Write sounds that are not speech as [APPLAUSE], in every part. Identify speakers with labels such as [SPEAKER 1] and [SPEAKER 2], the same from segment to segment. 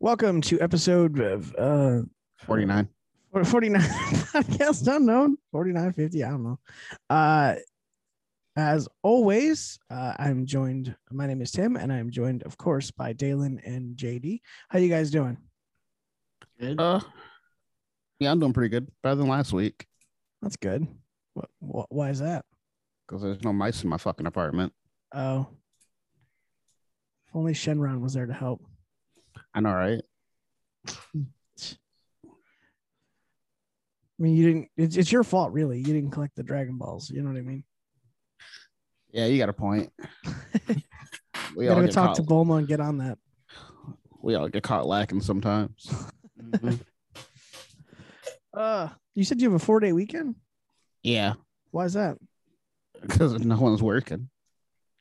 [SPEAKER 1] welcome to episode of uh,
[SPEAKER 2] 49.
[SPEAKER 1] or 49 [LAUGHS] podcast unknown 4950 i don't know uh as always uh, i'm joined my name is tim and i'm joined of course by dalen and jd how you guys doing
[SPEAKER 2] Uh, yeah, I'm doing pretty good. Better than last week
[SPEAKER 1] that's good what, what why is that
[SPEAKER 2] because there's no mice in my fucking apartment.
[SPEAKER 1] oh if only shenron was there to help
[SPEAKER 2] I know, right?
[SPEAKER 1] i mean you didn't it's, it's your fault really you didn't collect the dragon balls you know what i mean
[SPEAKER 2] Yeah, you got a point.
[SPEAKER 1] [LAUGHS]
[SPEAKER 2] we
[SPEAKER 1] you
[SPEAKER 2] all
[SPEAKER 1] gotta go
[SPEAKER 2] get
[SPEAKER 1] talk
[SPEAKER 2] caught.
[SPEAKER 1] to bulma and get on that
[SPEAKER 2] we all get caught lacking sometimes.
[SPEAKER 1] [LAUGHS]
[SPEAKER 2] Mhm.
[SPEAKER 1] uh you said you have a four day weekend
[SPEAKER 2] Yeah,
[SPEAKER 1] why is that
[SPEAKER 2] because no one's working.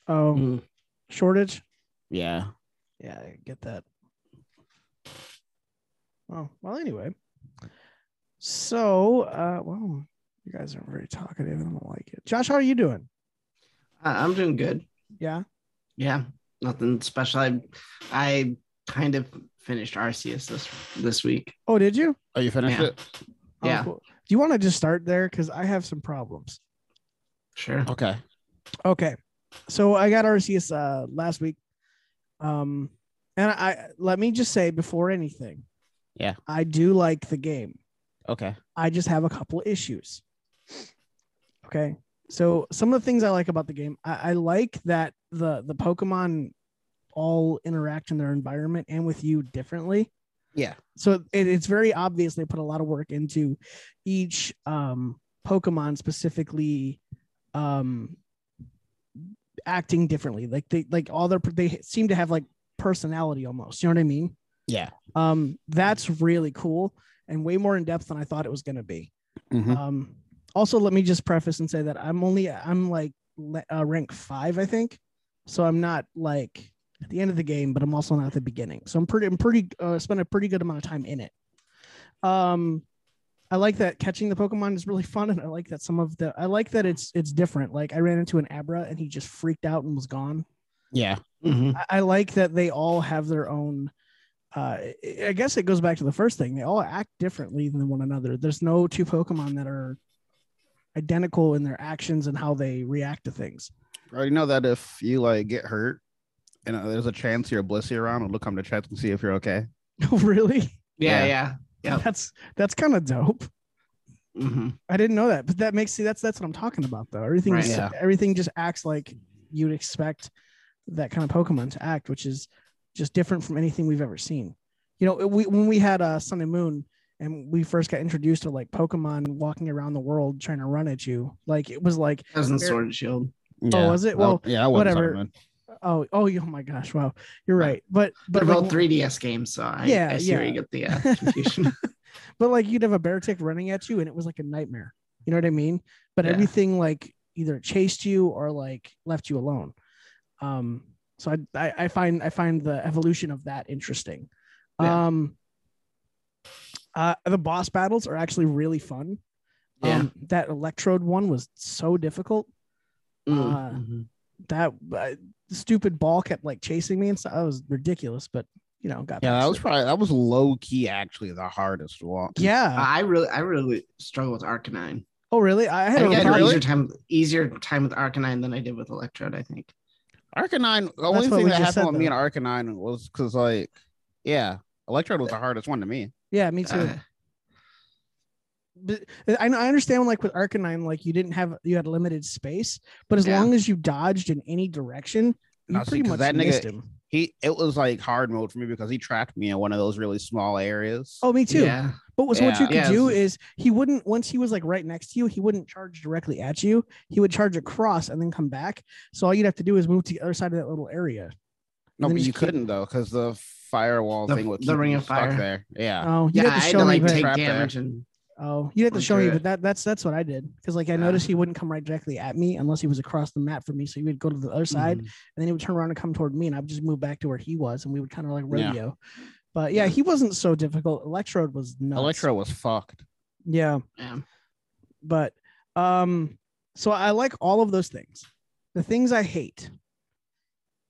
[SPEAKER 1] oh
[SPEAKER 3] Mm.
[SPEAKER 1] shortage
[SPEAKER 2] Yeah,
[SPEAKER 1] Yeah, I get that. Well, well, anyway. So, uh, well, you guys are very talkative and I don't like it. Josh, how are you doing?
[SPEAKER 3] I- I'm doing good.
[SPEAKER 1] Yeah.
[SPEAKER 3] Yeah, nothing special. I I kind of finished Arceus this this week.
[SPEAKER 1] Oh, did you?
[SPEAKER 2] oh, you finished
[SPEAKER 3] Yeah.
[SPEAKER 2] it?
[SPEAKER 1] Oh,
[SPEAKER 3] Yeah.
[SPEAKER 1] cool. Do you want to just start there? Because I have some problems.
[SPEAKER 3] Sure.
[SPEAKER 2] Okay,
[SPEAKER 1] Okay. So I got Arceus uh, last week. Um, and I let me just say before anything,
[SPEAKER 2] Yeah.
[SPEAKER 1] I do like the game.
[SPEAKER 2] okay,
[SPEAKER 1] I just have a couple issues. Okay. So some of the things I like about the game, I, I like that the the Pokemon all interact in their environment and with you differently.
[SPEAKER 2] Yeah.
[SPEAKER 1] So it, it's very obvious they put a lot of work into each um, Pokemon specifically um, acting differently. Like they like all their they seem to have like personality almost. You know what I mean?
[SPEAKER 2] yeah,
[SPEAKER 1] um that's really cool and way more in depth than i thought it was going to be
[SPEAKER 2] Mhm.
[SPEAKER 1] um also let me just preface and say that i'm only i'm like le- uh, rank five i think so i'm not like at the end of the game but i'm also not at the beginning so i'm pretty i'm pretty uh, spent a pretty good amount of time in it um i like that catching the pokemon is really [LAUGHS] fun and i like that some of the i like that it's it's different like i ran into an abra and he just freaked out and was gone
[SPEAKER 2] yeah, Mm-hmm.
[SPEAKER 3] Mhm.
[SPEAKER 1] I- I like that they all have their own. Uh, I- I guess it goes back to the first thing. They all act differently than one another. There's no two Pokemon that are identical in their actions and how they react to things.
[SPEAKER 2] Bro, you know that if you like get hurt and uh, there's a chance you're blissy around, it'll come to check and see if you're okay.
[SPEAKER 1] really?
[SPEAKER 2] Yeah.
[SPEAKER 3] Yeah, yeah.
[SPEAKER 1] [LAUGHS]
[SPEAKER 3] Yep.
[SPEAKER 1] That's that's kind of dope.
[SPEAKER 3] hmm
[SPEAKER 1] I didn't know that, but that makes see that's that's what I'm talking about though. Everything
[SPEAKER 3] Right.
[SPEAKER 1] just-
[SPEAKER 2] Yeah.
[SPEAKER 1] everything just acts like you'd expect that kind of Pokemon to act, which is just different from anything we've ever seen. You know, we when we had uh, Sun and Moon and we first got introduced to like Pokemon walking around the world trying to run at you, like it was like
[SPEAKER 3] That was in
[SPEAKER 1] Fair-
[SPEAKER 3] Sword and Shield.
[SPEAKER 2] Yeah.
[SPEAKER 1] Oh, was it?
[SPEAKER 2] That-
[SPEAKER 1] Well,
[SPEAKER 2] yeah, I wasn't
[SPEAKER 1] whatever.
[SPEAKER 2] Simon.
[SPEAKER 1] oh oh, you- oh my gosh, wow, you're right. But but
[SPEAKER 3] They're both
[SPEAKER 1] like,
[SPEAKER 3] 3DS games, so I,
[SPEAKER 1] Yeah,
[SPEAKER 3] I see where
[SPEAKER 1] yeah.
[SPEAKER 3] you get
[SPEAKER 1] [LAUGHS]
[SPEAKER 3] the
[SPEAKER 2] [LAUGHS]
[SPEAKER 3] uh, confusion.
[SPEAKER 1] but like you'd have a bear tick running at you and it was like a nightmare you know what i mean but
[SPEAKER 3] Yeah.
[SPEAKER 1] everything like either chased you or like left you alone um so i i, I find i find the evolution of that interesting
[SPEAKER 3] Yeah.
[SPEAKER 1] um uh the boss battles are actually really fun
[SPEAKER 3] yeah.
[SPEAKER 1] um that electrode one was so difficult
[SPEAKER 2] Mm,
[SPEAKER 1] uh,
[SPEAKER 2] mm-hmm.
[SPEAKER 3] Mhm.
[SPEAKER 1] that uh, stupid ball kept like chasing me and stuff that was ridiculous but you know got
[SPEAKER 2] Yeah,
[SPEAKER 1] past
[SPEAKER 2] that was
[SPEAKER 1] it.
[SPEAKER 2] probably that was low key actually the hardest one.
[SPEAKER 1] yeah
[SPEAKER 3] I really, I really struggle with Arcanine.
[SPEAKER 1] oh really i
[SPEAKER 3] I,
[SPEAKER 1] had a
[SPEAKER 3] think I had
[SPEAKER 1] problem-
[SPEAKER 3] an
[SPEAKER 2] really?
[SPEAKER 3] easier time, easier time with Arcanine than I did with Electrode. I think.
[SPEAKER 2] Arcanine, the only
[SPEAKER 1] what
[SPEAKER 2] thing
[SPEAKER 1] we
[SPEAKER 2] that
[SPEAKER 1] just
[SPEAKER 2] happened
[SPEAKER 1] said,
[SPEAKER 2] with me and Arcanine was because, like, yeah, Electrode was the hardest one to me.
[SPEAKER 1] yeah me too
[SPEAKER 3] Uh,
[SPEAKER 1] but uh, I, I understand like with Arcanine, like you didn't have you had limited space, but as
[SPEAKER 3] Yeah.
[SPEAKER 1] long as you dodged in any direction, you
[SPEAKER 2] No, see,
[SPEAKER 1] pretty
[SPEAKER 2] 'cause
[SPEAKER 1] much
[SPEAKER 2] that nigga-
[SPEAKER 1] missed him.
[SPEAKER 2] He it was like hard mode for me because he trapped me in one of those really small areas.
[SPEAKER 1] Oh, me too.
[SPEAKER 3] Yeah.
[SPEAKER 1] But was what you
[SPEAKER 2] Yeah.
[SPEAKER 1] could
[SPEAKER 3] Yeah,
[SPEAKER 1] do
[SPEAKER 3] it's-
[SPEAKER 1] is he wouldn't once he was like right next to you, he wouldn't charge directly at you. He would charge across and then come back. So all you'd have to do is move to the other side of that little area.
[SPEAKER 2] no,
[SPEAKER 1] then
[SPEAKER 2] but
[SPEAKER 1] he
[SPEAKER 2] you
[SPEAKER 1] keep-
[SPEAKER 2] couldn't though because the firewall
[SPEAKER 3] The-
[SPEAKER 2] thing would
[SPEAKER 3] the
[SPEAKER 2] keep
[SPEAKER 3] Ring
[SPEAKER 2] you
[SPEAKER 3] of
[SPEAKER 2] stuck
[SPEAKER 3] Fire.
[SPEAKER 2] there. Yeah,
[SPEAKER 1] Oh, you
[SPEAKER 3] yeah, I
[SPEAKER 1] have to
[SPEAKER 3] had
[SPEAKER 1] show
[SPEAKER 3] to
[SPEAKER 1] me.
[SPEAKER 3] like
[SPEAKER 1] but-
[SPEAKER 3] take
[SPEAKER 2] Trap there.
[SPEAKER 3] damage and
[SPEAKER 1] oh, you have to
[SPEAKER 3] or
[SPEAKER 1] show me.
[SPEAKER 3] do
[SPEAKER 1] But
[SPEAKER 3] it.
[SPEAKER 1] that that's that's what I did because like I
[SPEAKER 3] Yeah.
[SPEAKER 1] noticed he wouldn't come right directly at me unless he was across the map from me. So he would go to the other side.
[SPEAKER 3] Mhm.
[SPEAKER 1] and then he would turn around and come toward me, and I would just move back to where he was, and we would kind of like
[SPEAKER 2] Yeah.
[SPEAKER 1] rodeo. But yeah, he wasn't so difficult. Electrode was nuts.
[SPEAKER 2] Electro was fucked.
[SPEAKER 1] yeah.
[SPEAKER 3] Yeah.
[SPEAKER 1] But um, so I like all of those things. The things I hate.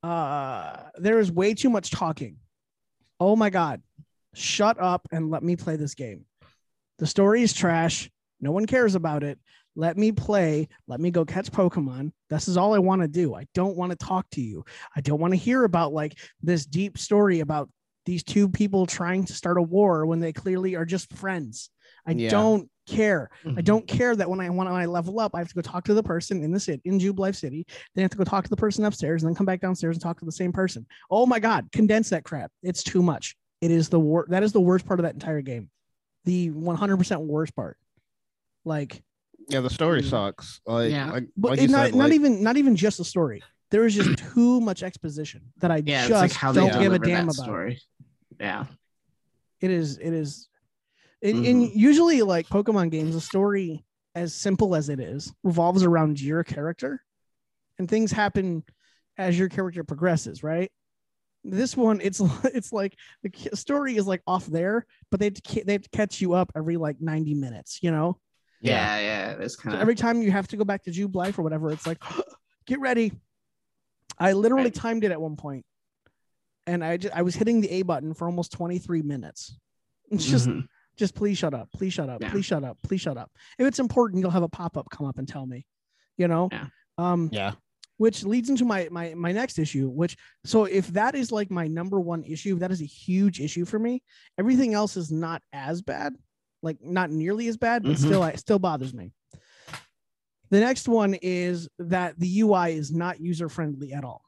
[SPEAKER 1] Uh, there is way too much talking. Oh my god, shut up and let me play this game. The story is trash. No one cares about it. Let me play. Let me go catch Pokemon. This is all I want to do. I don't want to talk to you. I don't want to hear about like this deep story about these two people trying to start a war when they clearly are just friends. I
[SPEAKER 2] Yeah.
[SPEAKER 1] don't care. I don't care that when I want when I level up, I have to go talk to the person in the city in Jubilife City. Then I have to go talk to the person upstairs and then come back downstairs and talk to the same person. Oh my god, condense that crap. It's too much. It is the wor- that is the worst part of that entire game. The 100% worst part. Like
[SPEAKER 2] Yeah, the story
[SPEAKER 3] Mm.
[SPEAKER 2] sucks. Like,
[SPEAKER 3] Yeah.
[SPEAKER 2] like,
[SPEAKER 1] but
[SPEAKER 2] like
[SPEAKER 1] it
[SPEAKER 2] you
[SPEAKER 1] not
[SPEAKER 2] said,
[SPEAKER 1] not
[SPEAKER 2] like-
[SPEAKER 1] even not even just the story. There is just too much exposition that I
[SPEAKER 3] Yeah, it's
[SPEAKER 1] just
[SPEAKER 3] like how they
[SPEAKER 1] don't give a
[SPEAKER 3] deliver
[SPEAKER 1] damn
[SPEAKER 3] that
[SPEAKER 1] about.
[SPEAKER 3] story. Yeah.
[SPEAKER 1] It is it is it,
[SPEAKER 3] Mm-hmm.
[SPEAKER 1] and usually like Pokemon games, the story as simple as it is revolves around your character and things happen as your character progresses, right? This one, it's [LAUGHS] it's like the ki- story is like off there, but they have to ca- they have to catch you up every like ninety minutes, you know.
[SPEAKER 3] Yeah, yeah. It's
[SPEAKER 1] So
[SPEAKER 3] kind of
[SPEAKER 1] every time you have to go back to Jude Life or whatever, it's like, [GASPS] get ready. I literally
[SPEAKER 3] Right.
[SPEAKER 1] timed it at one point, and I just, I was hitting the A button for almost twenty three minutes. [LAUGHS] [LAUGHS] It's just
[SPEAKER 3] Mm-hmm.
[SPEAKER 1] just please shut up please shut up
[SPEAKER 3] Yeah.
[SPEAKER 1] please shut up please shut up if it's important you'll have a pop-up come up and tell me you know
[SPEAKER 3] Yeah.
[SPEAKER 1] um
[SPEAKER 2] yeah,
[SPEAKER 1] which leads into my my my next issue which so if that is like my number one issue that is a huge issue for me everything else is not as bad like not nearly as bad but
[SPEAKER 3] Mhm.
[SPEAKER 1] still I still bothers me the next one is that the ui is not user friendly at all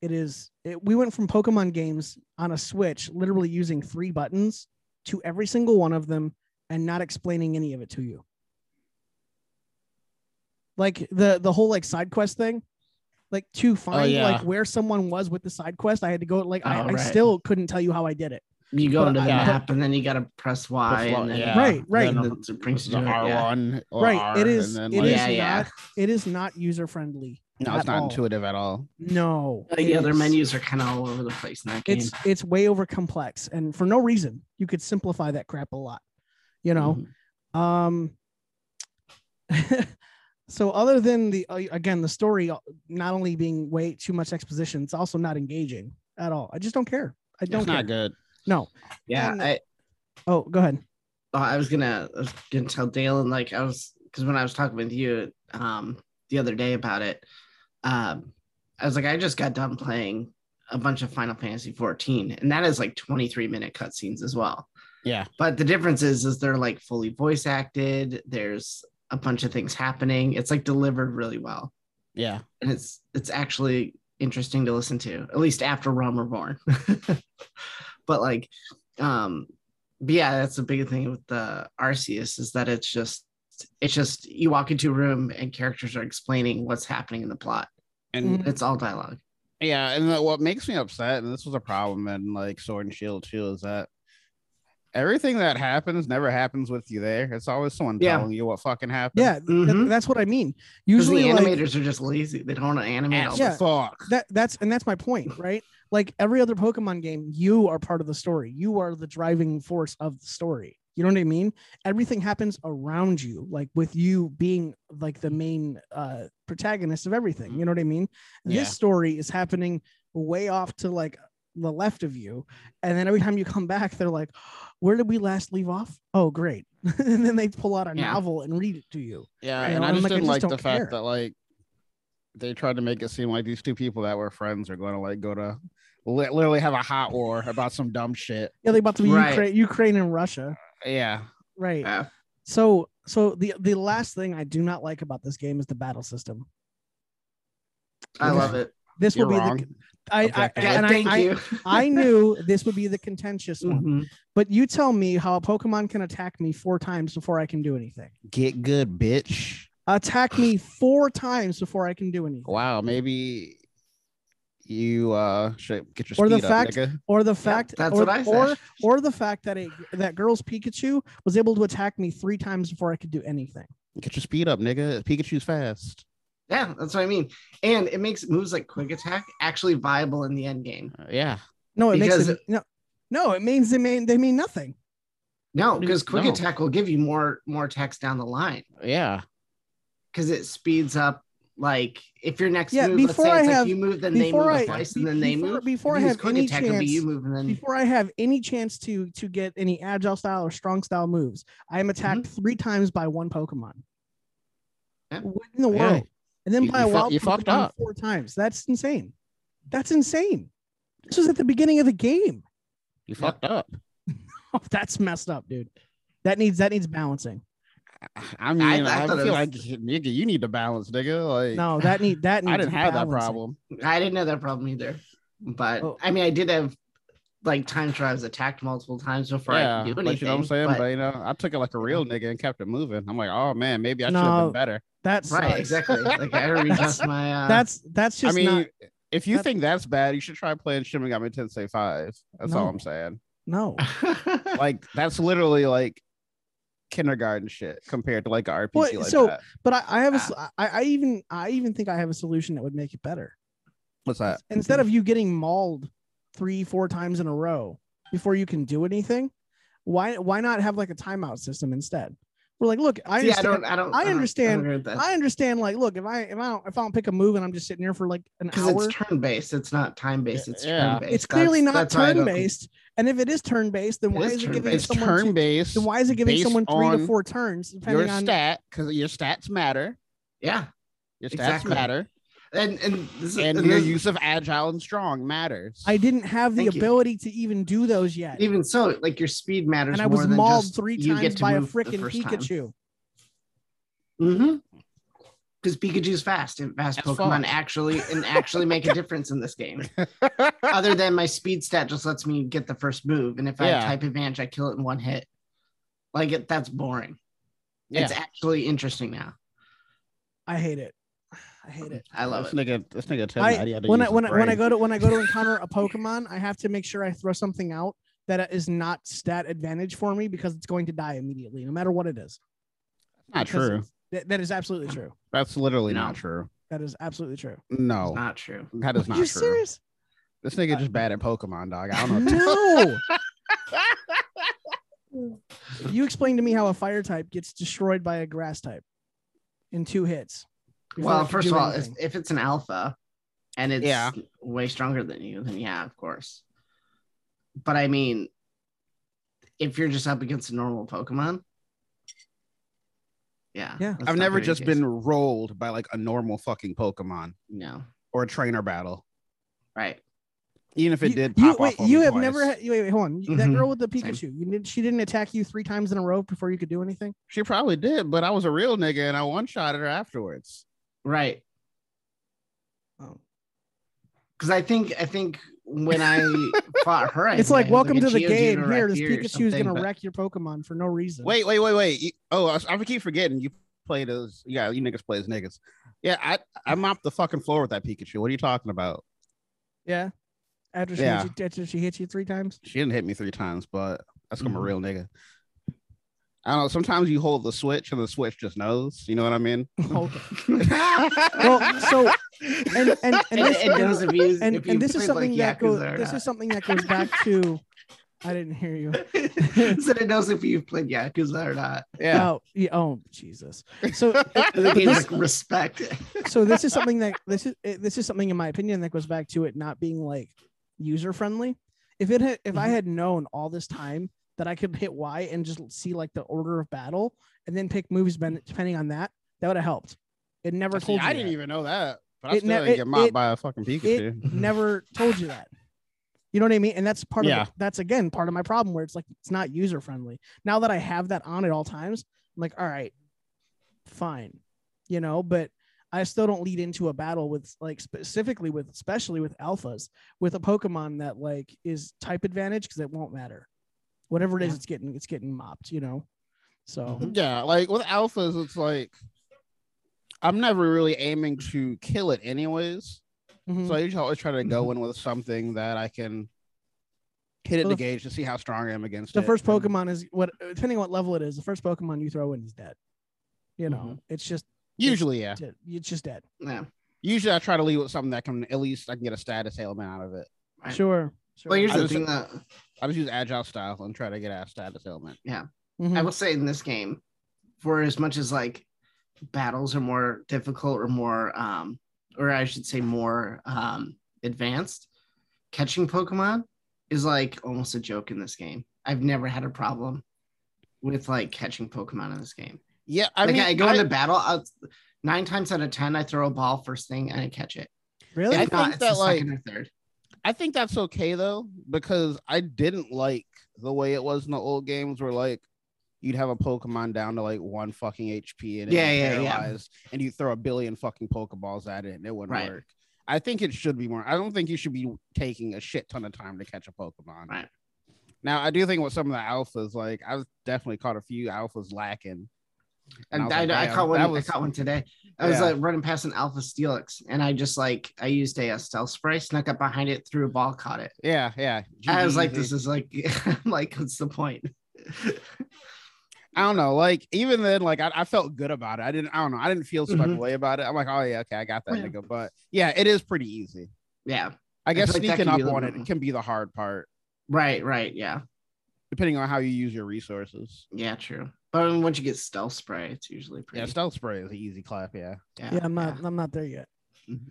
[SPEAKER 1] it is it, we went from pokemon games on a switch literally using three buttons to every single one of them and not explaining any of it to you like the the whole like side quest thing like to find
[SPEAKER 2] Oh, yeah.
[SPEAKER 1] like where someone was with the side quest i had to go like I,
[SPEAKER 3] Oh,
[SPEAKER 1] I
[SPEAKER 3] right.
[SPEAKER 1] still couldn't tell you how i did it
[SPEAKER 3] you go
[SPEAKER 1] But
[SPEAKER 3] into the
[SPEAKER 2] I-
[SPEAKER 3] map and then you gotta press Y
[SPEAKER 2] Before-
[SPEAKER 3] and then
[SPEAKER 2] yeah.
[SPEAKER 1] Right, right.
[SPEAKER 2] Then
[SPEAKER 3] And
[SPEAKER 2] the-
[SPEAKER 3] then it brings you
[SPEAKER 2] the
[SPEAKER 3] to it,
[SPEAKER 2] R
[SPEAKER 3] yeah.
[SPEAKER 2] one, or
[SPEAKER 1] right
[SPEAKER 2] R,
[SPEAKER 1] it is
[SPEAKER 2] and
[SPEAKER 1] it
[SPEAKER 2] then,
[SPEAKER 1] is
[SPEAKER 2] like,
[SPEAKER 3] Yeah, yeah.
[SPEAKER 1] not it is not user friendly
[SPEAKER 2] no,
[SPEAKER 1] at
[SPEAKER 2] it's not
[SPEAKER 1] all.
[SPEAKER 2] intuitive at all.
[SPEAKER 1] no
[SPEAKER 3] Like the
[SPEAKER 1] it
[SPEAKER 3] other
[SPEAKER 1] is-
[SPEAKER 3] menus are kind of all over the place in that game.
[SPEAKER 1] it's it's way over complex and for no reason you could simplify that crap a lot you know Um, [LAUGHS] so other than the uh, again the story not only being way too much exposition, it's also not engaging at all. I just don't care. I don't
[SPEAKER 2] It's
[SPEAKER 1] care.
[SPEAKER 2] not good.
[SPEAKER 1] No.
[SPEAKER 3] yeah,
[SPEAKER 1] and-
[SPEAKER 3] I,
[SPEAKER 1] Oh, go ahead.
[SPEAKER 3] oh, I was gonna I was gonna tell Dalen like I was because when I was talking with you um the other day about it, um I was like I just got done playing a bunch of Final Fantasy 14 and that is like 23 minute cutscenes as well.
[SPEAKER 2] Yeah,
[SPEAKER 3] But the difference is is they're like fully voice acted. There's a bunch of things happening. It's like delivered really well.
[SPEAKER 2] yeah.
[SPEAKER 3] And it's it's actually interesting to listen to, at least after Realm Reborn. [LAUGHS] but like um but yeah, that's the big thing with the Arceus is that it's just it's just you walk into a room and characters are explaining what's happening in the plot.
[SPEAKER 2] And
[SPEAKER 1] Mhm.
[SPEAKER 3] It's all dialogue.
[SPEAKER 2] yeah, and like, what makes me upset, and this was a problem in like Sword and Shield too, is that everything that happens never happens with you there. It's always someone
[SPEAKER 3] Yeah.
[SPEAKER 2] telling you what fucking happened.
[SPEAKER 1] Yeah, th- th-
[SPEAKER 2] Mm-hmm.
[SPEAKER 3] Mhm.
[SPEAKER 1] that's what I mean.
[SPEAKER 3] Because the
[SPEAKER 1] Usually, like,
[SPEAKER 3] animators are just lazy. They don't want to animate all
[SPEAKER 2] Ass
[SPEAKER 1] Yeah.
[SPEAKER 3] this.
[SPEAKER 2] fuck.
[SPEAKER 1] that that's and that's my point, right? Like every other Pokemon game, you are part of the story. You are the driving force of the story. You know what I mean? Everything happens around you, like with you being like the main uh protagonist of everything. You know what I mean?
[SPEAKER 2] Mm-hmm. Yeah.
[SPEAKER 1] This story is happening way off to like the left of you. And then every time you come back, they're like, where did we last leave off? Oh, great. [LAUGHS] and then they pull out a
[SPEAKER 3] Yeah.
[SPEAKER 1] novel and read it to you.
[SPEAKER 2] Yeah,
[SPEAKER 1] You
[SPEAKER 2] and
[SPEAKER 1] know,
[SPEAKER 2] I
[SPEAKER 1] I'm
[SPEAKER 2] just
[SPEAKER 1] like, I
[SPEAKER 2] didn't
[SPEAKER 1] just
[SPEAKER 2] like the
[SPEAKER 1] don't care.
[SPEAKER 2] fact that like they tried to make it seem like these two people that were friends are going to like go to li- literally have a hot war about some dumb shit.
[SPEAKER 1] Yeah, they bought the
[SPEAKER 3] Right.
[SPEAKER 1] Ukraine, Ukraine and Russia.
[SPEAKER 2] Yeah,
[SPEAKER 1] Right.
[SPEAKER 3] Yeah.
[SPEAKER 1] So so the the last thing I do not like about this game is the battle system.
[SPEAKER 3] I
[SPEAKER 1] Okay.
[SPEAKER 3] love it.
[SPEAKER 1] This
[SPEAKER 2] you're
[SPEAKER 1] will be
[SPEAKER 2] wrong.
[SPEAKER 1] the I, I
[SPEAKER 2] Objectively.
[SPEAKER 3] Yeah,
[SPEAKER 1] and
[SPEAKER 3] thank
[SPEAKER 1] I, I,
[SPEAKER 3] you. [LAUGHS]
[SPEAKER 1] I knew this would be the contentious one,
[SPEAKER 2] Mm-hmm.
[SPEAKER 3] Mhm.
[SPEAKER 1] but you tell me how a Pokemon can attack me four times before I can do anything.
[SPEAKER 2] Get good, bitch.
[SPEAKER 1] Attack me four times before I can do anything.
[SPEAKER 2] Wow, maybe you uh should get your
[SPEAKER 1] Or the
[SPEAKER 2] speed
[SPEAKER 1] fact-
[SPEAKER 2] up, nigga.
[SPEAKER 1] Or the
[SPEAKER 3] Yeah,
[SPEAKER 1] fact
[SPEAKER 3] that's
[SPEAKER 1] or,
[SPEAKER 3] what I said.
[SPEAKER 1] or or the fact that a that girl's Pikachu was able to attack me three times before I could do anything.
[SPEAKER 2] Get your speed up, nigga. Pikachu's fast.
[SPEAKER 3] Yeah, that's what I mean. And it makes moves like quick attack actually viable in the end game.
[SPEAKER 2] Uh, yeah,
[SPEAKER 1] No, it makes
[SPEAKER 3] Because-
[SPEAKER 1] them, no no, it means they mean they mean nothing.
[SPEAKER 3] No, because quick
[SPEAKER 2] No.
[SPEAKER 3] attack will give you more more attacks down the line
[SPEAKER 2] yeah.
[SPEAKER 3] because it speeds up like if your next
[SPEAKER 1] Yeah,
[SPEAKER 3] move,
[SPEAKER 1] before
[SPEAKER 3] let's say
[SPEAKER 1] I
[SPEAKER 3] it's
[SPEAKER 1] have-
[SPEAKER 3] like you move, then they move
[SPEAKER 1] before I-
[SPEAKER 3] a slice, and then they
[SPEAKER 1] before-
[SPEAKER 3] move.
[SPEAKER 1] before I
[SPEAKER 3] If you use
[SPEAKER 1] have
[SPEAKER 3] quick
[SPEAKER 1] any
[SPEAKER 3] attack, it'll be
[SPEAKER 1] chance-
[SPEAKER 3] you move, and then
[SPEAKER 1] before I have any chance to to get any agile style or strong style moves, I
[SPEAKER 3] Mm-hmm.
[SPEAKER 1] am attacked three times by one Pokemon.
[SPEAKER 3] Yeah.
[SPEAKER 1] What in the
[SPEAKER 2] Yeah.
[SPEAKER 1] world? And then
[SPEAKER 2] You-
[SPEAKER 1] by
[SPEAKER 2] you
[SPEAKER 1] a
[SPEAKER 2] fu-
[SPEAKER 1] wild
[SPEAKER 2] you fucked
[SPEAKER 1] Pokemon
[SPEAKER 2] up.
[SPEAKER 1] four times. That's insane. That's insane. This was at the beginning of the game. [LAUGHS]
[SPEAKER 2] You fucked up.
[SPEAKER 1] Oh, that's messed up, dude. That needs that needs balancing.
[SPEAKER 2] I mean, I,
[SPEAKER 3] I thought it
[SPEAKER 2] feel
[SPEAKER 3] was-
[SPEAKER 2] like nigga, you need to balance, nigga. Like,
[SPEAKER 1] No, that need that
[SPEAKER 2] [LAUGHS]
[SPEAKER 1] needs
[SPEAKER 2] I didn't have that
[SPEAKER 1] balancing.
[SPEAKER 2] problem.
[SPEAKER 3] I didn't have that problem either. But
[SPEAKER 1] Oh.
[SPEAKER 3] I mean, I did have like times where I was attacked multiple times before
[SPEAKER 2] yeah,
[SPEAKER 3] I could do
[SPEAKER 2] but
[SPEAKER 3] anything.
[SPEAKER 2] you know what I'm saying. But,
[SPEAKER 3] but-
[SPEAKER 2] you know, I took it like a real nigga and kept it moving. I'm like, oh man, maybe I should have
[SPEAKER 1] No,
[SPEAKER 2] been better.
[SPEAKER 1] That's [LAUGHS]
[SPEAKER 3] right, exactly. Like I had to readjust my. Uh,
[SPEAKER 1] That's that's
[SPEAKER 2] I
[SPEAKER 1] just
[SPEAKER 2] mean,
[SPEAKER 1] not
[SPEAKER 2] if you
[SPEAKER 1] that-
[SPEAKER 2] think that's bad, you should try playing Shin Megami Tensei Five. That's all
[SPEAKER 1] No.
[SPEAKER 2] I'm saying.
[SPEAKER 3] [LAUGHS]
[SPEAKER 1] no.
[SPEAKER 2] Like, that's literally like kindergarten shit compared to like an RPG
[SPEAKER 1] Well,
[SPEAKER 2] like
[SPEAKER 1] so-
[SPEAKER 2] that.
[SPEAKER 1] But I, I
[SPEAKER 3] Ah.
[SPEAKER 1] have a s- I, I even I even think I have a solution that would make it better.
[SPEAKER 2] What's that?
[SPEAKER 3] Mm-hmm.
[SPEAKER 1] instead of you getting mauled three four times in a row before you can do anything why why not have like a timeout system instead we're like look i
[SPEAKER 3] See, I
[SPEAKER 1] understand,
[SPEAKER 3] don't. I don't.
[SPEAKER 1] I understand-
[SPEAKER 3] I don't, agree with
[SPEAKER 1] I, understand like look if i if i don't if i don't pick a move and i'm just sitting here for like an
[SPEAKER 3] because
[SPEAKER 1] hour
[SPEAKER 3] it's turn based. It's not time based. It's
[SPEAKER 2] Yeah.
[SPEAKER 3] turn based.
[SPEAKER 1] it's clearly not turn based and if it is turn based then
[SPEAKER 3] It
[SPEAKER 1] why
[SPEAKER 3] is
[SPEAKER 1] is, it giving
[SPEAKER 2] It's
[SPEAKER 3] turn-based.
[SPEAKER 1] someone
[SPEAKER 2] turn
[SPEAKER 1] two,
[SPEAKER 2] based.
[SPEAKER 1] then why is it giving
[SPEAKER 2] based
[SPEAKER 1] someone three
[SPEAKER 2] on
[SPEAKER 1] to four turns depending
[SPEAKER 2] Your
[SPEAKER 1] on
[SPEAKER 2] stat, because your stats matter.
[SPEAKER 3] Yeah,
[SPEAKER 2] Your stats
[SPEAKER 3] Exactly.
[SPEAKER 2] matter,
[SPEAKER 3] and and this,
[SPEAKER 2] and
[SPEAKER 3] and
[SPEAKER 2] your
[SPEAKER 3] this-
[SPEAKER 2] use of agile and strong matters.
[SPEAKER 1] i didn't have the
[SPEAKER 3] Thank you.
[SPEAKER 1] ability to even do those yet
[SPEAKER 3] even so, like your speed matters.
[SPEAKER 1] and i
[SPEAKER 3] more
[SPEAKER 1] was
[SPEAKER 3] than
[SPEAKER 1] mauled
[SPEAKER 3] just
[SPEAKER 1] three
[SPEAKER 3] you get
[SPEAKER 1] times
[SPEAKER 3] to
[SPEAKER 1] by a
[SPEAKER 3] move the
[SPEAKER 1] freaking
[SPEAKER 3] first time.
[SPEAKER 1] pikachu
[SPEAKER 3] [LAUGHS] Mm-hmm. Because Pikachu's fast, and fast
[SPEAKER 2] That's
[SPEAKER 3] Pokemon
[SPEAKER 2] fast.
[SPEAKER 3] actually and actually make a difference in
[SPEAKER 2] [LAUGHS]
[SPEAKER 3] this game.
[SPEAKER 1] [LAUGHS]
[SPEAKER 3] Other than my speed stat just lets me get the first move, and if I
[SPEAKER 2] Yeah.
[SPEAKER 3] type advantage, I kill it in one hit. Like it, that's boring.
[SPEAKER 2] yeah,
[SPEAKER 3] It's actually interesting now.
[SPEAKER 1] i hate it i hate it
[SPEAKER 3] I love
[SPEAKER 2] this
[SPEAKER 3] it.
[SPEAKER 2] nigga, this nigga, tell me
[SPEAKER 1] I,
[SPEAKER 2] how to
[SPEAKER 1] when
[SPEAKER 2] use
[SPEAKER 1] I
[SPEAKER 2] his
[SPEAKER 1] when I, when I
[SPEAKER 2] brain.
[SPEAKER 1] go to when I go
[SPEAKER 2] [LAUGHS]
[SPEAKER 1] to encounter a Pokemon, I have to make sure I throw something out that is not stat advantage for me because it's going to die immediately, no matter what it is.
[SPEAKER 2] Not
[SPEAKER 1] because
[SPEAKER 2] true.
[SPEAKER 1] That, that is absolutely true.
[SPEAKER 2] That's literally
[SPEAKER 3] No.
[SPEAKER 2] not true.
[SPEAKER 1] That is absolutely true.
[SPEAKER 2] No,
[SPEAKER 3] It's not true.
[SPEAKER 2] that is
[SPEAKER 1] Are
[SPEAKER 2] not
[SPEAKER 1] you
[SPEAKER 2] true. [LAUGHS]
[SPEAKER 1] serious?
[SPEAKER 2] This nigga just bad at Pokemon, dog. I don't know. [LAUGHS]
[SPEAKER 1] No. you explain to me how a fire type gets destroyed by a grass type in two hits. before it
[SPEAKER 3] Well,
[SPEAKER 1] can
[SPEAKER 3] first
[SPEAKER 1] do
[SPEAKER 3] of all, if,
[SPEAKER 1] anything.
[SPEAKER 3] if it's an alpha, and it's
[SPEAKER 2] Yeah.
[SPEAKER 3] way stronger than you, then yeah, of course. But I mean, if you're just up against a normal Pokemon, yeah,
[SPEAKER 1] Yeah.
[SPEAKER 3] that's
[SPEAKER 2] I've
[SPEAKER 3] not
[SPEAKER 2] never
[SPEAKER 3] very
[SPEAKER 2] just
[SPEAKER 3] good.
[SPEAKER 2] been rolled by like a normal fucking Pokemon
[SPEAKER 3] no
[SPEAKER 2] or a trainer battle,
[SPEAKER 3] right.
[SPEAKER 2] even if it
[SPEAKER 1] You-
[SPEAKER 2] did
[SPEAKER 1] you,
[SPEAKER 2] pop
[SPEAKER 1] wait,
[SPEAKER 2] off. on
[SPEAKER 1] you
[SPEAKER 2] me
[SPEAKER 1] have
[SPEAKER 2] twice. Mm-hmm.
[SPEAKER 1] never had. Wait, wait, hold on. That
[SPEAKER 3] Mhm.
[SPEAKER 1] girl with the
[SPEAKER 3] Same.
[SPEAKER 1] Pikachu. You did, she didn't attack you three times in a row before you could do anything.
[SPEAKER 3] [LAUGHS]
[SPEAKER 2] She probably did, but I was a real nigga and I one shot her afterwards.
[SPEAKER 3] Right.
[SPEAKER 1] Oh.
[SPEAKER 3] Because I think I think when
[SPEAKER 2] [LAUGHS]
[SPEAKER 3] I fought her, I
[SPEAKER 1] It's
[SPEAKER 3] think I
[SPEAKER 1] like
[SPEAKER 3] had,
[SPEAKER 1] welcome
[SPEAKER 3] a
[SPEAKER 1] to the
[SPEAKER 3] Geodude
[SPEAKER 1] game.
[SPEAKER 3] or a
[SPEAKER 1] Here, this
[SPEAKER 3] Rhyperior or
[SPEAKER 1] Pikachu's
[SPEAKER 3] something,
[SPEAKER 1] gonna
[SPEAKER 3] but-
[SPEAKER 1] wreck your Pokemon for no reason.
[SPEAKER 2] Wait, wait, wait, wait. You- Oh, I, I keep forgetting you played as yeah, you niggas play as niggas. Yeah, I I mopped the fucking floor with that Pikachu. What are you talking about?
[SPEAKER 1] yeah. After she
[SPEAKER 2] Yeah.
[SPEAKER 1] hit you, after she hit you three
[SPEAKER 3] [LAUGHS]
[SPEAKER 1] times.
[SPEAKER 2] She didn't hit me three times, but that's 'cause I'm a
[SPEAKER 1] Mm-hmm.
[SPEAKER 3] Mhm.
[SPEAKER 2] real nigga. I don't know. Sometimes you hold the switch and the switch just knows. You know what I mean?
[SPEAKER 1] Okay.
[SPEAKER 2] well,
[SPEAKER 1] Well, so and and and
[SPEAKER 3] And,
[SPEAKER 1] this, [LAUGHS]
[SPEAKER 3] and those of you,
[SPEAKER 1] and,
[SPEAKER 3] if
[SPEAKER 1] and
[SPEAKER 3] you
[SPEAKER 1] this is
[SPEAKER 3] played, like,
[SPEAKER 1] something that goes.
[SPEAKER 3] Yakuza or
[SPEAKER 1] This
[SPEAKER 3] not.
[SPEAKER 1] is something that goes back to. I didn't hear you.
[SPEAKER 3] so it knows if you've played Yakuza or not.
[SPEAKER 2] yeah.
[SPEAKER 1] Oh, yeah, oh Jesus.
[SPEAKER 3] [LAUGHS]
[SPEAKER 1] So
[SPEAKER 3] The
[SPEAKER 1] But
[SPEAKER 3] game's
[SPEAKER 1] this-
[SPEAKER 3] like respect.
[SPEAKER 1] so this is something that this is eh, this is something in my opinion that goes back to it not being like user friendly. If it had, if I
[SPEAKER 2] Mm-hmm.
[SPEAKER 3] Mhm.
[SPEAKER 1] had known all this time that I could hit Y and just see like the order of battle and then pick moves ben- depending on that, that would have helped. It
[SPEAKER 2] [LAUGHS]
[SPEAKER 1] never
[SPEAKER 2] See,
[SPEAKER 1] told you.
[SPEAKER 2] I didn't
[SPEAKER 1] that.
[SPEAKER 2] even know that, but I
[SPEAKER 1] It
[SPEAKER 2] still
[SPEAKER 1] ne-
[SPEAKER 2] didn't
[SPEAKER 1] it-
[SPEAKER 2] get mopped
[SPEAKER 1] it-
[SPEAKER 2] by a fucking Pikachu.
[SPEAKER 1] never told you that. You know what I mean? And that's part
[SPEAKER 2] Yeah.
[SPEAKER 1] of that's again part of my problem where it's like it's not user friendly. Now that I have that on at all times, I'm like, all right, fine, you know, but I still don't lead into a battle with like specifically with especially with alphas with a Pokemon that like is type advantage because it won't matter. Whatever it is,
[SPEAKER 3] Yeah.
[SPEAKER 1] it's getting it's getting mopped, you know. So
[SPEAKER 3] Mhm.
[SPEAKER 2] Mm-hmm. yeah, like with alphas, it's like I'm never really aiming to kill it, anyways.
[SPEAKER 3] Mm-hmm.
[SPEAKER 1] mhm.
[SPEAKER 2] So I usually always try to go in with something that I can hit it
[SPEAKER 1] Well,
[SPEAKER 2] to
[SPEAKER 1] the-
[SPEAKER 2] gauge to see how strong I am against
[SPEAKER 1] the
[SPEAKER 2] it.
[SPEAKER 1] first Pokemon is what depending on what level it is, the first Pokemon you throw in is dead. You know, it's just
[SPEAKER 2] Mm-hmm. Usually, yeah.
[SPEAKER 1] dead. It's just dead.
[SPEAKER 3] Yeah.
[SPEAKER 2] Usually, I try to leave with something that can at least I can get a status ailment out of it.
[SPEAKER 3] Right.
[SPEAKER 1] Sure. sure.
[SPEAKER 3] Well, here's
[SPEAKER 2] I
[SPEAKER 3] the
[SPEAKER 2] was-
[SPEAKER 3] thing that
[SPEAKER 2] I just use agile style and try to get a status ailment.
[SPEAKER 1] Mhm.
[SPEAKER 3] I will say in this game, for as much as like battles are more difficult or more um or I should say more um advanced, catching Pokemon is like almost a joke in this game. I've never had a problem with like catching Pokemon in this game.
[SPEAKER 2] Yeah, I
[SPEAKER 3] like
[SPEAKER 2] mean,
[SPEAKER 3] I go into battle, I'll, nine times out of ten, I throw a ball first thing and I catch it.
[SPEAKER 1] Really?
[SPEAKER 3] If
[SPEAKER 2] I
[SPEAKER 3] not,
[SPEAKER 2] think
[SPEAKER 3] it's
[SPEAKER 2] that,
[SPEAKER 3] the
[SPEAKER 2] like-
[SPEAKER 3] second or third.
[SPEAKER 2] I think that's okay though, because I didn't like the way it was in the old games where like you'd have a Pokemon down to like one fucking HP and
[SPEAKER 3] Yeah,
[SPEAKER 2] it'd be
[SPEAKER 3] yeah, yeah.
[SPEAKER 2] paralyzed, and you throw a billion fucking Pokeballs at it and it wouldn't
[SPEAKER 3] Right.
[SPEAKER 2] work. I think it should be more. I don't think you should be taking a shit ton of time to catch a Pokemon.
[SPEAKER 3] Right.
[SPEAKER 2] Now I do think with some of the alphas, like I've definitely caught a few alphas lacking.
[SPEAKER 3] And
[SPEAKER 2] was
[SPEAKER 3] I,
[SPEAKER 2] like,
[SPEAKER 3] I
[SPEAKER 2] damn,
[SPEAKER 3] caught one.
[SPEAKER 2] that was-
[SPEAKER 3] I caught one today. I was
[SPEAKER 2] Yeah.
[SPEAKER 3] like running past an Alpha Steelix, and I just like I used a, uh, stealth spray, snuck up behind it, threw a ball, caught it. [LAUGHS]
[SPEAKER 2] Yeah, yeah.
[SPEAKER 3] I was like,
[SPEAKER 2] GG.
[SPEAKER 3] this is like, [LAUGHS]
[SPEAKER 2] [LAUGHS]
[SPEAKER 3] I'm like, what's the point?
[SPEAKER 2] I don't know. Like even then, like I, I felt good about it. I didn't. I don't know. I didn't feel some type of
[SPEAKER 3] Mhm.
[SPEAKER 2] way about it. I'm like, oh yeah, okay, I got that
[SPEAKER 3] Yeah.
[SPEAKER 2] nigga. But yeah, it is pretty easy.
[SPEAKER 3] yeah,
[SPEAKER 2] I guess
[SPEAKER 3] feel like that
[SPEAKER 2] sneaking
[SPEAKER 3] can be
[SPEAKER 2] up
[SPEAKER 3] a
[SPEAKER 2] on
[SPEAKER 3] little-
[SPEAKER 2] it can be the hard part,
[SPEAKER 3] right, right, yeah,
[SPEAKER 2] depending on how you use your resources.
[SPEAKER 3] yeah, true. But I mean, once you get stealth spray, it's usually pretty.
[SPEAKER 2] Yeah, stealth spray is an easy clap. Yeah, Mm-hmm.
[SPEAKER 1] Yeah, I'm not. I'm not there yet. [SIGHS]
[SPEAKER 3] Mhm.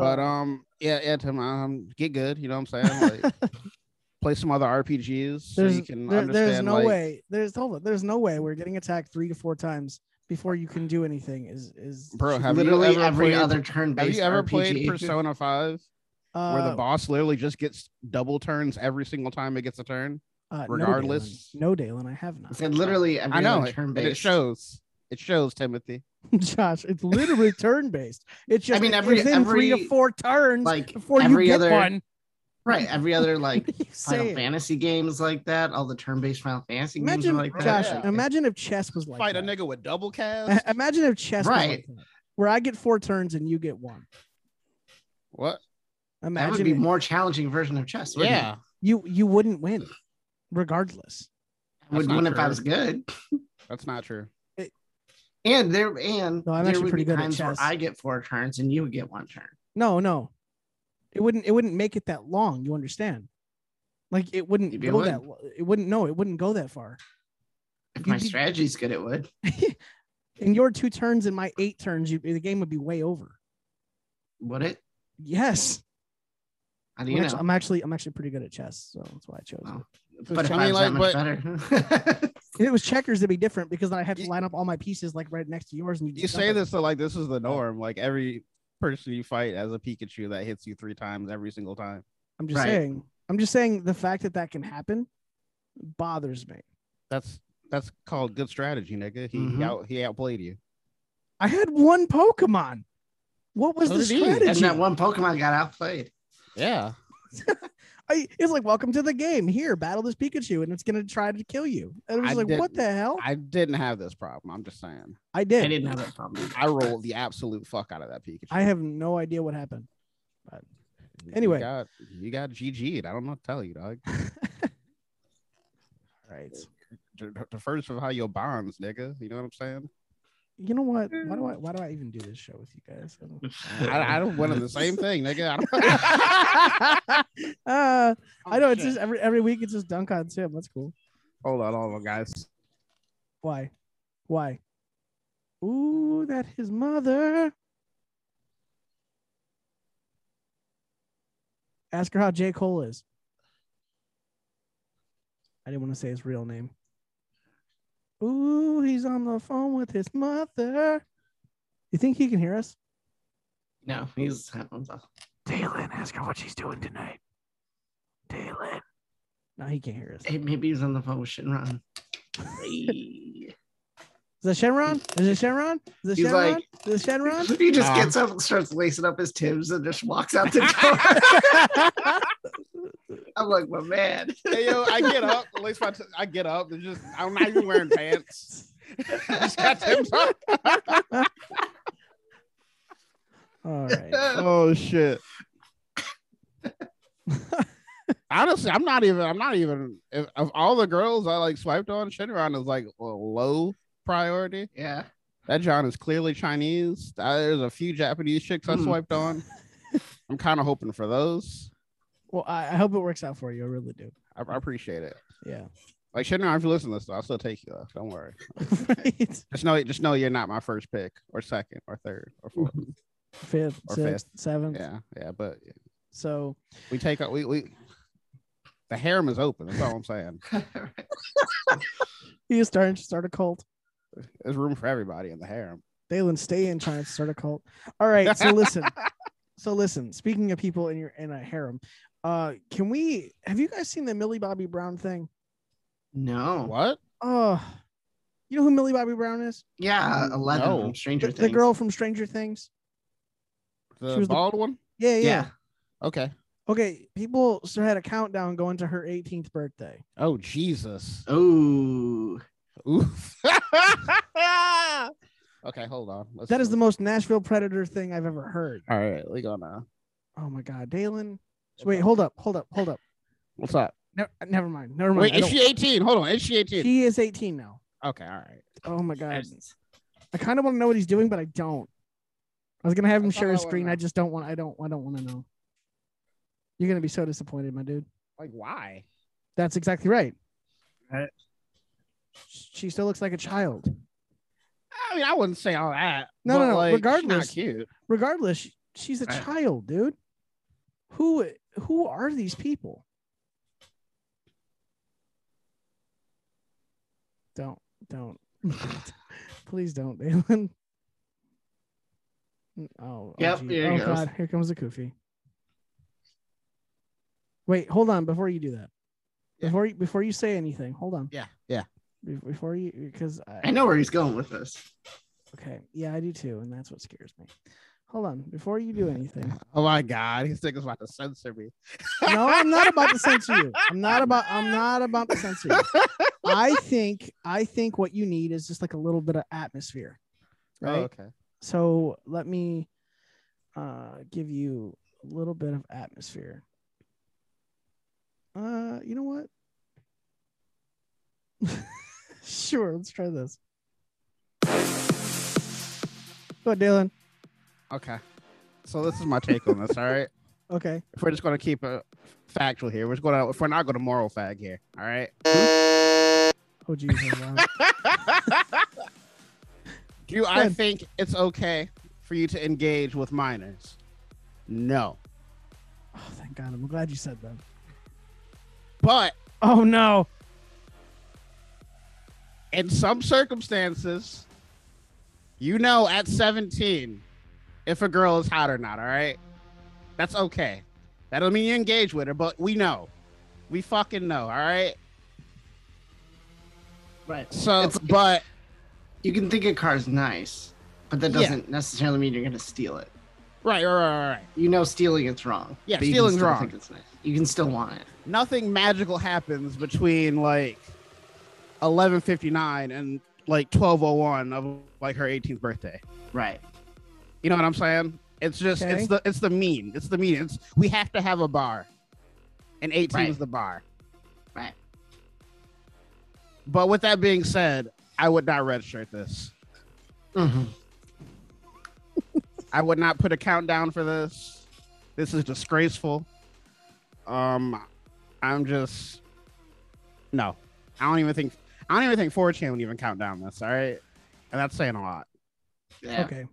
[SPEAKER 2] but um, yeah, yeah, Tim, um, get good. You know what I'm saying? Like,
[SPEAKER 1] [LAUGHS]
[SPEAKER 2] play some other RPGs so
[SPEAKER 1] there's,
[SPEAKER 2] you can
[SPEAKER 1] there-
[SPEAKER 2] understand.
[SPEAKER 1] there's no
[SPEAKER 2] like,
[SPEAKER 1] way. There's hold on. There's no way we're getting attacked three to four times before you can do anything. Is is
[SPEAKER 2] Bro, have you
[SPEAKER 3] Literally
[SPEAKER 2] ever
[SPEAKER 3] every
[SPEAKER 2] played-
[SPEAKER 3] other turn
[SPEAKER 2] Have
[SPEAKER 3] based
[SPEAKER 2] you ever
[SPEAKER 3] RPG.
[SPEAKER 2] played Persona Five,
[SPEAKER 1] uh,
[SPEAKER 2] where the boss literally just gets double turns every single time it gets a turn?
[SPEAKER 1] uh, no,
[SPEAKER 2] regardless?
[SPEAKER 1] Dalen. No, Dalen, I have not.
[SPEAKER 3] It's like literally every
[SPEAKER 2] I know
[SPEAKER 3] other
[SPEAKER 2] it,
[SPEAKER 3] turn
[SPEAKER 2] and it
[SPEAKER 3] based.
[SPEAKER 2] shows. It shows Timothy.
[SPEAKER 1] [LAUGHS] Josh, it's
[SPEAKER 3] [LAUGHS]
[SPEAKER 1] literally turn based. It's just
[SPEAKER 3] I mean, every-
[SPEAKER 1] within three to
[SPEAKER 3] every-
[SPEAKER 1] four turns
[SPEAKER 3] like
[SPEAKER 1] before you
[SPEAKER 3] every
[SPEAKER 1] get
[SPEAKER 3] other
[SPEAKER 1] one.
[SPEAKER 3] right, every other like
[SPEAKER 1] You
[SPEAKER 3] Final
[SPEAKER 1] say it.
[SPEAKER 3] Fantasy games like that, all the turn based Final Fantasy games are
[SPEAKER 1] Imagine,
[SPEAKER 3] like that.
[SPEAKER 1] Josh.
[SPEAKER 2] Yeah.
[SPEAKER 1] Imagine if chess was like
[SPEAKER 2] Fight
[SPEAKER 1] that.
[SPEAKER 2] a nigga with double
[SPEAKER 1] I-
[SPEAKER 2] calves.
[SPEAKER 1] [LAUGHS] Imagine if chess was like
[SPEAKER 3] Right.
[SPEAKER 1] that, where I get four turns and you get one.
[SPEAKER 2] what?
[SPEAKER 1] Imagine
[SPEAKER 3] that would be
[SPEAKER 1] it.
[SPEAKER 3] more challenging version of chess. wouldn't
[SPEAKER 2] Yeah.
[SPEAKER 3] it?
[SPEAKER 1] you you wouldn't win, regardless.
[SPEAKER 3] I would
[SPEAKER 2] That's not
[SPEAKER 3] win if I
[SPEAKER 2] true.
[SPEAKER 3] was good. [LAUGHS]
[SPEAKER 2] That's not true.
[SPEAKER 3] And there and
[SPEAKER 1] No, I'm
[SPEAKER 3] there
[SPEAKER 1] actually
[SPEAKER 3] would
[SPEAKER 1] pretty
[SPEAKER 3] be
[SPEAKER 1] good at
[SPEAKER 3] times where
[SPEAKER 1] chess.
[SPEAKER 3] I get four turns and you get one turn.
[SPEAKER 1] No, no, it wouldn't. It wouldn't make it that long. You understand? Like it wouldn't
[SPEAKER 3] Maybe it
[SPEAKER 1] go
[SPEAKER 3] would.
[SPEAKER 1] that. lo- It wouldn't. No, it wouldn't go that far.
[SPEAKER 3] If
[SPEAKER 1] You'd
[SPEAKER 3] my
[SPEAKER 1] be-
[SPEAKER 3] strategy's good, it would.
[SPEAKER 1] In your two turns and my eight turns, you, the game would be way over.
[SPEAKER 3] Would it?
[SPEAKER 1] Yes,
[SPEAKER 3] How do
[SPEAKER 1] I'm
[SPEAKER 3] you
[SPEAKER 1] actually,
[SPEAKER 3] know?
[SPEAKER 1] I'm actually I'm actually pretty good at chess, so that's why I chose.
[SPEAKER 3] Wow.
[SPEAKER 2] I
[SPEAKER 3] But if
[SPEAKER 2] mean,
[SPEAKER 3] I was
[SPEAKER 2] like,
[SPEAKER 3] that much better. [LAUGHS]
[SPEAKER 1] it. If it was checkers, it'd be different because then I have to
[SPEAKER 2] You-
[SPEAKER 1] line up all my pieces like right next to yours, and
[SPEAKER 2] You say this so like this is the norm. Like every person you fight has a Pikachu that hits you three times every single time.
[SPEAKER 1] I'm just
[SPEAKER 3] Right.
[SPEAKER 1] saying. I'm just saying the fact that that can happen bothers me.
[SPEAKER 2] That's that's called good strategy, nigga. He
[SPEAKER 3] Mhm.
[SPEAKER 2] out he outplayed you.
[SPEAKER 1] I had one Pokemon. What was
[SPEAKER 2] So
[SPEAKER 1] the
[SPEAKER 2] did he. And
[SPEAKER 1] strategy?
[SPEAKER 3] and that one Pokemon got outplayed.
[SPEAKER 2] Yeah.
[SPEAKER 1] I, it's like, welcome to the game. Here, battle this Pikachu, and it's gonna try to kill you. And I was
[SPEAKER 2] I
[SPEAKER 1] like, what
[SPEAKER 2] didn't-
[SPEAKER 1] the hell? I,
[SPEAKER 2] I didn't have this problem. I'm just saying.
[SPEAKER 1] did.
[SPEAKER 3] I didn't have that problem.
[SPEAKER 2] I rolled the absolute fuck out of that Pikachu.
[SPEAKER 1] I have no idea what happened.
[SPEAKER 2] You
[SPEAKER 1] anyway.
[SPEAKER 2] got, you got GG'd. I don't know what to tell you,
[SPEAKER 1] [LAUGHS]
[SPEAKER 2] dog.
[SPEAKER 1] All right.
[SPEAKER 2] D- d- Differs from how your bonds, nigga. You know what I'm
[SPEAKER 3] [LAUGHS]
[SPEAKER 2] saying?
[SPEAKER 1] You know what? Why do I? Why do I even do this show with you guys? I
[SPEAKER 2] [LAUGHS]
[SPEAKER 1] don't-
[SPEAKER 2] I, I don't want the same thing, nigga.
[SPEAKER 1] [LAUGHS]
[SPEAKER 2] I don't...
[SPEAKER 1] Uh, I know it's
[SPEAKER 2] Oh, Shit.
[SPEAKER 1] just every every week. It's just dunk on Tim. That's cool.
[SPEAKER 2] Hold on, hold on, guys.
[SPEAKER 1] Why? Why? Ooh, that his mother. Ask her how J. Cole is. I didn't want to say his real name. Ooh, he's on the phone with his mother. You think he can hear us?
[SPEAKER 3] No, he's headphones off.
[SPEAKER 1] Dalen, ask her what she's doing tonight. Dalen. No, he can't hear us.
[SPEAKER 3] Hey, maybe he's on the phone with
[SPEAKER 1] [LAUGHS]
[SPEAKER 3] Shinron. Hey.
[SPEAKER 1] Is that Shenron? Is it Shenron? Is it
[SPEAKER 3] He's
[SPEAKER 1] Shenron?
[SPEAKER 3] like-
[SPEAKER 1] is it Shenron?
[SPEAKER 3] [LAUGHS] He just
[SPEAKER 2] Uh.
[SPEAKER 3] gets up and starts lacing up his Timbs and just walks out the
[SPEAKER 1] [LAUGHS]
[SPEAKER 3] door. I'm like, my man.
[SPEAKER 2] [LAUGHS] Hey, yo, I get up. At least my t- I get up. It's just I'm not even wearing pants. [LAUGHS] just got Tim's on.
[SPEAKER 1] All right.
[SPEAKER 2] Oh shit. [LAUGHS] Honestly, I'm not even. I'm not even. If, of all the girls I like swiped on, Shinron is like low priority.
[SPEAKER 3] yeah.
[SPEAKER 2] That John is clearly Chinese. Uh, There's a few Japanese chicks I
[SPEAKER 3] Hmm.
[SPEAKER 2] swiped
[SPEAKER 3] [LAUGHS]
[SPEAKER 2] on. I'm kind of hoping for those.
[SPEAKER 1] Well, I, I hope it works out for you. I really do.
[SPEAKER 2] I, I appreciate it.
[SPEAKER 1] Yeah.
[SPEAKER 2] Like, shouldn't I if you listen to this? Though, I'll still take you though. Don't worry.
[SPEAKER 1] [LAUGHS] right?
[SPEAKER 2] Just know, just know you're not my first pick, or second, or third, or
[SPEAKER 1] [LAUGHS]
[SPEAKER 2] fourth.
[SPEAKER 1] Fifth,
[SPEAKER 2] Or
[SPEAKER 1] sixth, seventh.
[SPEAKER 2] yeah, yeah. But
[SPEAKER 1] So
[SPEAKER 2] we take out. We we. The harem is open. That's all I'm
[SPEAKER 1] [LAUGHS]
[SPEAKER 2] saying.
[SPEAKER 1] you start start a cult.
[SPEAKER 2] There's room for everybody in the harem.
[SPEAKER 1] Dalen, stay in trying to start a cult. All right.
[SPEAKER 3] [LAUGHS]
[SPEAKER 1] So listen. so listen. Speaking of people in your in a harem, uh, can we? Have you guys seen the Millie Bobby Brown thing?
[SPEAKER 3] no.
[SPEAKER 2] What?
[SPEAKER 1] Oh, you know who Millie Bobby Brown is?
[SPEAKER 3] Yeah, eleven
[SPEAKER 2] No.
[SPEAKER 3] from
[SPEAKER 1] The,
[SPEAKER 3] Stranger
[SPEAKER 1] the
[SPEAKER 3] Things.
[SPEAKER 1] girl from Stranger Things. She
[SPEAKER 2] The
[SPEAKER 1] was the-
[SPEAKER 2] bald one?
[SPEAKER 1] Yeah, yeah.
[SPEAKER 3] Yeah.
[SPEAKER 2] Okay.
[SPEAKER 1] Okay, people so had a countdown going to her 18th birthday.
[SPEAKER 2] Oh Jesus.
[SPEAKER 3] Oh,
[SPEAKER 2] Oof. [LAUGHS] okay, hold on. Let's
[SPEAKER 1] That is the most Nashville Predator thing I've ever heard.
[SPEAKER 2] All right, we gonna.
[SPEAKER 1] Oh my God, Dalen. So wait, hold up, hold up, hold up.
[SPEAKER 2] What's up?
[SPEAKER 1] Never, never mind, never mind.
[SPEAKER 2] Wait,
[SPEAKER 1] I
[SPEAKER 2] is
[SPEAKER 1] don't-
[SPEAKER 2] she 18? Hold on, is she 18?
[SPEAKER 1] she is 18 now.
[SPEAKER 2] okay, all right.
[SPEAKER 1] Oh my God. I kind of want to know what he's doing, but I don't. I was gonna have him
[SPEAKER 2] That's
[SPEAKER 1] share
[SPEAKER 2] all
[SPEAKER 1] a
[SPEAKER 2] I wanna
[SPEAKER 1] screen.
[SPEAKER 2] know.
[SPEAKER 1] I just don't want. I don't. I don't want to know. You're gonna be so disappointed, my dude.
[SPEAKER 2] Like, why?
[SPEAKER 1] That's exactly right.
[SPEAKER 3] Right.
[SPEAKER 1] She still looks like a child.
[SPEAKER 2] I mean, I wouldn't say all that.
[SPEAKER 1] No, no,
[SPEAKER 2] but,
[SPEAKER 1] no,
[SPEAKER 2] Like, she's
[SPEAKER 1] regardless.
[SPEAKER 2] not cute.
[SPEAKER 1] Regardless, she- she's a
[SPEAKER 3] Right.
[SPEAKER 1] child, dude. Who who are these people? Don't don't. [LAUGHS] Please don't, Dalen. Mm, Oh,
[SPEAKER 3] Yep,
[SPEAKER 1] oh, gee.
[SPEAKER 3] here
[SPEAKER 1] oh
[SPEAKER 3] it goes.
[SPEAKER 1] God, here comes the koofy. Wait, hold on before you do that.
[SPEAKER 2] Yeah.
[SPEAKER 1] Before you before you say anything, hold on.
[SPEAKER 2] Yeah, yeah.
[SPEAKER 1] Be- Before you because
[SPEAKER 3] I know where he's going with this.
[SPEAKER 1] Okay, yeah, I do too, and that's what scares me. Hold on, before you do anything.
[SPEAKER 2] Oh my God, he's thinking about to censor me.
[SPEAKER 1] No, I'm not about to censor you. I'm not about. I'm not about to censor you.
[SPEAKER 2] [LAUGHS]
[SPEAKER 1] I think. I think what you need is just like a little bit of atmosphere,
[SPEAKER 2] Oh,
[SPEAKER 1] right?
[SPEAKER 2] okay.
[SPEAKER 1] So let me uh, give you a little bit of atmosphere. Uh, you know what? [LAUGHS] sure, let's try this. Go, ahead, Dylan.
[SPEAKER 2] Okay. So this is my take on this. All right.
[SPEAKER 1] [LAUGHS] Okay.
[SPEAKER 2] If we're just gonna keep it factual here, we're just gonna if we're not gonna moral fag here. All right.
[SPEAKER 1] Oh, Jesus. Wow.
[SPEAKER 2] [LAUGHS] Do I
[SPEAKER 1] Good.
[SPEAKER 2] think it's okay for you to engage with minors? No.
[SPEAKER 1] Oh, thank God. I'm glad you said that.
[SPEAKER 2] But
[SPEAKER 1] Oh no.
[SPEAKER 2] in some circumstances, you know at 17 if a girl is hot or not, all right? That's okay. That don't mean you engage with her, but we know. We fucking know, all right?
[SPEAKER 3] Right.
[SPEAKER 2] So,
[SPEAKER 3] It's-
[SPEAKER 2] but
[SPEAKER 3] You can think a car's nice, but that
[SPEAKER 2] Yeah.
[SPEAKER 3] doesn't necessarily mean you're going to steal it.
[SPEAKER 2] right, right, right, right.
[SPEAKER 3] You know, stealing it's wrong.
[SPEAKER 2] Yeah,
[SPEAKER 3] but you can
[SPEAKER 2] stealing's
[SPEAKER 3] still
[SPEAKER 2] wrong.
[SPEAKER 3] think it's nice. You can still want it.
[SPEAKER 2] Nothing magical happens between like 11:59 and like 12:01 of like her 18th birthday.
[SPEAKER 3] Right.
[SPEAKER 2] You know what I'm saying? It's just
[SPEAKER 1] Okay.
[SPEAKER 2] it's the it's the mean. It's the mean. It's we have to have a bar. And 18 is
[SPEAKER 3] Right.
[SPEAKER 2] the bar.
[SPEAKER 3] Right.
[SPEAKER 2] But with that being said, I would not redshirt this.
[SPEAKER 3] hmm
[SPEAKER 2] I would not put a countdown for this. This is disgraceful. Um I'm just no. I don't even think I don't even think 4chan would even count down this, all right? And that's saying a lot.
[SPEAKER 3] Yeah.
[SPEAKER 1] Okay.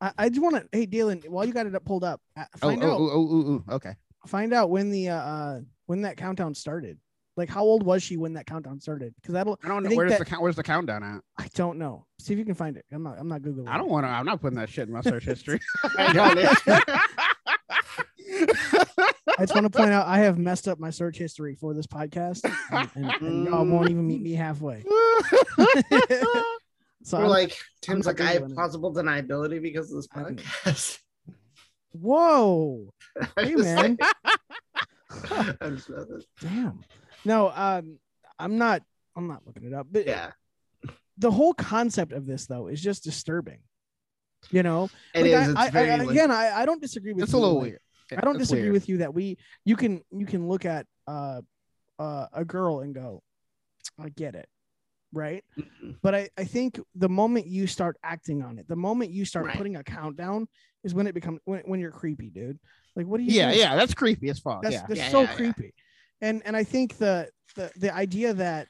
[SPEAKER 1] I, I just want to. Hey, Dylan, while you got it up, pulled up, uh,
[SPEAKER 2] Oh,
[SPEAKER 1] find
[SPEAKER 2] oh,
[SPEAKER 1] out
[SPEAKER 2] oh, oh, oh, oh, okay.
[SPEAKER 1] find out when the uh, uh when that countdown started. Like, how old was she when that countdown started? Because that'll.
[SPEAKER 2] I don't know
[SPEAKER 1] think
[SPEAKER 2] where's
[SPEAKER 1] that-
[SPEAKER 2] the count where's the countdown at?
[SPEAKER 1] I don't know. See if you can find it. I'm not. I'm not googling.
[SPEAKER 2] I don't want to. I'm not putting that shit in my search
[SPEAKER 1] [LAUGHS]
[SPEAKER 2] history. [LAUGHS]
[SPEAKER 3] I got it.
[SPEAKER 1] it. I just want to point out I have messed up my search history for this podcast, [LAUGHS] and, and, and
[SPEAKER 3] Mm.
[SPEAKER 1] y'all won't
[SPEAKER 3] [LAUGHS]
[SPEAKER 1] even meet me halfway. So
[SPEAKER 3] We're
[SPEAKER 1] I'm-
[SPEAKER 3] like, Tim's
[SPEAKER 1] not
[SPEAKER 3] like, I
[SPEAKER 1] Googling
[SPEAKER 3] have
[SPEAKER 1] it.
[SPEAKER 3] plausible deniability because of this
[SPEAKER 1] I didn't- [LAUGHS]
[SPEAKER 3] podcast. [LAUGHS]
[SPEAKER 1] whoa,
[SPEAKER 3] I'm
[SPEAKER 1] hey
[SPEAKER 3] just
[SPEAKER 1] man, [LAUGHS]
[SPEAKER 3] like- I'm just about to-
[SPEAKER 1] damn. No, um, I'm not. I'm not looking it up. But
[SPEAKER 3] yeah.
[SPEAKER 1] the whole concept of this though is just disturbing. You know,
[SPEAKER 3] It is.
[SPEAKER 1] Like, I-
[SPEAKER 3] It's
[SPEAKER 1] I, I-
[SPEAKER 3] very.
[SPEAKER 1] I-
[SPEAKER 3] like-
[SPEAKER 1] again, I, I don't disagree with.
[SPEAKER 2] it's a
[SPEAKER 1] you,
[SPEAKER 2] little
[SPEAKER 1] like,
[SPEAKER 2] weird.
[SPEAKER 1] I don't
[SPEAKER 2] It's
[SPEAKER 1] disagree
[SPEAKER 2] weird.
[SPEAKER 1] with you that we you can you can look at uh, uh a girl and go, I get it, right?
[SPEAKER 3] Mhm.
[SPEAKER 1] But I I think the moment you start acting on it, the moment you start
[SPEAKER 3] Right.
[SPEAKER 1] putting a countdown, is when it becomes when when you're creepy, dude. Like what do you?
[SPEAKER 2] Yeah,
[SPEAKER 1] doing?
[SPEAKER 2] yeah, that's creepy as fuck.
[SPEAKER 1] That's
[SPEAKER 2] yeah,
[SPEAKER 1] that's
[SPEAKER 3] Yeah,
[SPEAKER 1] so
[SPEAKER 3] yeah, yeah.
[SPEAKER 1] creepy. and and I think the the the idea that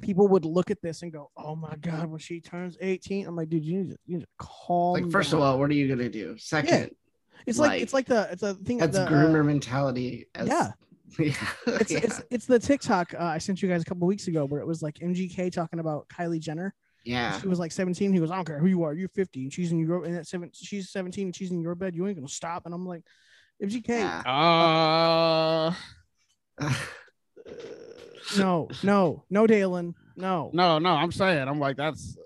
[SPEAKER 1] people would look at this and go, "Oh my god, when she turns 18," I'm like, dude, you need to, you need to calm.
[SPEAKER 3] Like, first of
[SPEAKER 1] down."
[SPEAKER 3] all, what are you gonna do? Second,
[SPEAKER 1] it's like,
[SPEAKER 3] like,
[SPEAKER 1] it's like the it's a thing.
[SPEAKER 3] that's
[SPEAKER 1] the, uh,
[SPEAKER 3] groomer mentality. As,
[SPEAKER 1] yeah.
[SPEAKER 3] [LAUGHS] yeah,
[SPEAKER 1] it's,
[SPEAKER 3] yeah.
[SPEAKER 1] it's it's the TikTok uh, I sent you guys a couple weeks ago where it was like MGK talking about Kylie Jenner.
[SPEAKER 3] yeah.
[SPEAKER 1] She was like 17. He goes, I don't care who you are, you're 50, and she's in your and at seven, she's 17 and she's in your bed. You ain't gonna stop. And I'm like, MGK,
[SPEAKER 3] yeah.
[SPEAKER 2] Uh,
[SPEAKER 1] no, no, no, Dalen, no,
[SPEAKER 2] no, no. I'm saying, I'm like, that's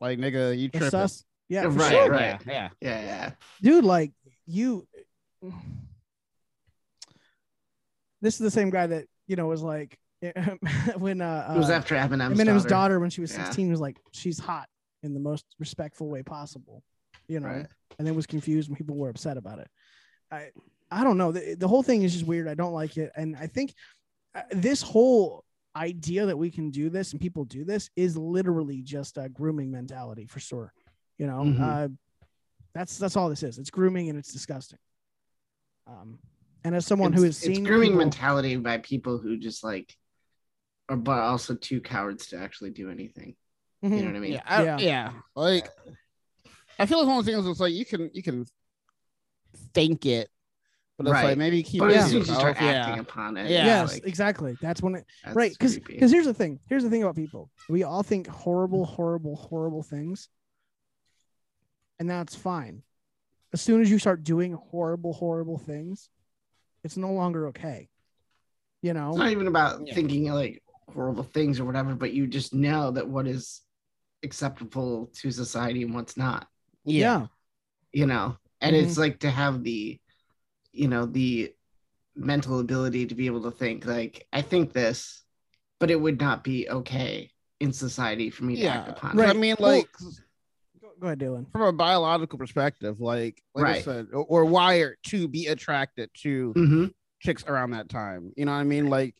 [SPEAKER 2] like, nigga, you
[SPEAKER 1] That's
[SPEAKER 2] tripping.
[SPEAKER 1] us. Yeah, for
[SPEAKER 3] Right,
[SPEAKER 1] sure.
[SPEAKER 3] right.
[SPEAKER 2] Yeah, yeah.
[SPEAKER 3] yeah, yeah.
[SPEAKER 1] dude. Like you, this is the same guy that you know was like [LAUGHS] when uh,
[SPEAKER 3] It was
[SPEAKER 1] uh,
[SPEAKER 3] after Eminem's,
[SPEAKER 1] Eminem's daughter.
[SPEAKER 3] daughter.
[SPEAKER 1] when she was
[SPEAKER 3] Yeah.
[SPEAKER 1] 16 was like, she's hot in the most respectful way possible, you know,
[SPEAKER 3] Right.
[SPEAKER 1] and then was confused when people were upset about it. I, I don't know. The, the whole thing is just weird. I don't like it. And I think uh, this whole idea that we can do this and people do this is literally just a grooming mentality for sure. You know,
[SPEAKER 3] Mhm.
[SPEAKER 1] uh, that's, that's all this is. It's grooming and it's disgusting. Um, and as someone who
[SPEAKER 3] It's-
[SPEAKER 1] is seeing
[SPEAKER 3] it's grooming
[SPEAKER 1] people-
[SPEAKER 3] mentality by people who just like are but also too cowards to actually do anything. You know
[SPEAKER 1] Mhm.
[SPEAKER 3] what I mean?
[SPEAKER 2] yeah, I,
[SPEAKER 1] Yeah.
[SPEAKER 2] yeah, Like, I feel like one of the things is like you can you can think it, but it's
[SPEAKER 3] Right.
[SPEAKER 2] like maybe keep
[SPEAKER 3] But
[SPEAKER 2] it
[SPEAKER 3] as
[SPEAKER 2] to
[SPEAKER 3] soon as you
[SPEAKER 2] yourself,
[SPEAKER 3] start
[SPEAKER 2] yeah.
[SPEAKER 3] acting upon it,
[SPEAKER 2] Yeah.
[SPEAKER 1] yes,
[SPEAKER 3] it's like,
[SPEAKER 1] exactly. That's when it,
[SPEAKER 3] that's
[SPEAKER 1] right because
[SPEAKER 3] creepy.
[SPEAKER 1] because here's the thing here's the thing about people we all think horrible horrible horrible things and that's fine as soon as you start doing horrible horrible things it's no longer okay you
[SPEAKER 3] it's
[SPEAKER 1] know
[SPEAKER 3] not even about
[SPEAKER 2] Yeah.
[SPEAKER 3] thinking like horrible things or whatever, but you just know that what is acceptable to society and what's not.
[SPEAKER 1] yeah Mm-hmm.
[SPEAKER 3] you know and it's like to have the you know the mental ability to be able to think like i think this but it would not be okay in society for me to
[SPEAKER 2] Yeah,
[SPEAKER 3] act upon
[SPEAKER 2] Right. I
[SPEAKER 3] it
[SPEAKER 2] mean,
[SPEAKER 1] Well,
[SPEAKER 2] like
[SPEAKER 1] go, go ahead dylan
[SPEAKER 2] from a biological perspective, like like I
[SPEAKER 3] Right.
[SPEAKER 2] said, or- we're wired to be attracted to
[SPEAKER 3] hmm
[SPEAKER 2] chicks around that time. You know what I mean? Like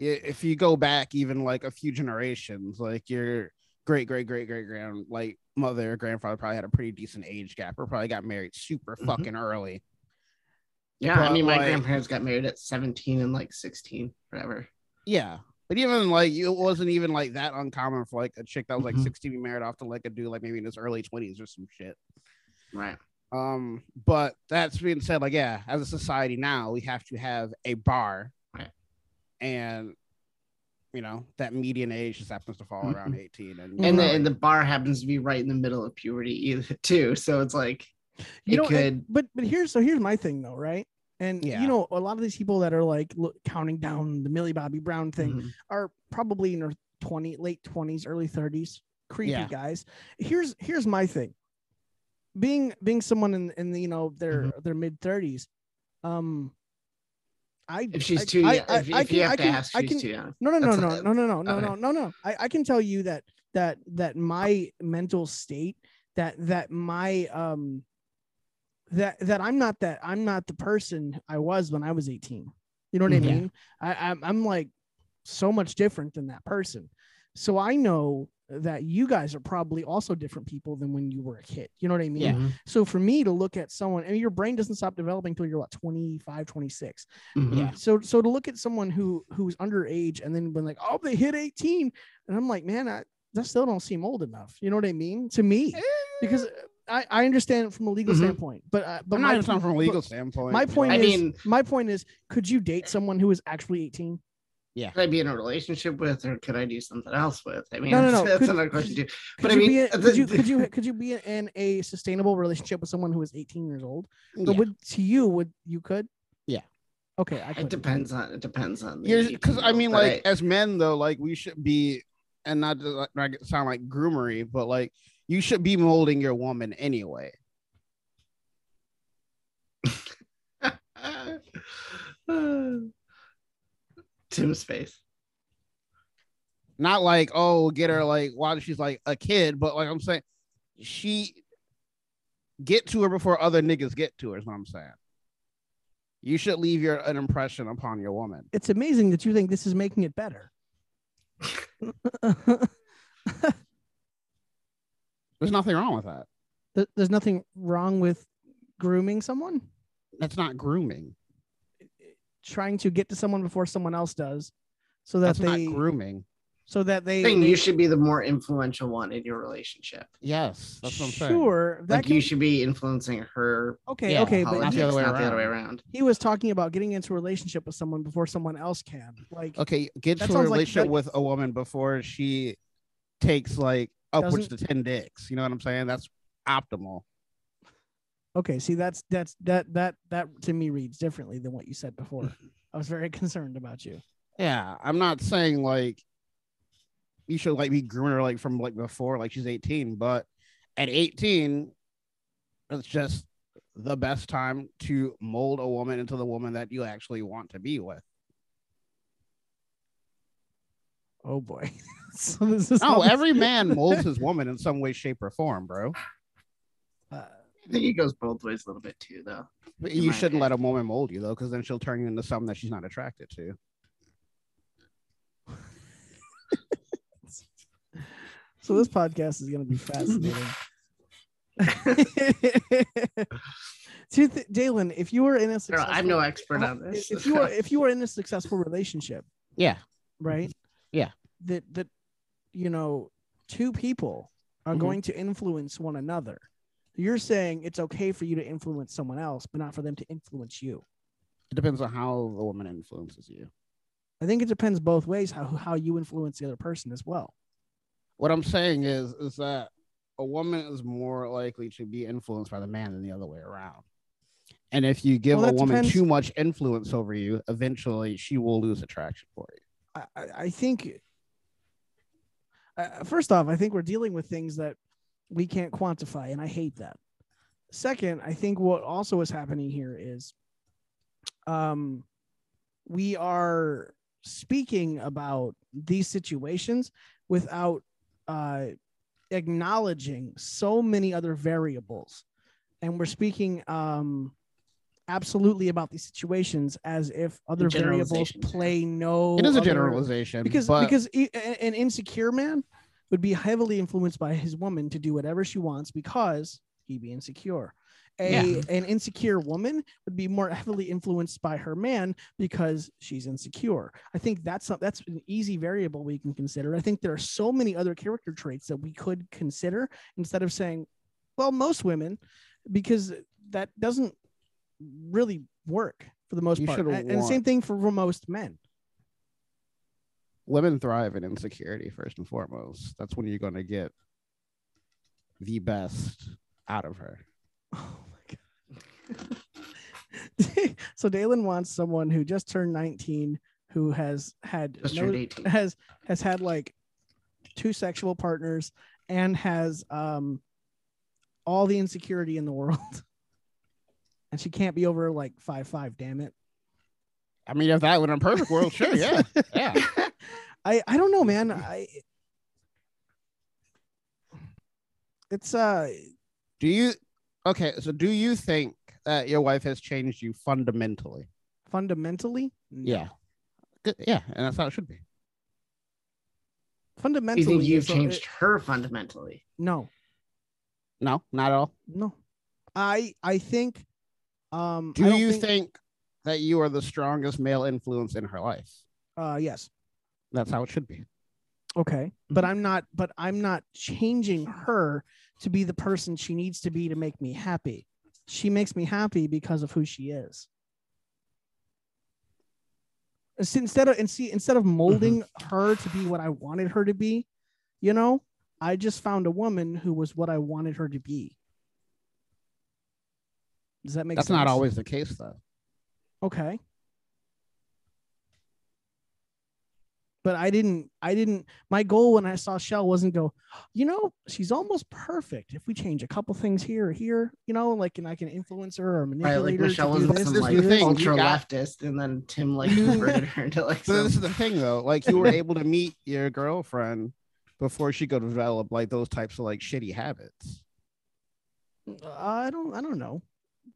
[SPEAKER 2] i- if you go back even like a few generations, like your great great great great grand like mother grandfather probably had a pretty decent age gap or probably got married super
[SPEAKER 3] Mhm.
[SPEAKER 2] fucking early.
[SPEAKER 3] yeah i
[SPEAKER 2] But,
[SPEAKER 3] mean my
[SPEAKER 2] like-
[SPEAKER 3] grandparents got married at 17 and like 16 whatever
[SPEAKER 2] Yeah. But even like it wasn't even like that uncommon for like a chick that was like
[SPEAKER 3] Mhm.
[SPEAKER 2] 16 be married off to like a dude like maybe in his early 20s or some shit.
[SPEAKER 3] right
[SPEAKER 2] Um, but that's being said, like, yeah, as a society now, we have to have a bar,
[SPEAKER 3] Right.
[SPEAKER 2] and you know that median age just happens to fall
[SPEAKER 3] Mhm.
[SPEAKER 2] around eighteen, and
[SPEAKER 3] and the,
[SPEAKER 2] probably-
[SPEAKER 3] and the bar happens to be right in the middle of puberty either [LAUGHS] too so it's like
[SPEAKER 1] you
[SPEAKER 3] It
[SPEAKER 1] know and-
[SPEAKER 3] could-
[SPEAKER 1] but but here's so here's my thing though right and
[SPEAKER 2] Yeah.
[SPEAKER 1] you know a lot of these people that are like look, counting down the millie bobby brown thing
[SPEAKER 3] mhm,
[SPEAKER 1] are probably in their 20 late 20s early 30s creepy
[SPEAKER 2] Yeah.
[SPEAKER 1] guys here's here's my thing being being someone in in the, you know their
[SPEAKER 3] Mm-hmm.
[SPEAKER 1] their mid 30s um i
[SPEAKER 3] if she's
[SPEAKER 1] I-
[SPEAKER 3] too
[SPEAKER 1] I-
[SPEAKER 3] young
[SPEAKER 1] I-
[SPEAKER 3] if,
[SPEAKER 1] I
[SPEAKER 3] if
[SPEAKER 1] can-
[SPEAKER 3] you have
[SPEAKER 1] I
[SPEAKER 3] to
[SPEAKER 1] can-
[SPEAKER 3] ask
[SPEAKER 1] I
[SPEAKER 3] she's
[SPEAKER 1] can-
[SPEAKER 3] too young
[SPEAKER 1] no no no
[SPEAKER 3] That's
[SPEAKER 1] no
[SPEAKER 3] not-
[SPEAKER 1] no no no no
[SPEAKER 3] okay.
[SPEAKER 1] no no no I, I can tell you that that that my mental state that that my um that that i'm not that i'm not the person i was when i was 18 you know what
[SPEAKER 3] Mhm.
[SPEAKER 1] i
[SPEAKER 3] Yeah.
[SPEAKER 1] mean I, I'm, I'm like so much different than that person so i know that you guys are probably also different people than when you were a kid you know what i mean
[SPEAKER 3] Mhm,
[SPEAKER 1] so for me to look at someone and your brain doesn't stop developing until you're what 25 26
[SPEAKER 3] mhm.
[SPEAKER 2] Yeah.
[SPEAKER 1] so so to look at someone who who's underage and then when like oh they hit 18 and i'm like man i that still don't seem old enough you know what i mean to me because i i understand it from a legal
[SPEAKER 3] Mhm.
[SPEAKER 1] standpoint but uh, but
[SPEAKER 2] I'm
[SPEAKER 1] my,
[SPEAKER 2] not even talking from a legal
[SPEAKER 1] but
[SPEAKER 2] standpoint.
[SPEAKER 1] my point
[SPEAKER 3] I
[SPEAKER 1] is
[SPEAKER 3] mean-
[SPEAKER 1] my point is could you date someone who is actually 18
[SPEAKER 3] could I be in a relationship with, or could I do something else with? I mean,
[SPEAKER 1] No, no, no.
[SPEAKER 3] that's, [LAUGHS] that's
[SPEAKER 1] Could-
[SPEAKER 3] another question too.
[SPEAKER 1] could
[SPEAKER 3] But I
[SPEAKER 1] you
[SPEAKER 3] mean, uh,
[SPEAKER 1] be in-
[SPEAKER 3] [LAUGHS] the-
[SPEAKER 1] could you could you could you be in a sustainable relationship with someone who is 18 years old but
[SPEAKER 2] Yeah.
[SPEAKER 1] would to you would you could
[SPEAKER 2] Yeah.
[SPEAKER 1] okay i
[SPEAKER 3] it
[SPEAKER 1] could
[SPEAKER 3] depends on it depends on the
[SPEAKER 2] Here's- 'cause, I
[SPEAKER 3] individual,
[SPEAKER 2] mean,
[SPEAKER 3] but
[SPEAKER 2] like as men though, like we should be, and not to like, not sound like groomery, but like you should be molding your woman anyway.
[SPEAKER 3] I- [LAUGHS] Tim's face.
[SPEAKER 2] Not like oh, get her like while she's like a kid, but like I'm saying, she get to her before other niggas get to her. Is what I'm saying. You should leave your an impression upon your woman.
[SPEAKER 1] it's amazing that you think this is making it better
[SPEAKER 2] There's nothing wrong with that.
[SPEAKER 1] There- there's nothing wrong with grooming someone
[SPEAKER 2] That's not grooming.
[SPEAKER 1] trying to get to someone before someone else does, so that
[SPEAKER 2] That's
[SPEAKER 1] they
[SPEAKER 2] not grooming.
[SPEAKER 1] so that they,
[SPEAKER 3] Saying you
[SPEAKER 1] they-
[SPEAKER 3] should be the more influential one in your relationship.
[SPEAKER 2] Yes, that's what I'm saying.
[SPEAKER 1] sure that
[SPEAKER 3] like
[SPEAKER 1] can,
[SPEAKER 3] you should be influencing her.
[SPEAKER 1] okay
[SPEAKER 2] yeah,
[SPEAKER 1] okay
[SPEAKER 3] politics,
[SPEAKER 1] but
[SPEAKER 2] Not the
[SPEAKER 1] you-
[SPEAKER 2] other way
[SPEAKER 3] not the other way
[SPEAKER 2] around.
[SPEAKER 3] around.
[SPEAKER 1] he was talking about getting into a relationship with someone before someone else can like
[SPEAKER 2] Okay, get
[SPEAKER 1] That
[SPEAKER 2] to a
[SPEAKER 1] sounds like
[SPEAKER 2] relationship
[SPEAKER 1] good-
[SPEAKER 2] with a woman before she takes like upwards to ten dicks. You know what I'm saying? That's optimal.
[SPEAKER 1] okay see that's that's that that that to me reads differently than what you said
[SPEAKER 3] [LAUGHS]
[SPEAKER 1] before i was very [LAUGHS] concerned about you
[SPEAKER 2] Yeah, I'm not saying like you should like be grooming her like from like before like she's 18, but at 18, it's just the best time to mold a woman into the woman that you actually want to be with.
[SPEAKER 1] oh boy [LAUGHS] so this is
[SPEAKER 2] No,
[SPEAKER 1] almost- [LAUGHS]
[SPEAKER 2] every man molds his woman in some way, shape, or form, bro.
[SPEAKER 1] uh,
[SPEAKER 3] I think it goes both ways a little bit too, though.
[SPEAKER 2] But
[SPEAKER 3] In
[SPEAKER 2] you
[SPEAKER 3] my
[SPEAKER 2] shouldn't let a woman mold you though, because then she'll turn you into something that she's not attracted to.
[SPEAKER 1] so
[SPEAKER 3] Hmm.
[SPEAKER 1] this podcast is going to be
[SPEAKER 3] [LAUGHS]
[SPEAKER 1] fascinating [LAUGHS] To th- Dalen, if you were in a
[SPEAKER 3] Girl,
[SPEAKER 1] successful,
[SPEAKER 3] I'm no expert
[SPEAKER 1] [LAUGHS]
[SPEAKER 3] on this.
[SPEAKER 1] if you were if you were
[SPEAKER 3] [LAUGHS]
[SPEAKER 1] in a successful relationship,
[SPEAKER 2] Yeah.
[SPEAKER 1] right?
[SPEAKER 2] Yeah.
[SPEAKER 1] That that you know, two people are
[SPEAKER 3] Mm-hmm.
[SPEAKER 2] Mhm.
[SPEAKER 1] going to influence one another. You're saying it's okay for you to influence someone else, but not for them to influence you.
[SPEAKER 2] It depends on how the woman influences you.
[SPEAKER 1] I think it depends both ways how how you influence the other person as well.
[SPEAKER 2] What I'm saying is is that a woman is more likely to be influenced by the man than the other way around. And if you give
[SPEAKER 1] Well,
[SPEAKER 2] a
[SPEAKER 1] that
[SPEAKER 2] woman
[SPEAKER 1] depends-
[SPEAKER 2] too much influence over you, eventually she will lose attraction for you.
[SPEAKER 1] I, I I think uh, first off, I think we're dealing with things that we can't quantify, and I hate that. Second, I think what also is happening here is um, we are speaking about these situations without uh, acknowledging so many other variables, and we're speaking um, absolutely about these situations as if other variables
[SPEAKER 3] Generalizations, yeah.
[SPEAKER 1] play no.
[SPEAKER 2] It is a
[SPEAKER 1] other-
[SPEAKER 2] generalization
[SPEAKER 1] because
[SPEAKER 2] but
[SPEAKER 1] because e- a- an insecure man would be heavily influenced by his woman to do whatever she wants because he'd be insecure. A
[SPEAKER 3] Yeah.
[SPEAKER 1] an insecure woman would be more heavily influenced by her man because she's insecure. I think that's some- that's an easy variable we can consider. I think there are so many other character traits that we could consider instead of saying, well, most women, because that doesn't really work for the most
[SPEAKER 2] You
[SPEAKER 1] part.
[SPEAKER 2] should
[SPEAKER 1] And, and same
[SPEAKER 2] want-
[SPEAKER 1] thing for, for most men.
[SPEAKER 2] women thrive in insecurity first and foremost. That's when you're gonna get the best out of her.
[SPEAKER 1] Oh my god. so Dalen wants someone who just turned 19 who has had
[SPEAKER 3] Just
[SPEAKER 1] no-
[SPEAKER 3] turned 18.
[SPEAKER 1] has has had like two sexual partners and has um all the insecurity in the world. [LAUGHS] And she can't be over like five five, damn it.
[SPEAKER 2] I mean, if that went in a perfect world,
[SPEAKER 1] [LAUGHS]
[SPEAKER 2] sure, yeah, yeah.
[SPEAKER 1] I I don't know, man. I it's uh
[SPEAKER 2] Do you okay? So, do you think that your wife has changed you fundamentally?
[SPEAKER 1] fundamentally no.
[SPEAKER 2] Yeah, Good. yeah, and that's how it should be.
[SPEAKER 1] fundamentally
[SPEAKER 3] You think you've
[SPEAKER 1] it's a-
[SPEAKER 3] changed her fundamentally?
[SPEAKER 1] no
[SPEAKER 2] No, not at all.
[SPEAKER 1] No, I I think. Um, I
[SPEAKER 2] Do
[SPEAKER 1] don't
[SPEAKER 2] you think, that you are the strongest male influence in her life?
[SPEAKER 1] Uh, yes.
[SPEAKER 2] That's how it should be.
[SPEAKER 1] Okay. But
[SPEAKER 3] Mhm.
[SPEAKER 2] Mm-hmm.
[SPEAKER 1] I'm not. But I'm not changing her to be the person she needs to be to make me happy. She makes me happy because of who she is. It's Instead of and see instead of molding
[SPEAKER 2] Mm-hmm.
[SPEAKER 1] her to be what I wanted her to be, you know, I just found a woman who was what I wanted her to be. Does that make
[SPEAKER 2] That's
[SPEAKER 1] sense?
[SPEAKER 2] not always the case, though.
[SPEAKER 1] Okay. But I didn't, I didn't, my goal when I saw Shell wasn't go, you know, she's almost perfect. If we change a couple things here or here, you know, like, and I can influence her or
[SPEAKER 3] Right,
[SPEAKER 1] manipulate
[SPEAKER 3] like
[SPEAKER 1] her.
[SPEAKER 3] Michelle
[SPEAKER 1] to do
[SPEAKER 3] was
[SPEAKER 1] this,
[SPEAKER 3] some
[SPEAKER 1] to
[SPEAKER 2] is
[SPEAKER 3] like
[SPEAKER 1] do
[SPEAKER 2] the
[SPEAKER 1] this.
[SPEAKER 2] thing, you
[SPEAKER 3] ultra
[SPEAKER 2] got-
[SPEAKER 3] leftist, and then
[SPEAKER 1] [LAUGHS]
[SPEAKER 3] Tim like
[SPEAKER 1] You-
[SPEAKER 3] converted her into like
[SPEAKER 2] So
[SPEAKER 3] some
[SPEAKER 2] this is the thing, though. Like you were
[SPEAKER 1] [LAUGHS]
[SPEAKER 2] able to meet your girlfriend before she could develop like those types of like shitty habits.
[SPEAKER 1] I don't, I don't know.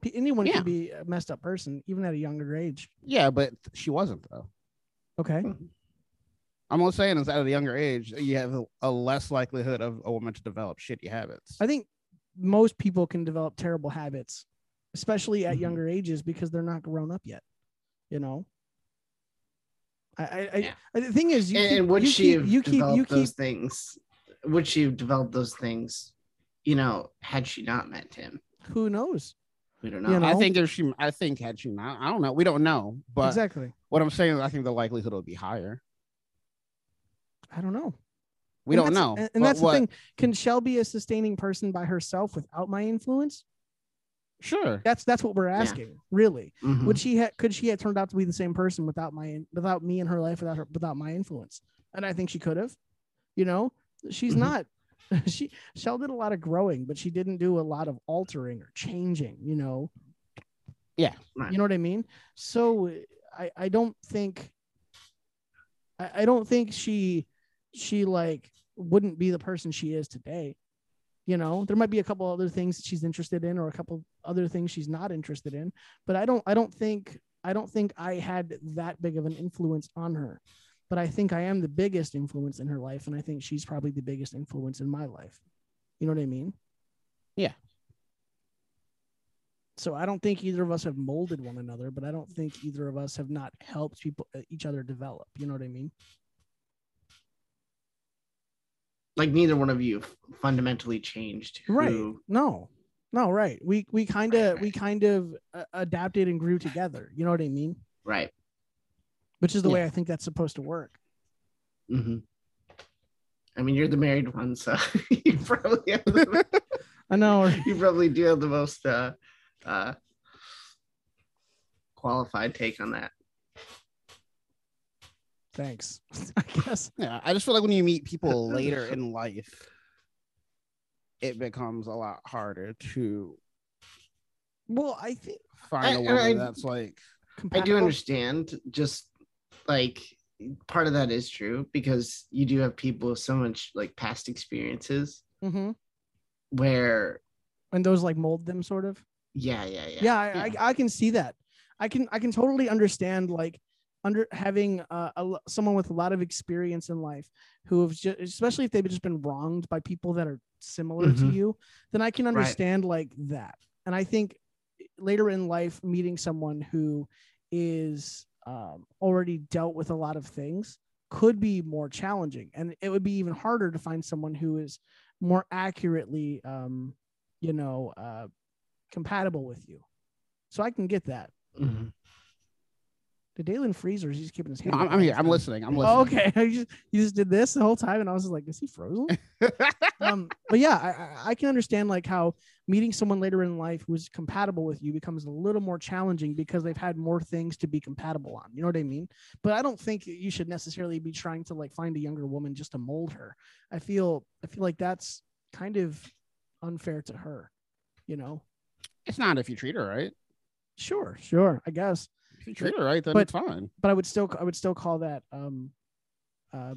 [SPEAKER 1] P- Anyone
[SPEAKER 2] Yeah.
[SPEAKER 1] can be a messed up person, even at a younger age.
[SPEAKER 2] Yeah, but she wasn't though.
[SPEAKER 1] Okay.
[SPEAKER 3] Hmm.
[SPEAKER 2] I'm only saying is at a younger age, you have a- a less likelihood of a woman to develop shitty habits.
[SPEAKER 1] I think most people can develop terrible habits, especially at
[SPEAKER 3] Mhm.
[SPEAKER 1] younger ages because they're not grown up yet. You know, I, I, I-
[SPEAKER 3] Yeah.
[SPEAKER 1] I, the thing is, you
[SPEAKER 3] and
[SPEAKER 1] keep,
[SPEAKER 3] would
[SPEAKER 1] you
[SPEAKER 3] she
[SPEAKER 1] keep,
[SPEAKER 3] have
[SPEAKER 1] you keep,
[SPEAKER 3] developed
[SPEAKER 1] you keep,
[SPEAKER 3] those things? Would she have developed those things? You know, had she not met him,
[SPEAKER 1] who knows?
[SPEAKER 3] we don't
[SPEAKER 1] You
[SPEAKER 3] know.
[SPEAKER 1] know,
[SPEAKER 2] I think if she, I think had she not, I don't know. We don't know. But
[SPEAKER 1] exactly.
[SPEAKER 2] what I'm saying is, I think the likelihood would be higher.
[SPEAKER 1] I don't know.
[SPEAKER 2] We don't
[SPEAKER 1] And that's-
[SPEAKER 2] know.
[SPEAKER 1] And,
[SPEAKER 2] but
[SPEAKER 1] and that's
[SPEAKER 2] what-
[SPEAKER 1] the thing. Can Shell be a sustaining person by herself without my influence?
[SPEAKER 2] Sure. Mm-hmm.
[SPEAKER 1] That's that's what we're
[SPEAKER 3] Yeah.
[SPEAKER 1] asking, really.
[SPEAKER 3] Mhm.
[SPEAKER 1] Would she ha- could she have turned out to be the same person without my without me in her life without her without my influence? And I think she could have. You know, she's
[SPEAKER 2] Mm-hmm.
[SPEAKER 3] Mhm.
[SPEAKER 1] not. [LAUGHS] She Shell did a lot of growing, but she didn't do a lot of altering or changing. You know.
[SPEAKER 2] Yeah.
[SPEAKER 3] Right.
[SPEAKER 1] You know what I mean? So eh, I I don't think. I, I don't think she she like wouldn't be the person she is today. You know, there might be a couple other things that she's interested in or a couple other things she's not interested in, but I don't I don't think I don't think I had that big of an influence on her. But I think I am the biggest influence in her life and I think she's probably the biggest influence in my life. You know what I mean?
[SPEAKER 2] Yeah.
[SPEAKER 1] So I don't think either of us have molded one another, but I don't think either of us have not helped people uh, each other develop. You know what I mean?
[SPEAKER 3] like neither one of you fundamentally changed who
[SPEAKER 1] Right. No, no, right. We we kind
[SPEAKER 3] Right,
[SPEAKER 1] of
[SPEAKER 3] right.
[SPEAKER 1] we kind of uh, adapted and grew together. You know what I mean?
[SPEAKER 3] right
[SPEAKER 1] Which is the way
[SPEAKER 2] Yeah.
[SPEAKER 1] I think that's supposed to work.
[SPEAKER 3] hmm i mean you're the married one so [LAUGHS] you probably have the,
[SPEAKER 2] [LAUGHS]
[SPEAKER 1] I know.
[SPEAKER 3] [LAUGHS] you probably do have the most uh uh qualified take on that
[SPEAKER 1] Thanks. [LAUGHS] I guess.
[SPEAKER 2] Yeah. I just feel like when you meet people later in life, it becomes a lot harder to
[SPEAKER 1] Well, I think
[SPEAKER 2] find a
[SPEAKER 3] I-
[SPEAKER 2] woman
[SPEAKER 3] I-
[SPEAKER 2] that's like,
[SPEAKER 3] i do
[SPEAKER 1] compatible-
[SPEAKER 3] understand just like part of that is true because you do have people with so much like past experiences
[SPEAKER 1] Mhm.
[SPEAKER 3] where
[SPEAKER 1] And those like mold them sort of.
[SPEAKER 3] yeah yeah yeah,
[SPEAKER 1] yeah, I, I, I can see that i can i can totally understand like under having uh, a, lo- someone with a lot of experience in life who have just, especially if they've just been wronged by people that are similar
[SPEAKER 3] Mhm.
[SPEAKER 1] to you then i can
[SPEAKER 3] Right.
[SPEAKER 1] understand like that and i think eh, later in life meeting someone who is um, already dealt with a lot of things could be more challenging and it would be even harder to find someone who is more accurately um, you know uh, compatible with you so i can get that Mm-hmm.
[SPEAKER 3] Mhm.
[SPEAKER 1] the Dalen Freezer is just keeping his hand.
[SPEAKER 2] No, I'm,
[SPEAKER 1] up
[SPEAKER 2] I'm
[SPEAKER 1] all
[SPEAKER 2] here.
[SPEAKER 1] the
[SPEAKER 2] I'm
[SPEAKER 1] time.
[SPEAKER 2] listening. I'm
[SPEAKER 1] Oh,
[SPEAKER 2] listening.
[SPEAKER 1] okay. [LAUGHS] You just, you just did this the whole time, and I was like, is
[SPEAKER 2] [LAUGHS]
[SPEAKER 1] he frozen? um, but yeah, I- I, I can understand like how meeting someone later in life who's compatible with you becomes a little more challenging because they've had more things to be compatible on. You know what I mean? But I don't think you should necessarily be trying to like find a younger woman just to mold her. I feel I feel like that's kind of unfair to her. You know?
[SPEAKER 2] it's not if you treat her right.
[SPEAKER 1] Sure, [LAUGHS] sure. I guess.
[SPEAKER 2] If you treat her right, then
[SPEAKER 1] But-
[SPEAKER 2] it's fine.
[SPEAKER 1] but I would still I would still call that um uh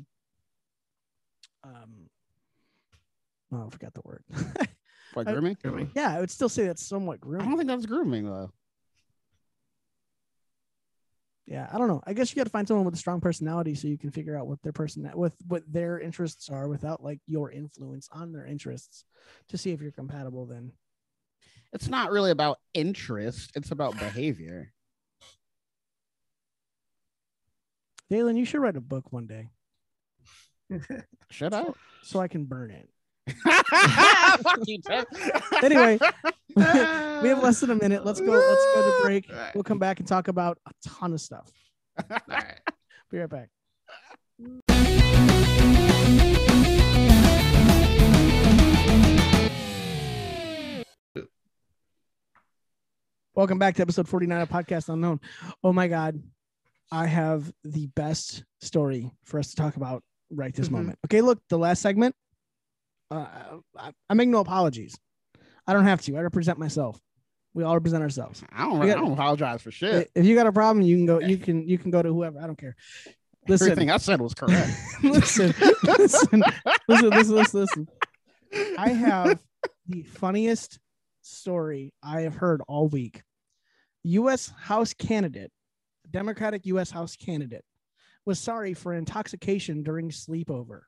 [SPEAKER 1] um oh I forgot the word. [LAUGHS]
[SPEAKER 2] Like
[SPEAKER 1] I-
[SPEAKER 2] grooming.
[SPEAKER 3] Hear me?
[SPEAKER 1] yeah, I would still say that's somewhat
[SPEAKER 2] I don't
[SPEAKER 1] grooming.
[SPEAKER 2] think that's grooming though.
[SPEAKER 1] yeah, I don't know. I guess you got to find someone with a strong personality so you can figure out what their person with what their interests are without like your influence on their interests to see if you're compatible then.
[SPEAKER 2] It's not really about interest. It's about behavior.
[SPEAKER 1] Dalen, you should write a book one day
[SPEAKER 2] Should I?
[SPEAKER 1] so I can burn it.
[SPEAKER 2] Fuck
[SPEAKER 1] [LAUGHS]
[SPEAKER 2] you, Ted.
[SPEAKER 1] Anyway, [LAUGHS] we have less than a minute. Let's go let's go to break.
[SPEAKER 3] All right.
[SPEAKER 1] We'll come back and talk about a ton of stuff.
[SPEAKER 3] All right.
[SPEAKER 1] [LAUGHS] Be right back. Welcome back to episode 49 of Podcast Unknown. Oh my God. I have the best story for us to talk about right this
[SPEAKER 3] Mhm.
[SPEAKER 1] moment. Okay, look, the last segment, uh, I, I make no apologies. I don't have to. I represent myself. We all represent ourselves.
[SPEAKER 2] I don't.
[SPEAKER 1] We
[SPEAKER 2] I
[SPEAKER 1] got-
[SPEAKER 2] don't apologize for shit.
[SPEAKER 1] If you got a problem, you can go. You can. You can go to whoever. I don't care. [LAUGHS] Listen,
[SPEAKER 2] Everything I said was correct. [LAUGHS]
[SPEAKER 1] listen, listen, listen, listen, listen, listen. I have the funniest story I have heard all week. U.S. House candidate, Democratic U.S. House candidate, was sorry for intoxication during sleepover.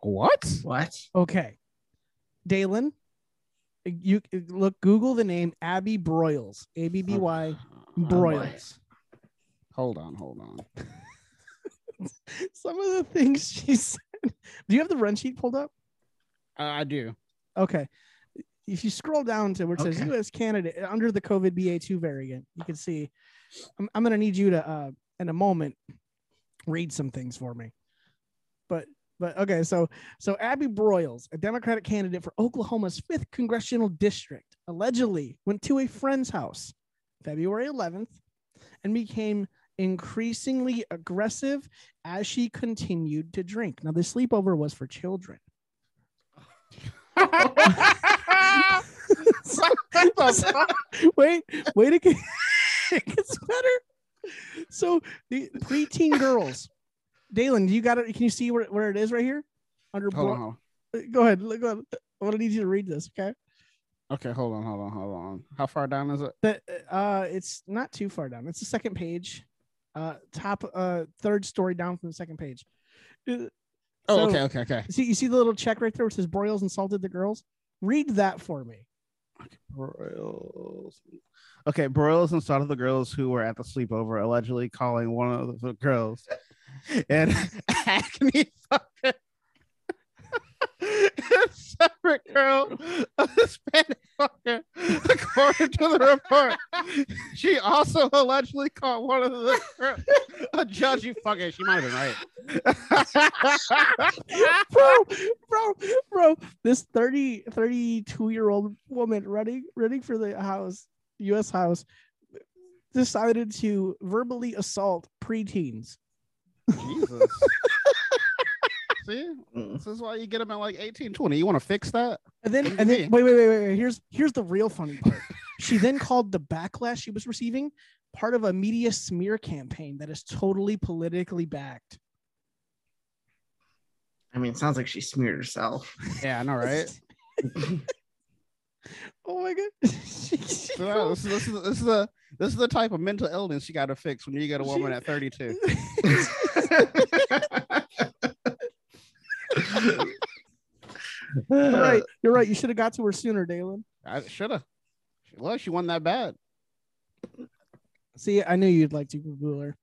[SPEAKER 2] what?
[SPEAKER 3] What?
[SPEAKER 1] Okay, Dalen, you look. Google the name Abby Broyles. [LAUGHS] A B B Y
[SPEAKER 2] Oh,
[SPEAKER 1] Broyles.
[SPEAKER 2] Hold on, hold on.
[SPEAKER 1] Some of the things she said. Do you have the run sheet pulled up?
[SPEAKER 2] Uh, I do.
[SPEAKER 1] Okay. If you scroll down to where it says
[SPEAKER 3] Okay.
[SPEAKER 1] U.S. candidate uh, under the COVID BA2 variant, you can see. I'm, I'm going to need you to, uh, in a moment, read some things for me. But but okay, so so Abby Broyles, a Democratic candidate for Oklahoma's fifth congressional district, allegedly went to a friend's house, February 11th, and became increasingly aggressive as she continued to drink. Now, the sleepover was
[SPEAKER 2] [LAUGHS]
[SPEAKER 1] for children. [LAUGHS] So-
[SPEAKER 2] What the fuck?
[SPEAKER 1] wait, wait, it gets, it gets better. So the preteen girls, Dalen, you got it. Can you see where, where it is right here? Under
[SPEAKER 2] Hold on,
[SPEAKER 1] bro-
[SPEAKER 2] hold on.
[SPEAKER 1] go ahead. Look, go ahead. I want to need you to read this. Okay,
[SPEAKER 2] Okay, hold on, hold on, hold on. How far down is it?
[SPEAKER 1] but uh, it's not too far down. It's the second page, uh, top uh, third story down from the second page. Uh,
[SPEAKER 2] Oh,
[SPEAKER 1] so-
[SPEAKER 2] okay, okay, okay.
[SPEAKER 1] See, you see the little check right there, which says Broyles insulted the girls. Read that for me.
[SPEAKER 2] Broyles. Okay, Broyles insulted the girls who were at the sleepover, allegedly calling one of the girls [LAUGHS] an [LAUGHS] acne fucker. [LAUGHS] a separate girl, a Hispanic fucker. According to the report, she also allegedly called one of the girls a judgy fucker. She might have been right. [LAUGHS]
[SPEAKER 1] bro, bro, bro. This 30, 32 year old woman running running for the house, U.S. House, decided to verbally assault preteens.
[SPEAKER 2] Jesus. See,
[SPEAKER 3] Mm.
[SPEAKER 2] this is why you get them at like 18, 20. You want to fix that?
[SPEAKER 1] And then,
[SPEAKER 2] What do
[SPEAKER 1] and
[SPEAKER 2] you
[SPEAKER 1] then,
[SPEAKER 2] mean?
[SPEAKER 1] wait, wait, wait, wait, wait. Here's here's the real funny part. she then called the backlash she was receiving part of a media smear campaign that is totally politically backed.
[SPEAKER 3] I mean, it sounds like she smeared herself.
[SPEAKER 2] [LAUGHS] Yeah, I know,
[SPEAKER 3] [LAUGHS]
[SPEAKER 2] right?
[SPEAKER 1] oh my god. She- she
[SPEAKER 2] So, no,
[SPEAKER 1] called-
[SPEAKER 2] this, is, this, is, this, is the, this is the type of mental illness you got to fix when you get a woman
[SPEAKER 1] She-
[SPEAKER 2] at 32.
[SPEAKER 1] You're [LAUGHS] right. You're right. You should have got to her sooner, Dalen.
[SPEAKER 2] I should have. Well, she won that bad.
[SPEAKER 1] See, I knew you'd like to Google her.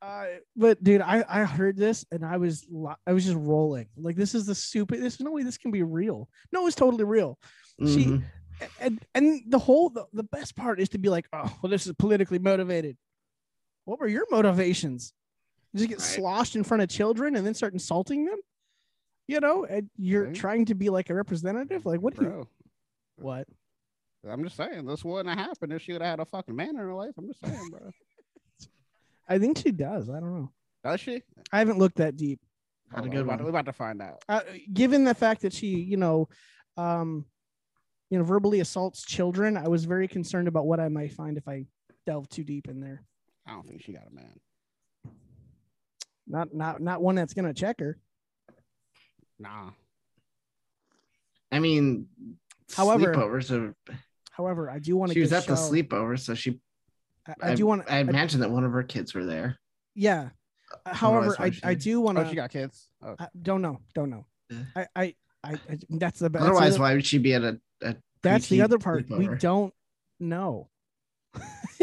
[SPEAKER 1] Uh, but dude, I, I heard this and I was lo- I was just rolling. Like this is the stupid. There's no way this can be real. No, it's totally real. She-
[SPEAKER 2] Mm-hmm.
[SPEAKER 3] Mhm.
[SPEAKER 1] A- And and the whole the, the best part is to be like, oh, well, this is politically motivated. What were your motivations? Just get
[SPEAKER 3] Right.
[SPEAKER 1] sloshed in front of children and then start insulting them. You know, and you're
[SPEAKER 2] Right.
[SPEAKER 1] trying to be like a representative. Like, what do you?
[SPEAKER 2] Bro,
[SPEAKER 1] What?
[SPEAKER 2] I'm just saying, this wouldn't have happened if she would have had a fucking man in her life. I'm just saying,
[SPEAKER 3] [LAUGHS]
[SPEAKER 2] bro.
[SPEAKER 1] I think she does. I don't know.
[SPEAKER 2] Does she?
[SPEAKER 1] I haven't looked that deep.
[SPEAKER 3] Had a
[SPEAKER 2] Hold on,
[SPEAKER 3] good
[SPEAKER 2] we're about,
[SPEAKER 3] one.
[SPEAKER 2] we're about to find out.
[SPEAKER 1] uh, given the fact that she, you know, um, you know, verbally assaults children, I was very concerned about what I might find if I delve too deep in there.
[SPEAKER 2] I don't think she got a
[SPEAKER 3] [LAUGHS]
[SPEAKER 2] man.
[SPEAKER 1] Not, not, not one that's gonna check her.
[SPEAKER 2] Nah.
[SPEAKER 3] I mean,
[SPEAKER 1] However,
[SPEAKER 3] sleepovers are.
[SPEAKER 1] However, I do want to.
[SPEAKER 3] She was at the sleepover, so she.
[SPEAKER 1] I, I do want to.
[SPEAKER 3] I imagine that one of her kids were there.
[SPEAKER 1] Yeah. However, I,
[SPEAKER 3] why she-
[SPEAKER 1] I do want
[SPEAKER 2] Oh, she
[SPEAKER 1] to.
[SPEAKER 2] got kids. Oh,
[SPEAKER 1] I don't know. Don't know.
[SPEAKER 3] Yeah.
[SPEAKER 1] I, I, I, I that's the best.
[SPEAKER 3] Otherwise, why would she be at a? a
[SPEAKER 1] That's the
[SPEAKER 3] preteen
[SPEAKER 1] other part. We
[SPEAKER 3] sleepover?
[SPEAKER 1] don't know. [LAUGHS]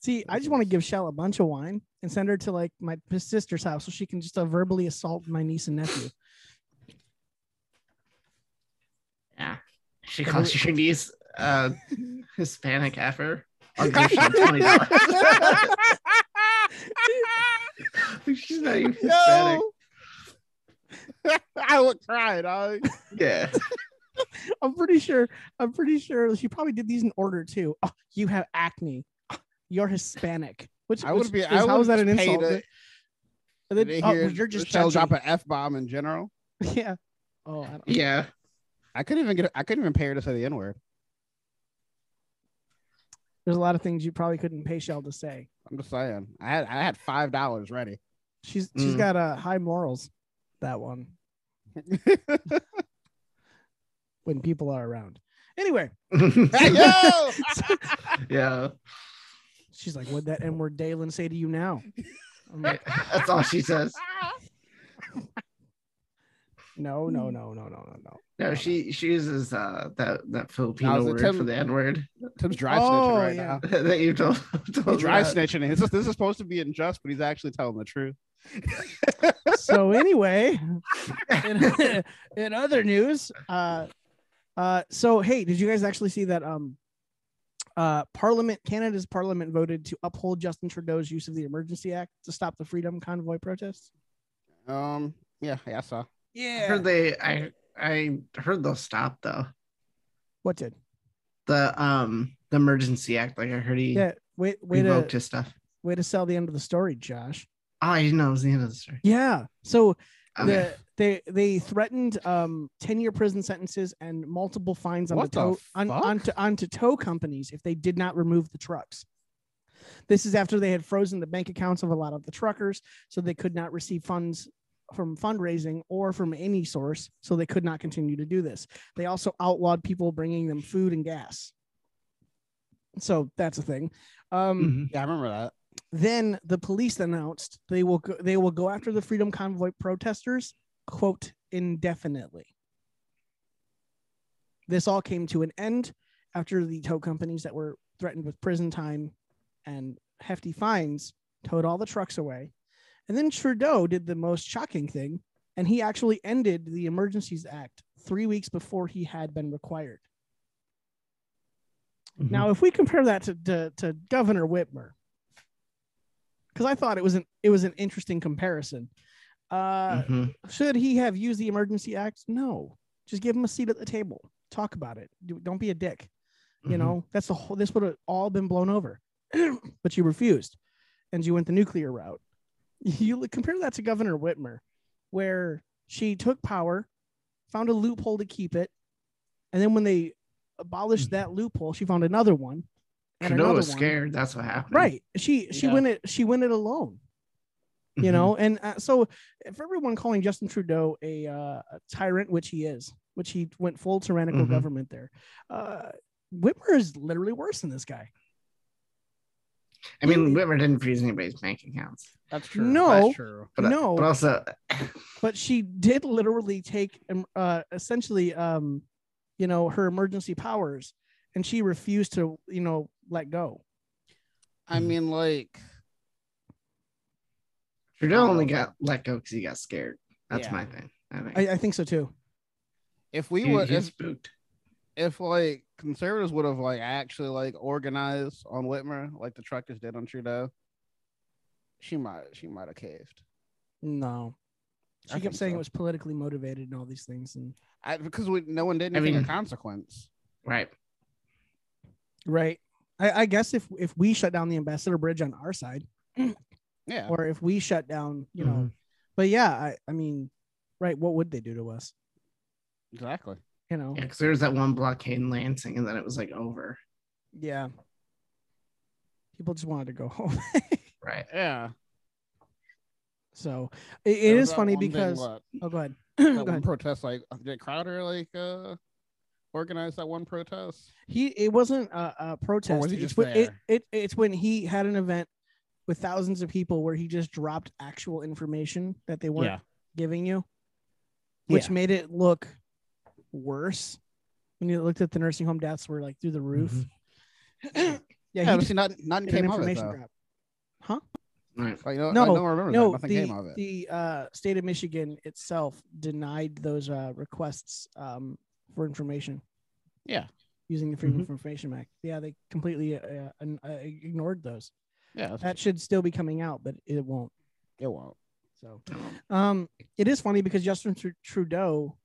[SPEAKER 1] See, I just want to give Shell a bunch of wine and send her to like my his sister's house so she can just uh, verbally assault my niece and nephew. [LAUGHS]
[SPEAKER 3] She calls your niece
[SPEAKER 1] [LAUGHS]
[SPEAKER 3] uh, Hispanic heifer. I'll give you twenty dollars. [LAUGHS]
[SPEAKER 2] [LAUGHS]
[SPEAKER 3] She's not even Hispanic.
[SPEAKER 2] No. [LAUGHS] I would cry, dog.
[SPEAKER 3] Yeah.
[SPEAKER 1] I'm pretty sure. I'm pretty sure she probably did these in order too. Oh, you have acne. Oh, you're Hispanic. Which
[SPEAKER 2] I would
[SPEAKER 1] which
[SPEAKER 2] be.
[SPEAKER 1] Is,
[SPEAKER 2] I would
[SPEAKER 1] how is that an
[SPEAKER 2] pay
[SPEAKER 1] insult?
[SPEAKER 2] To,
[SPEAKER 1] And then,
[SPEAKER 2] to
[SPEAKER 1] oh,
[SPEAKER 2] hear
[SPEAKER 1] well, you're just
[SPEAKER 2] Michelle
[SPEAKER 1] judging.
[SPEAKER 2] drop an f bomb in general.
[SPEAKER 1] [LAUGHS] Yeah. Oh, I don't,
[SPEAKER 3] Yeah.
[SPEAKER 2] I couldn't even get. I couldn't even pay her to say the n word.
[SPEAKER 1] there's a lot of things you probably couldn't pay Shell to say.
[SPEAKER 2] I'm just saying. I had. I had five dollars ready.
[SPEAKER 1] She's she's
[SPEAKER 3] Mm.
[SPEAKER 1] got uh, high morals. That
[SPEAKER 3] [LAUGHS]
[SPEAKER 1] one. when people are around.
[SPEAKER 3] [LAUGHS]
[SPEAKER 1] Anyway,
[SPEAKER 2] Hey, [LAUGHS] yo!
[SPEAKER 3] yeah.
[SPEAKER 1] she's like, "What'd that N word Dalen say to you
[SPEAKER 3] [LAUGHS]
[SPEAKER 1] now?" I'm like,
[SPEAKER 3] That's all she says.
[SPEAKER 1] [LAUGHS] No, no, no, no, no, no, no.
[SPEAKER 3] No, she she uses uh that that Filipino
[SPEAKER 2] Now's the
[SPEAKER 3] word
[SPEAKER 2] time-
[SPEAKER 3] for the N word
[SPEAKER 2] Tim's dry
[SPEAKER 1] Oh,
[SPEAKER 2] snitching right
[SPEAKER 1] yeah.
[SPEAKER 2] now.
[SPEAKER 3] [LAUGHS] that you told.
[SPEAKER 2] He's
[SPEAKER 3] told
[SPEAKER 2] dry
[SPEAKER 3] about.
[SPEAKER 2] snitching. It's just- this is supposed to be unjust, but he's actually telling the truth.
[SPEAKER 1] so anyway, in,
[SPEAKER 2] [LAUGHS]
[SPEAKER 1] in other news, uh, uh, so hey, did you guys actually see that? Um, uh, Parliament Canada's Parliament voted to uphold Justin Trudeau's use of the Emergency Act to stop the Freedom Convoy protests.
[SPEAKER 2] Um, yeah, yeah, I saw.
[SPEAKER 3] I heard they I I heard they'll stop though
[SPEAKER 1] What did?
[SPEAKER 3] the um the emergency act. Like I heard he
[SPEAKER 1] Yeah. Wait, wait
[SPEAKER 3] revoked
[SPEAKER 1] to
[SPEAKER 3] his stuff.
[SPEAKER 1] way to sell the end of the story, Josh.
[SPEAKER 3] Oh, I didn't know it was the end of the story.
[SPEAKER 1] Yeah. So
[SPEAKER 3] Okay.
[SPEAKER 1] the, they they threatened um 10 year prison sentences and multiple fines on
[SPEAKER 2] What
[SPEAKER 1] the
[SPEAKER 2] the
[SPEAKER 1] tow on,
[SPEAKER 2] fuck?
[SPEAKER 1] onto onto tow companies if they did not remove the trucks. This is after they had frozen the bank accounts of a lot of the truckers, so they could not receive funds from fundraising or from any source, so they could not continue to do this. They also outlawed people bringing them food and gas. So that's a thing. Um,
[SPEAKER 3] Mhm.
[SPEAKER 2] Mm-hmm. Yeah, I remember that.
[SPEAKER 1] then the police announced they will go, they will go after the freedom convoy protesters quote indefinitely this all came to an end after the tow companies that were threatened with prison time and hefty fines towed all the trucks away and then trudeau did the most shocking thing and he actually ended the emergencies act three weeks before he had been required
[SPEAKER 3] Mhm.
[SPEAKER 2] Mm-hmm.
[SPEAKER 1] now, if we compare that to to, to Governor Whitmer, because I thought it was an it was an interesting comparison. Uh,
[SPEAKER 3] Mhm.
[SPEAKER 1] Should he have used the Emergency Act? No. Just give him a seat at the table. Talk about it. Do- Don't be a dick. You
[SPEAKER 3] Mhm.
[SPEAKER 1] know that's the whole. This would have all been blown over, [CLEARS THROAT] but you refused, and you went the nuclear route. [LAUGHS] You look- compare that to Governor Whitmer, where she took power, found a loophole to keep it, and then when they abolished
[SPEAKER 3] Mhm.
[SPEAKER 1] that loophole, she found another one. And
[SPEAKER 3] Trudeau
[SPEAKER 1] another
[SPEAKER 3] was
[SPEAKER 1] one.
[SPEAKER 3] scared. That's what happened.
[SPEAKER 1] Right. She she
[SPEAKER 2] Yeah.
[SPEAKER 1] went it she went it alone
[SPEAKER 2] Mm-hmm.
[SPEAKER 1] you
[SPEAKER 3] Mhm.
[SPEAKER 1] know and uh, so for everyone calling justin trudeau a, uh, a tyrant which he is which he went full tyrannical
[SPEAKER 2] Mm-hmm.
[SPEAKER 3] Mhm.
[SPEAKER 1] government there uh, whitmer is literally worse than this guy
[SPEAKER 3] I mean, Whitmer didn't freeze anybody's bank accounts,
[SPEAKER 2] That's true.
[SPEAKER 1] No.
[SPEAKER 2] That's true.
[SPEAKER 3] but uh,
[SPEAKER 1] No.
[SPEAKER 3] but also
[SPEAKER 1] but she did literally take um, uh, essentially um, you know her emergency powers and she refused to you know let go
[SPEAKER 3] Mm-hmm.
[SPEAKER 2] I mean, like,
[SPEAKER 3] Trudeau
[SPEAKER 1] Oh.
[SPEAKER 3] only got let go because he got scared. That's
[SPEAKER 2] Yeah.
[SPEAKER 3] my thing. I think
[SPEAKER 1] i, I think so too
[SPEAKER 2] if we
[SPEAKER 3] he,
[SPEAKER 2] would,
[SPEAKER 3] he's
[SPEAKER 2] if,
[SPEAKER 3] spooked.
[SPEAKER 2] if like conservatives would have like actually like organized on Whitmer, like the truckers did on Trudeau, she might, she might have caved.
[SPEAKER 1] no
[SPEAKER 2] I
[SPEAKER 1] she
[SPEAKER 2] think
[SPEAKER 1] kept saying
[SPEAKER 2] so.
[SPEAKER 1] it was politically motivated and all these things and
[SPEAKER 2] I, because we, no one did
[SPEAKER 3] I
[SPEAKER 2] anything
[SPEAKER 3] mean-
[SPEAKER 2] of consequence.
[SPEAKER 3] Right.
[SPEAKER 1] right i, I guess if if we shut down the ambassador bridge on our side
[SPEAKER 2] Mm, Yeah.
[SPEAKER 1] or if we shut down, you know.
[SPEAKER 3] Mm-hmm.
[SPEAKER 1] But yeah, I, I mean, right? What would they do to us?
[SPEAKER 2] Exactly.
[SPEAKER 1] You know?
[SPEAKER 3] because there was that one blockade in Lansing, and then it was like over.
[SPEAKER 1] Yeah. People just wanted to go [LAUGHS] home.
[SPEAKER 3] Right.
[SPEAKER 2] Yeah.
[SPEAKER 1] so
[SPEAKER 2] There
[SPEAKER 1] it, it
[SPEAKER 2] was
[SPEAKER 1] is
[SPEAKER 2] that
[SPEAKER 1] funny
[SPEAKER 2] one thing,
[SPEAKER 1] because
[SPEAKER 2] what,
[SPEAKER 1] oh,
[SPEAKER 2] [CLEARS THROAT]
[SPEAKER 1] go ahead.
[SPEAKER 2] that
[SPEAKER 1] go
[SPEAKER 2] one
[SPEAKER 1] ahead.
[SPEAKER 2] protest, like did Crowder like uh organize that one protest?
[SPEAKER 1] He it wasn't a, a protest.
[SPEAKER 2] he
[SPEAKER 1] it's
[SPEAKER 2] just
[SPEAKER 1] when, it,
[SPEAKER 2] there?
[SPEAKER 1] it it's when he had an event with thousands of people where he just dropped actual information that they weren't giving you, which
[SPEAKER 2] Yeah.
[SPEAKER 1] made it look worse. When you looked at the nursing home deaths were like through the roof.
[SPEAKER 2] Mm-hmm.
[SPEAKER 1] yeah,
[SPEAKER 2] Yeah,
[SPEAKER 1] he
[SPEAKER 2] but see, not nothing
[SPEAKER 1] did an
[SPEAKER 2] came of it
[SPEAKER 1] information
[SPEAKER 2] though.
[SPEAKER 1] drop.
[SPEAKER 3] Right.
[SPEAKER 2] Like, no,
[SPEAKER 1] No,
[SPEAKER 2] I don't remember
[SPEAKER 1] no,
[SPEAKER 2] that. Nothing
[SPEAKER 1] the,
[SPEAKER 2] came of it.
[SPEAKER 1] the uh, state of Michigan itself denied those uh, requests um, for information
[SPEAKER 2] yeah,
[SPEAKER 1] using the
[SPEAKER 2] Mm-hmm.
[SPEAKER 1] Freedom of Information Act. Yeah, they completely uh, uh, an- uh, ignored those.
[SPEAKER 2] yeah, that's-
[SPEAKER 1] That should still be coming out, but it won't.
[SPEAKER 2] it won't.
[SPEAKER 1] So
[SPEAKER 3] Um,
[SPEAKER 1] um, it is funny because Justin Tru- Trudeau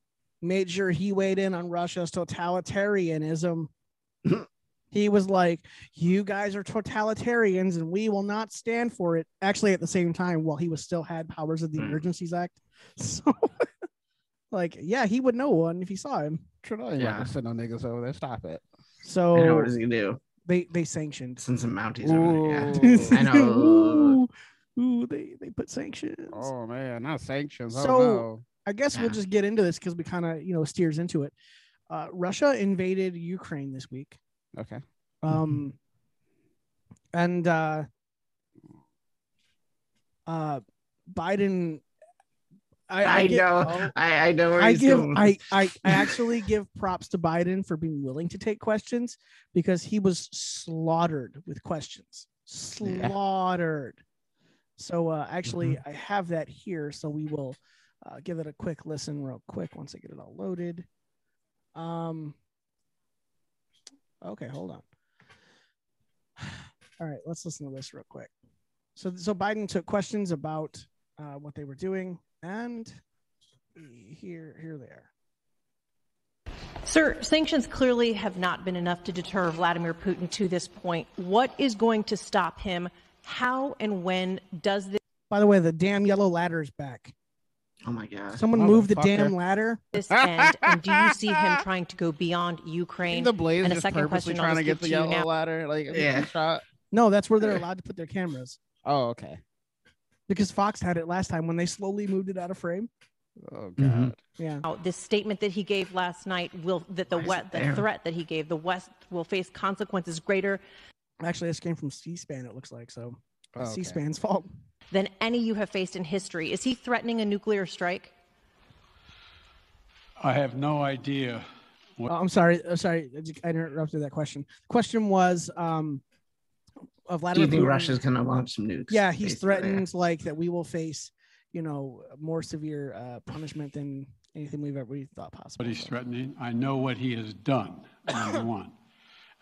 [SPEAKER 1] made sure he weighed in on
[SPEAKER 2] [CLEARS THROAT]
[SPEAKER 1] Russia's totalitarianism. he was like, "You guys are totalitarians, and we will not stand for it." Actually, at the same time, while he was still had powers of the
[SPEAKER 3] Hmm.
[SPEAKER 2] Mm.
[SPEAKER 1] Emergencies Act, [LAUGHS] so like, yeah, he would know one if he saw him.
[SPEAKER 2] Trudeau ain't
[SPEAKER 3] Yeah.
[SPEAKER 2] about to send no niggas over there. Stop it.
[SPEAKER 3] yeah,
[SPEAKER 1] So
[SPEAKER 3] what does he do?
[SPEAKER 1] they they sanctioned.
[SPEAKER 3] Send some Mounties over there.
[SPEAKER 2] [LAUGHS]
[SPEAKER 3] Yeah.
[SPEAKER 2] Ooh.
[SPEAKER 3] I know.
[SPEAKER 1] Ooh, ooh, they they put sanctions.
[SPEAKER 2] Oh man, not sanctions.
[SPEAKER 1] So-
[SPEAKER 2] oh no.
[SPEAKER 1] I guess we'll
[SPEAKER 3] Yeah.
[SPEAKER 1] just get into this because we kind of, you know, steers into it. Uh, Russia invaded Ukraine this week.
[SPEAKER 2] Okay.
[SPEAKER 1] Um,
[SPEAKER 3] Mm-hmm.
[SPEAKER 1] and uh, uh, Biden I,
[SPEAKER 3] I
[SPEAKER 1] give-
[SPEAKER 3] know.
[SPEAKER 1] oh,
[SPEAKER 3] I, I know where
[SPEAKER 1] I
[SPEAKER 3] he's
[SPEAKER 1] give
[SPEAKER 3] going. [LAUGHS]
[SPEAKER 1] I, I I actually give props to Biden for being willing to take questions because he was slaughtered with questions. Slaughtered. So uh, actually I have that here so we will uh, give it a quick listen real quick once I get it all loaded. Um Okay, hold on. [SIGHS] All right, let's listen to this real quick. So so Biden took questions about uh, what they were doing and here here they are.
[SPEAKER 4] Sir, sanctions clearly have not been enough to deter Vladimir Putin to this point. What is going to stop him? How and when does this,
[SPEAKER 1] By the way, the damn yellow ladder is back.
[SPEAKER 3] oh my god.
[SPEAKER 1] Someone move the damn
[SPEAKER 2] Motherfucker.
[SPEAKER 1] ladder.
[SPEAKER 4] this [LAUGHS] end? And do you see him trying to go beyond Ukraine?
[SPEAKER 2] the Blaze
[SPEAKER 4] And a
[SPEAKER 2] just
[SPEAKER 4] second
[SPEAKER 2] purposely
[SPEAKER 4] question I'll
[SPEAKER 2] trying to
[SPEAKER 4] just
[SPEAKER 2] get
[SPEAKER 4] give
[SPEAKER 2] the
[SPEAKER 4] to you
[SPEAKER 2] yellow
[SPEAKER 4] now.
[SPEAKER 2] ladder, like a
[SPEAKER 3] Yeah.
[SPEAKER 2] shot.
[SPEAKER 1] No, that's where they're allowed to put their cameras
[SPEAKER 2] Uh, Oh, okay.
[SPEAKER 1] because Fox had it last time when they slowly moved it out of frame.
[SPEAKER 2] Oh god.
[SPEAKER 3] Mhm.
[SPEAKER 1] Yeah.
[SPEAKER 4] Now, this statement that he gave last night will that the
[SPEAKER 3] Why is
[SPEAKER 4] West,
[SPEAKER 3] it
[SPEAKER 4] the
[SPEAKER 3] there?
[SPEAKER 4] threat that he gave, the West will face consequences greater
[SPEAKER 1] Actually, this came from C-SPAN. It looks like so.
[SPEAKER 2] Oh, okay.
[SPEAKER 1] C-SPAN's fault.
[SPEAKER 4] than any you have faced in history. Is he threatening a nuclear strike?
[SPEAKER 5] I have no idea.
[SPEAKER 1] Oh, I'm sorry. I'm sorry. I ju- I interrupted that question. question was um, of
[SPEAKER 3] Do
[SPEAKER 1] Vladimir.
[SPEAKER 3] you think
[SPEAKER 1] Putin-
[SPEAKER 3] Russia's gonna launch some nukes?
[SPEAKER 1] Yeah, he's
[SPEAKER 3] basically?
[SPEAKER 1] threatened like that we will face, you know, more severe uh, punishment than anything we've ever we thought possible.
[SPEAKER 5] what he's
[SPEAKER 1] So-
[SPEAKER 5] threatening. I know what he has done,
[SPEAKER 3] [COUGHS]
[SPEAKER 5] number one.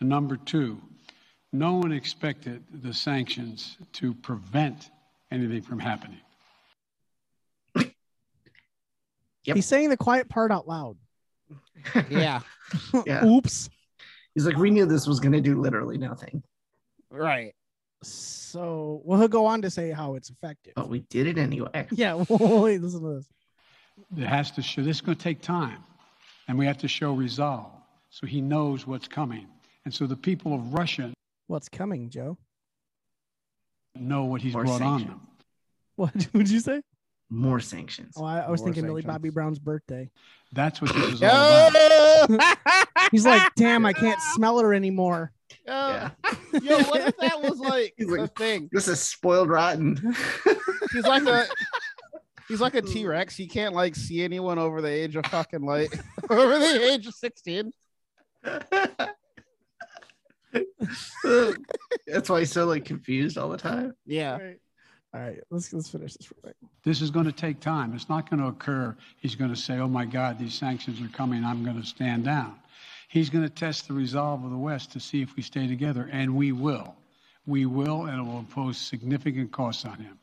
[SPEAKER 5] And number two, no one expected the sanctions to prevent anything from happening.
[SPEAKER 3] Yep.
[SPEAKER 1] He's saying the quiet part out loud.
[SPEAKER 2] Yeah.
[SPEAKER 1] [LAUGHS]
[SPEAKER 3] Yeah.
[SPEAKER 1] Oops.
[SPEAKER 3] He's like, we knew this was gonna do literally nothing,
[SPEAKER 2] Right.
[SPEAKER 1] So, well, he'll go on to say how it's effective.
[SPEAKER 3] but we did it anyway.
[SPEAKER 1] Yeah. [LAUGHS] Wait, listen to this.
[SPEAKER 5] It has to show, this is going to take time, and we have to show resolve so he knows what's coming. And so the people of Russia
[SPEAKER 1] What's coming, Joe?
[SPEAKER 5] know what he's
[SPEAKER 3] More
[SPEAKER 5] brought on
[SPEAKER 3] sanctions.
[SPEAKER 5] them.
[SPEAKER 1] What would you say?
[SPEAKER 2] [LAUGHS]
[SPEAKER 3] More sanctions.
[SPEAKER 1] Oh, I, I was
[SPEAKER 2] More
[SPEAKER 1] thinking Millie
[SPEAKER 2] sanctions.
[SPEAKER 1] Bobby Brown's birthday.
[SPEAKER 5] That's what [LAUGHS] this is all about.
[SPEAKER 2] Oh!
[SPEAKER 3] [LAUGHS]
[SPEAKER 1] He's like, damn, I can't smell her anymore.
[SPEAKER 3] Yeah.
[SPEAKER 2] [LAUGHS] Yo, what if that was like
[SPEAKER 3] [LAUGHS] He's
[SPEAKER 2] the
[SPEAKER 3] like-
[SPEAKER 2] thing?
[SPEAKER 3] This is spoiled rotten.
[SPEAKER 2] [LAUGHS] He's like a he's
[SPEAKER 3] [LAUGHS]
[SPEAKER 2] like a T Rex. He can't like see anyone over the age of fucking like [LAUGHS] over the age of
[SPEAKER 3] [LAUGHS]
[SPEAKER 2] sixteen.
[SPEAKER 3] That's why he's so like confused all the time.
[SPEAKER 2] Yeah.
[SPEAKER 1] All right. All right, let's let's finish this real quick.
[SPEAKER 5] This is going to take time. It's not going to occur. He's going to say, oh my God, these sanctions are coming. I'm going to stand down. He's going to test the resolve of the West to see if we stay together, and we will. We will, and it will impose significant costs on him.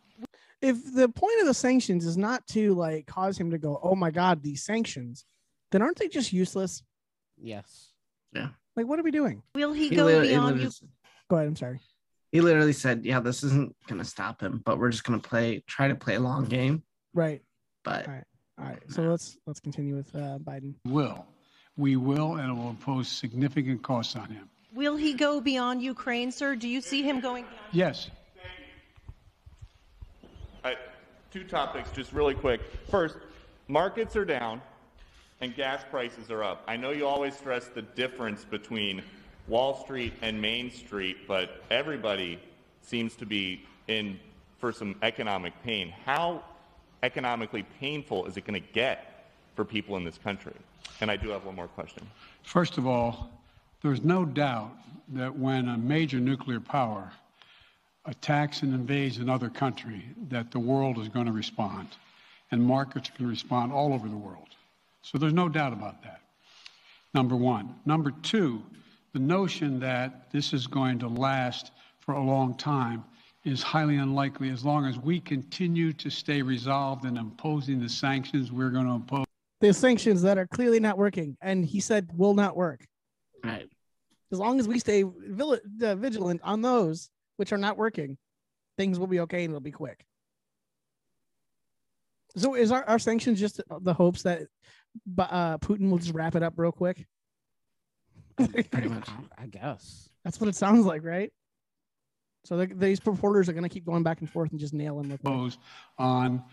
[SPEAKER 1] If the point of the sanctions is not to like cause him to go, oh my god, these sanctions, then aren't they just useless?
[SPEAKER 2] Yes.
[SPEAKER 1] Like, what are we doing?
[SPEAKER 4] Will he,
[SPEAKER 3] He,
[SPEAKER 4] go
[SPEAKER 3] lit- he,
[SPEAKER 4] beyond
[SPEAKER 3] literally,
[SPEAKER 1] Go ahead. I'm sorry.
[SPEAKER 3] he literally said, "Yeah, this isn't gonna stop him, but we're just gonna play, try to play a long game."
[SPEAKER 1] Right.
[SPEAKER 3] But
[SPEAKER 1] All right. So let's let's continue with uh, Biden.
[SPEAKER 5] We will. We will, and it will impose significant costs on him.
[SPEAKER 4] U- Will he go beyond Ukraine, sir? Do you see him going beyond?
[SPEAKER 5] Yes,
[SPEAKER 6] I, two topics, just really quick. First, markets are down and gas prices are up. I know you always stress the difference between Wall Street and Main Street, but everybody seems to be in for some economic pain. How economically painful is it going to get for people in this country? And I do have one more question.
[SPEAKER 5] First of all, there's no doubt that when a major nuclear power attacks and invades another country, that the world is going to respond, and markets can respond all over the world. So there's no doubt about that. Number one. Number two, the notion that this is going to last for a long time is highly unlikely as long as we continue to stay resolved in imposing the sanctions we're going to impose.
[SPEAKER 1] The sanctions that are clearly not working, and he said will not work
[SPEAKER 3] right,
[SPEAKER 1] as long as we stay vil- uh, vigilant on those which are not working. Things will be okay, and it'll be quick. So, is our, our sanctions just the hopes that Bu- uh, Putin will just wrap it up real quick?
[SPEAKER 3] pretty much.
[SPEAKER 2] I guess.
[SPEAKER 1] That's what it sounds like, right? So the, these purporters are going to keep going back and forth and just nail him with.
[SPEAKER 5] impose on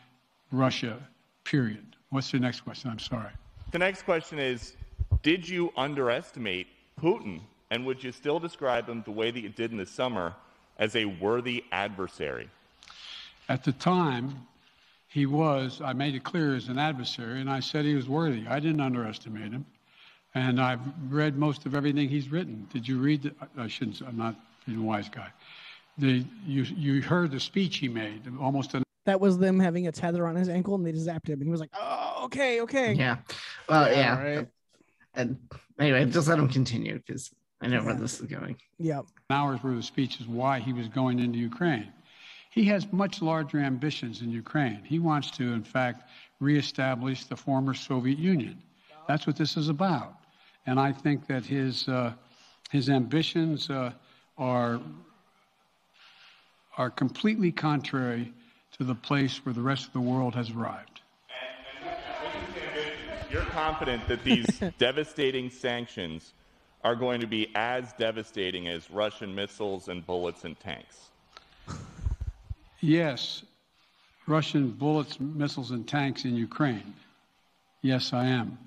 [SPEAKER 5] Russia, period. What's your next question? I'm sorry.
[SPEAKER 6] The next question is Did you underestimate Putin? And would you still describe him the way that you did in the summer as a worthy adversary?
[SPEAKER 5] At the time, he was, I made it clear, as an adversary, and I said he was worthy. I didn't underestimate him. And I've read most of everything he's written. Did you read? The, I shouldn't. I'm not being a wise guy. The, you, you heard the speech he made, almost an
[SPEAKER 1] That was them having a tether on his ankle and they just zapped him. And he was like, oh, okay, okay.
[SPEAKER 3] Yeah. Well, yeah.
[SPEAKER 2] Right?
[SPEAKER 3] And anyway, just let him continue because I know where this is going.
[SPEAKER 1] Yep.
[SPEAKER 5] hour's worth of speeches why he was going into Ukraine. He has much larger ambitions in Ukraine. He wants to, in fact, reestablish the former Soviet Union. That's what this is about. And I think that his, uh, his ambitions uh, are, are completely contrary to the place where the rest of the world has arrived.
[SPEAKER 6] You're confident that these devastating sanctions are going to be as devastating as Russian missiles and bullets and tanks.
[SPEAKER 5] Yes, Russian bullets, missiles, and tanks in Ukraine. Yes, I am.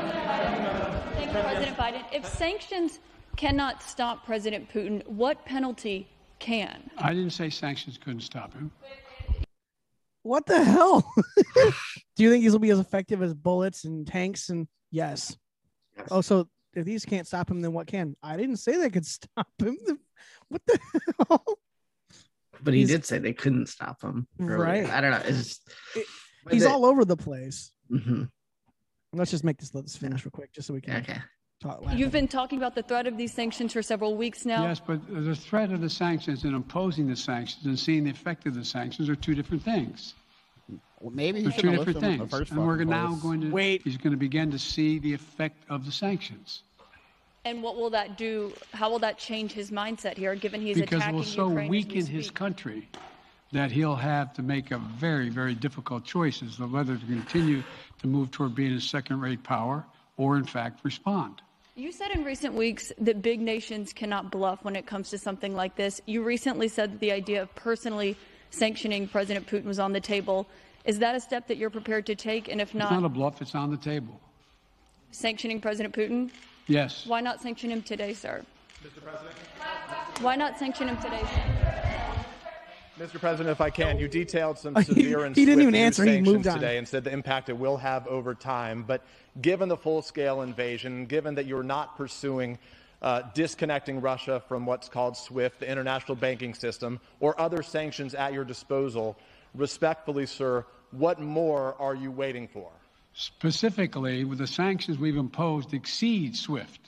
[SPEAKER 7] Thank you, President Biden. If sanctions cannot stop President Putin, what penalty can?
[SPEAKER 5] I didn't say sanctions couldn't stop him.
[SPEAKER 1] What the hell? [LAUGHS] Do you think these will be as effective as bullets and tanks? And yes.
[SPEAKER 3] Yes.
[SPEAKER 1] Oh, so if these can't stop him, then what can? I didn't say they could [LAUGHS] stop him. What the hell?
[SPEAKER 3] But he
[SPEAKER 1] He's-
[SPEAKER 3] did say they couldn't stop him. earlier.
[SPEAKER 1] Right.
[SPEAKER 3] I don't know. It's just,
[SPEAKER 1] It- He's all over the place.
[SPEAKER 3] Mhm.
[SPEAKER 1] Let's just make this let's finish real quick, just so we can
[SPEAKER 3] Okay.
[SPEAKER 1] talk.
[SPEAKER 7] You've been talking about the threat of these sanctions for several weeks now.
[SPEAKER 5] Yes, but the threat of the sanctions and imposing the sanctions and seeing the effect of the sanctions are two different things.
[SPEAKER 2] Well, maybe
[SPEAKER 5] They're
[SPEAKER 2] you should
[SPEAKER 5] two
[SPEAKER 2] have listened
[SPEAKER 5] different
[SPEAKER 2] to the
[SPEAKER 5] things.
[SPEAKER 2] first
[SPEAKER 5] And we're
[SPEAKER 2] fucking
[SPEAKER 5] now
[SPEAKER 2] place.
[SPEAKER 5] going to
[SPEAKER 1] Wait.
[SPEAKER 5] He's going to begin to see the effect of the sanctions
[SPEAKER 7] And what will that do? How will that change his mindset here, given he's
[SPEAKER 5] because it
[SPEAKER 7] attacking
[SPEAKER 5] will so
[SPEAKER 7] Ukraine? as we
[SPEAKER 5] weaken his
[SPEAKER 7] speak?
[SPEAKER 5] country that he'll have to make a very, very difficult choice as to whether to continue to move toward being a second-rate power or, in fact, respond.
[SPEAKER 7] You said in recent weeks that big nations cannot bluff when it comes to something like this. You recently said that the idea of personally sanctioning President Putin was on the table. Is that a step that you're prepared to take? And if
[SPEAKER 5] It's
[SPEAKER 7] not,
[SPEAKER 5] not a bluff. It's on the table.
[SPEAKER 7] sanctioning President Putin?
[SPEAKER 5] Yes.
[SPEAKER 7] Why not sanction him today, sir? Mr. President? Why not sanction him today, sir?
[SPEAKER 8] Mr. President, if I can, you detailed some
[SPEAKER 1] [LAUGHS] He-
[SPEAKER 8] severe and
[SPEAKER 1] he
[SPEAKER 8] swift
[SPEAKER 1] didn't even
[SPEAKER 8] new
[SPEAKER 1] answer. He
[SPEAKER 8] sanctions
[SPEAKER 1] moved on.
[SPEAKER 8] today and said the impact it will have over time. But given the full-scale invasion, given that you're not pursuing uh, disconnecting Russia from what's called SWIFT, the international banking system, or other sanctions at your disposal, respectfully, sir, what more are you waiting for?
[SPEAKER 5] Specifically, with the sanctions we've imposed exceed SWIFT.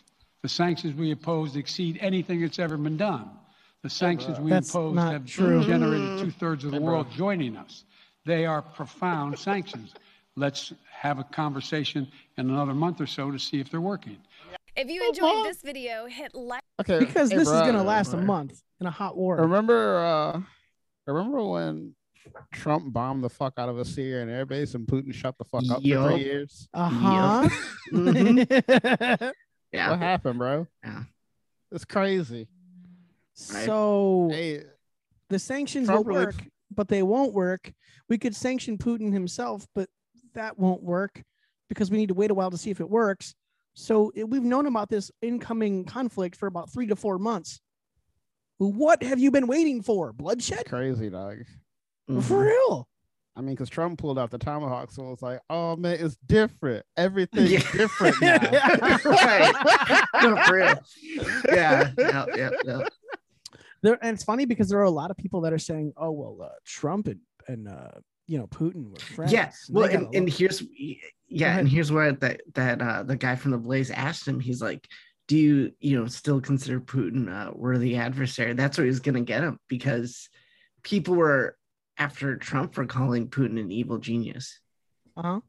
[SPEAKER 5] The sanctions we imposed exceed anything that's ever been done. The sanctions we
[SPEAKER 1] That's
[SPEAKER 5] imposed
[SPEAKER 1] not
[SPEAKER 5] have
[SPEAKER 1] true.
[SPEAKER 5] generated two thirds of the world joining us. They are profound sanctions. Let's have a conversation in another month or so to see if they're working.
[SPEAKER 9] If you enjoyed this video, hit like.
[SPEAKER 2] Okay,
[SPEAKER 1] because
[SPEAKER 2] hey,
[SPEAKER 1] this is
[SPEAKER 2] bruh,
[SPEAKER 1] gonna last a
[SPEAKER 3] Right.
[SPEAKER 1] month in a hot war.
[SPEAKER 2] Remember, uh, remember when Trump bombed the fuck out of a Syrian airbase and Putin shut the fuck up for
[SPEAKER 3] Yup.
[SPEAKER 2] three years?
[SPEAKER 1] Uh huh.
[SPEAKER 3] [LAUGHS] Mhm.
[SPEAKER 1] Mm-hmm.
[SPEAKER 2] What
[SPEAKER 3] Yeah.
[SPEAKER 2] happened, bro?
[SPEAKER 3] Yeah.
[SPEAKER 2] It's crazy.
[SPEAKER 1] so
[SPEAKER 2] Hey,
[SPEAKER 1] the sanctions
[SPEAKER 2] Trump
[SPEAKER 1] will
[SPEAKER 2] really-
[SPEAKER 1] work, but they won't work. We could sanction Putin himself, but that won't work because we need to wait a while to see if it works. So it- we've known about this incoming conflict for about three to four months. What have you been waiting for? Bloodshed?
[SPEAKER 2] crazy dog.
[SPEAKER 1] For
[SPEAKER 3] Mhm.
[SPEAKER 1] real?
[SPEAKER 2] I mean, because Trump pulled out the tomahawks and was like, "Oh man, it's different. Everything's
[SPEAKER 3] Yeah.
[SPEAKER 2] different now."
[SPEAKER 3] [LAUGHS] Right. No, for real. Yeah. Yeah. Yeah. yeah.
[SPEAKER 1] There, and it's funny because there are a lot of people that are saying, "Oh well, uh, Trump and and uh, you know Putin were friends."
[SPEAKER 3] Yeah,
[SPEAKER 1] they
[SPEAKER 3] Well,
[SPEAKER 1] got
[SPEAKER 3] and, and
[SPEAKER 1] along."
[SPEAKER 3] here's yeah,
[SPEAKER 1] ahead.
[SPEAKER 3] and here's where that that uh, the guy from the Blaze asked him. He's like, "Do you you know still consider Putin a worthy adversary?" That's where he's gonna get him because people were after Trump for calling Putin an evil genius,
[SPEAKER 1] Uh-huh.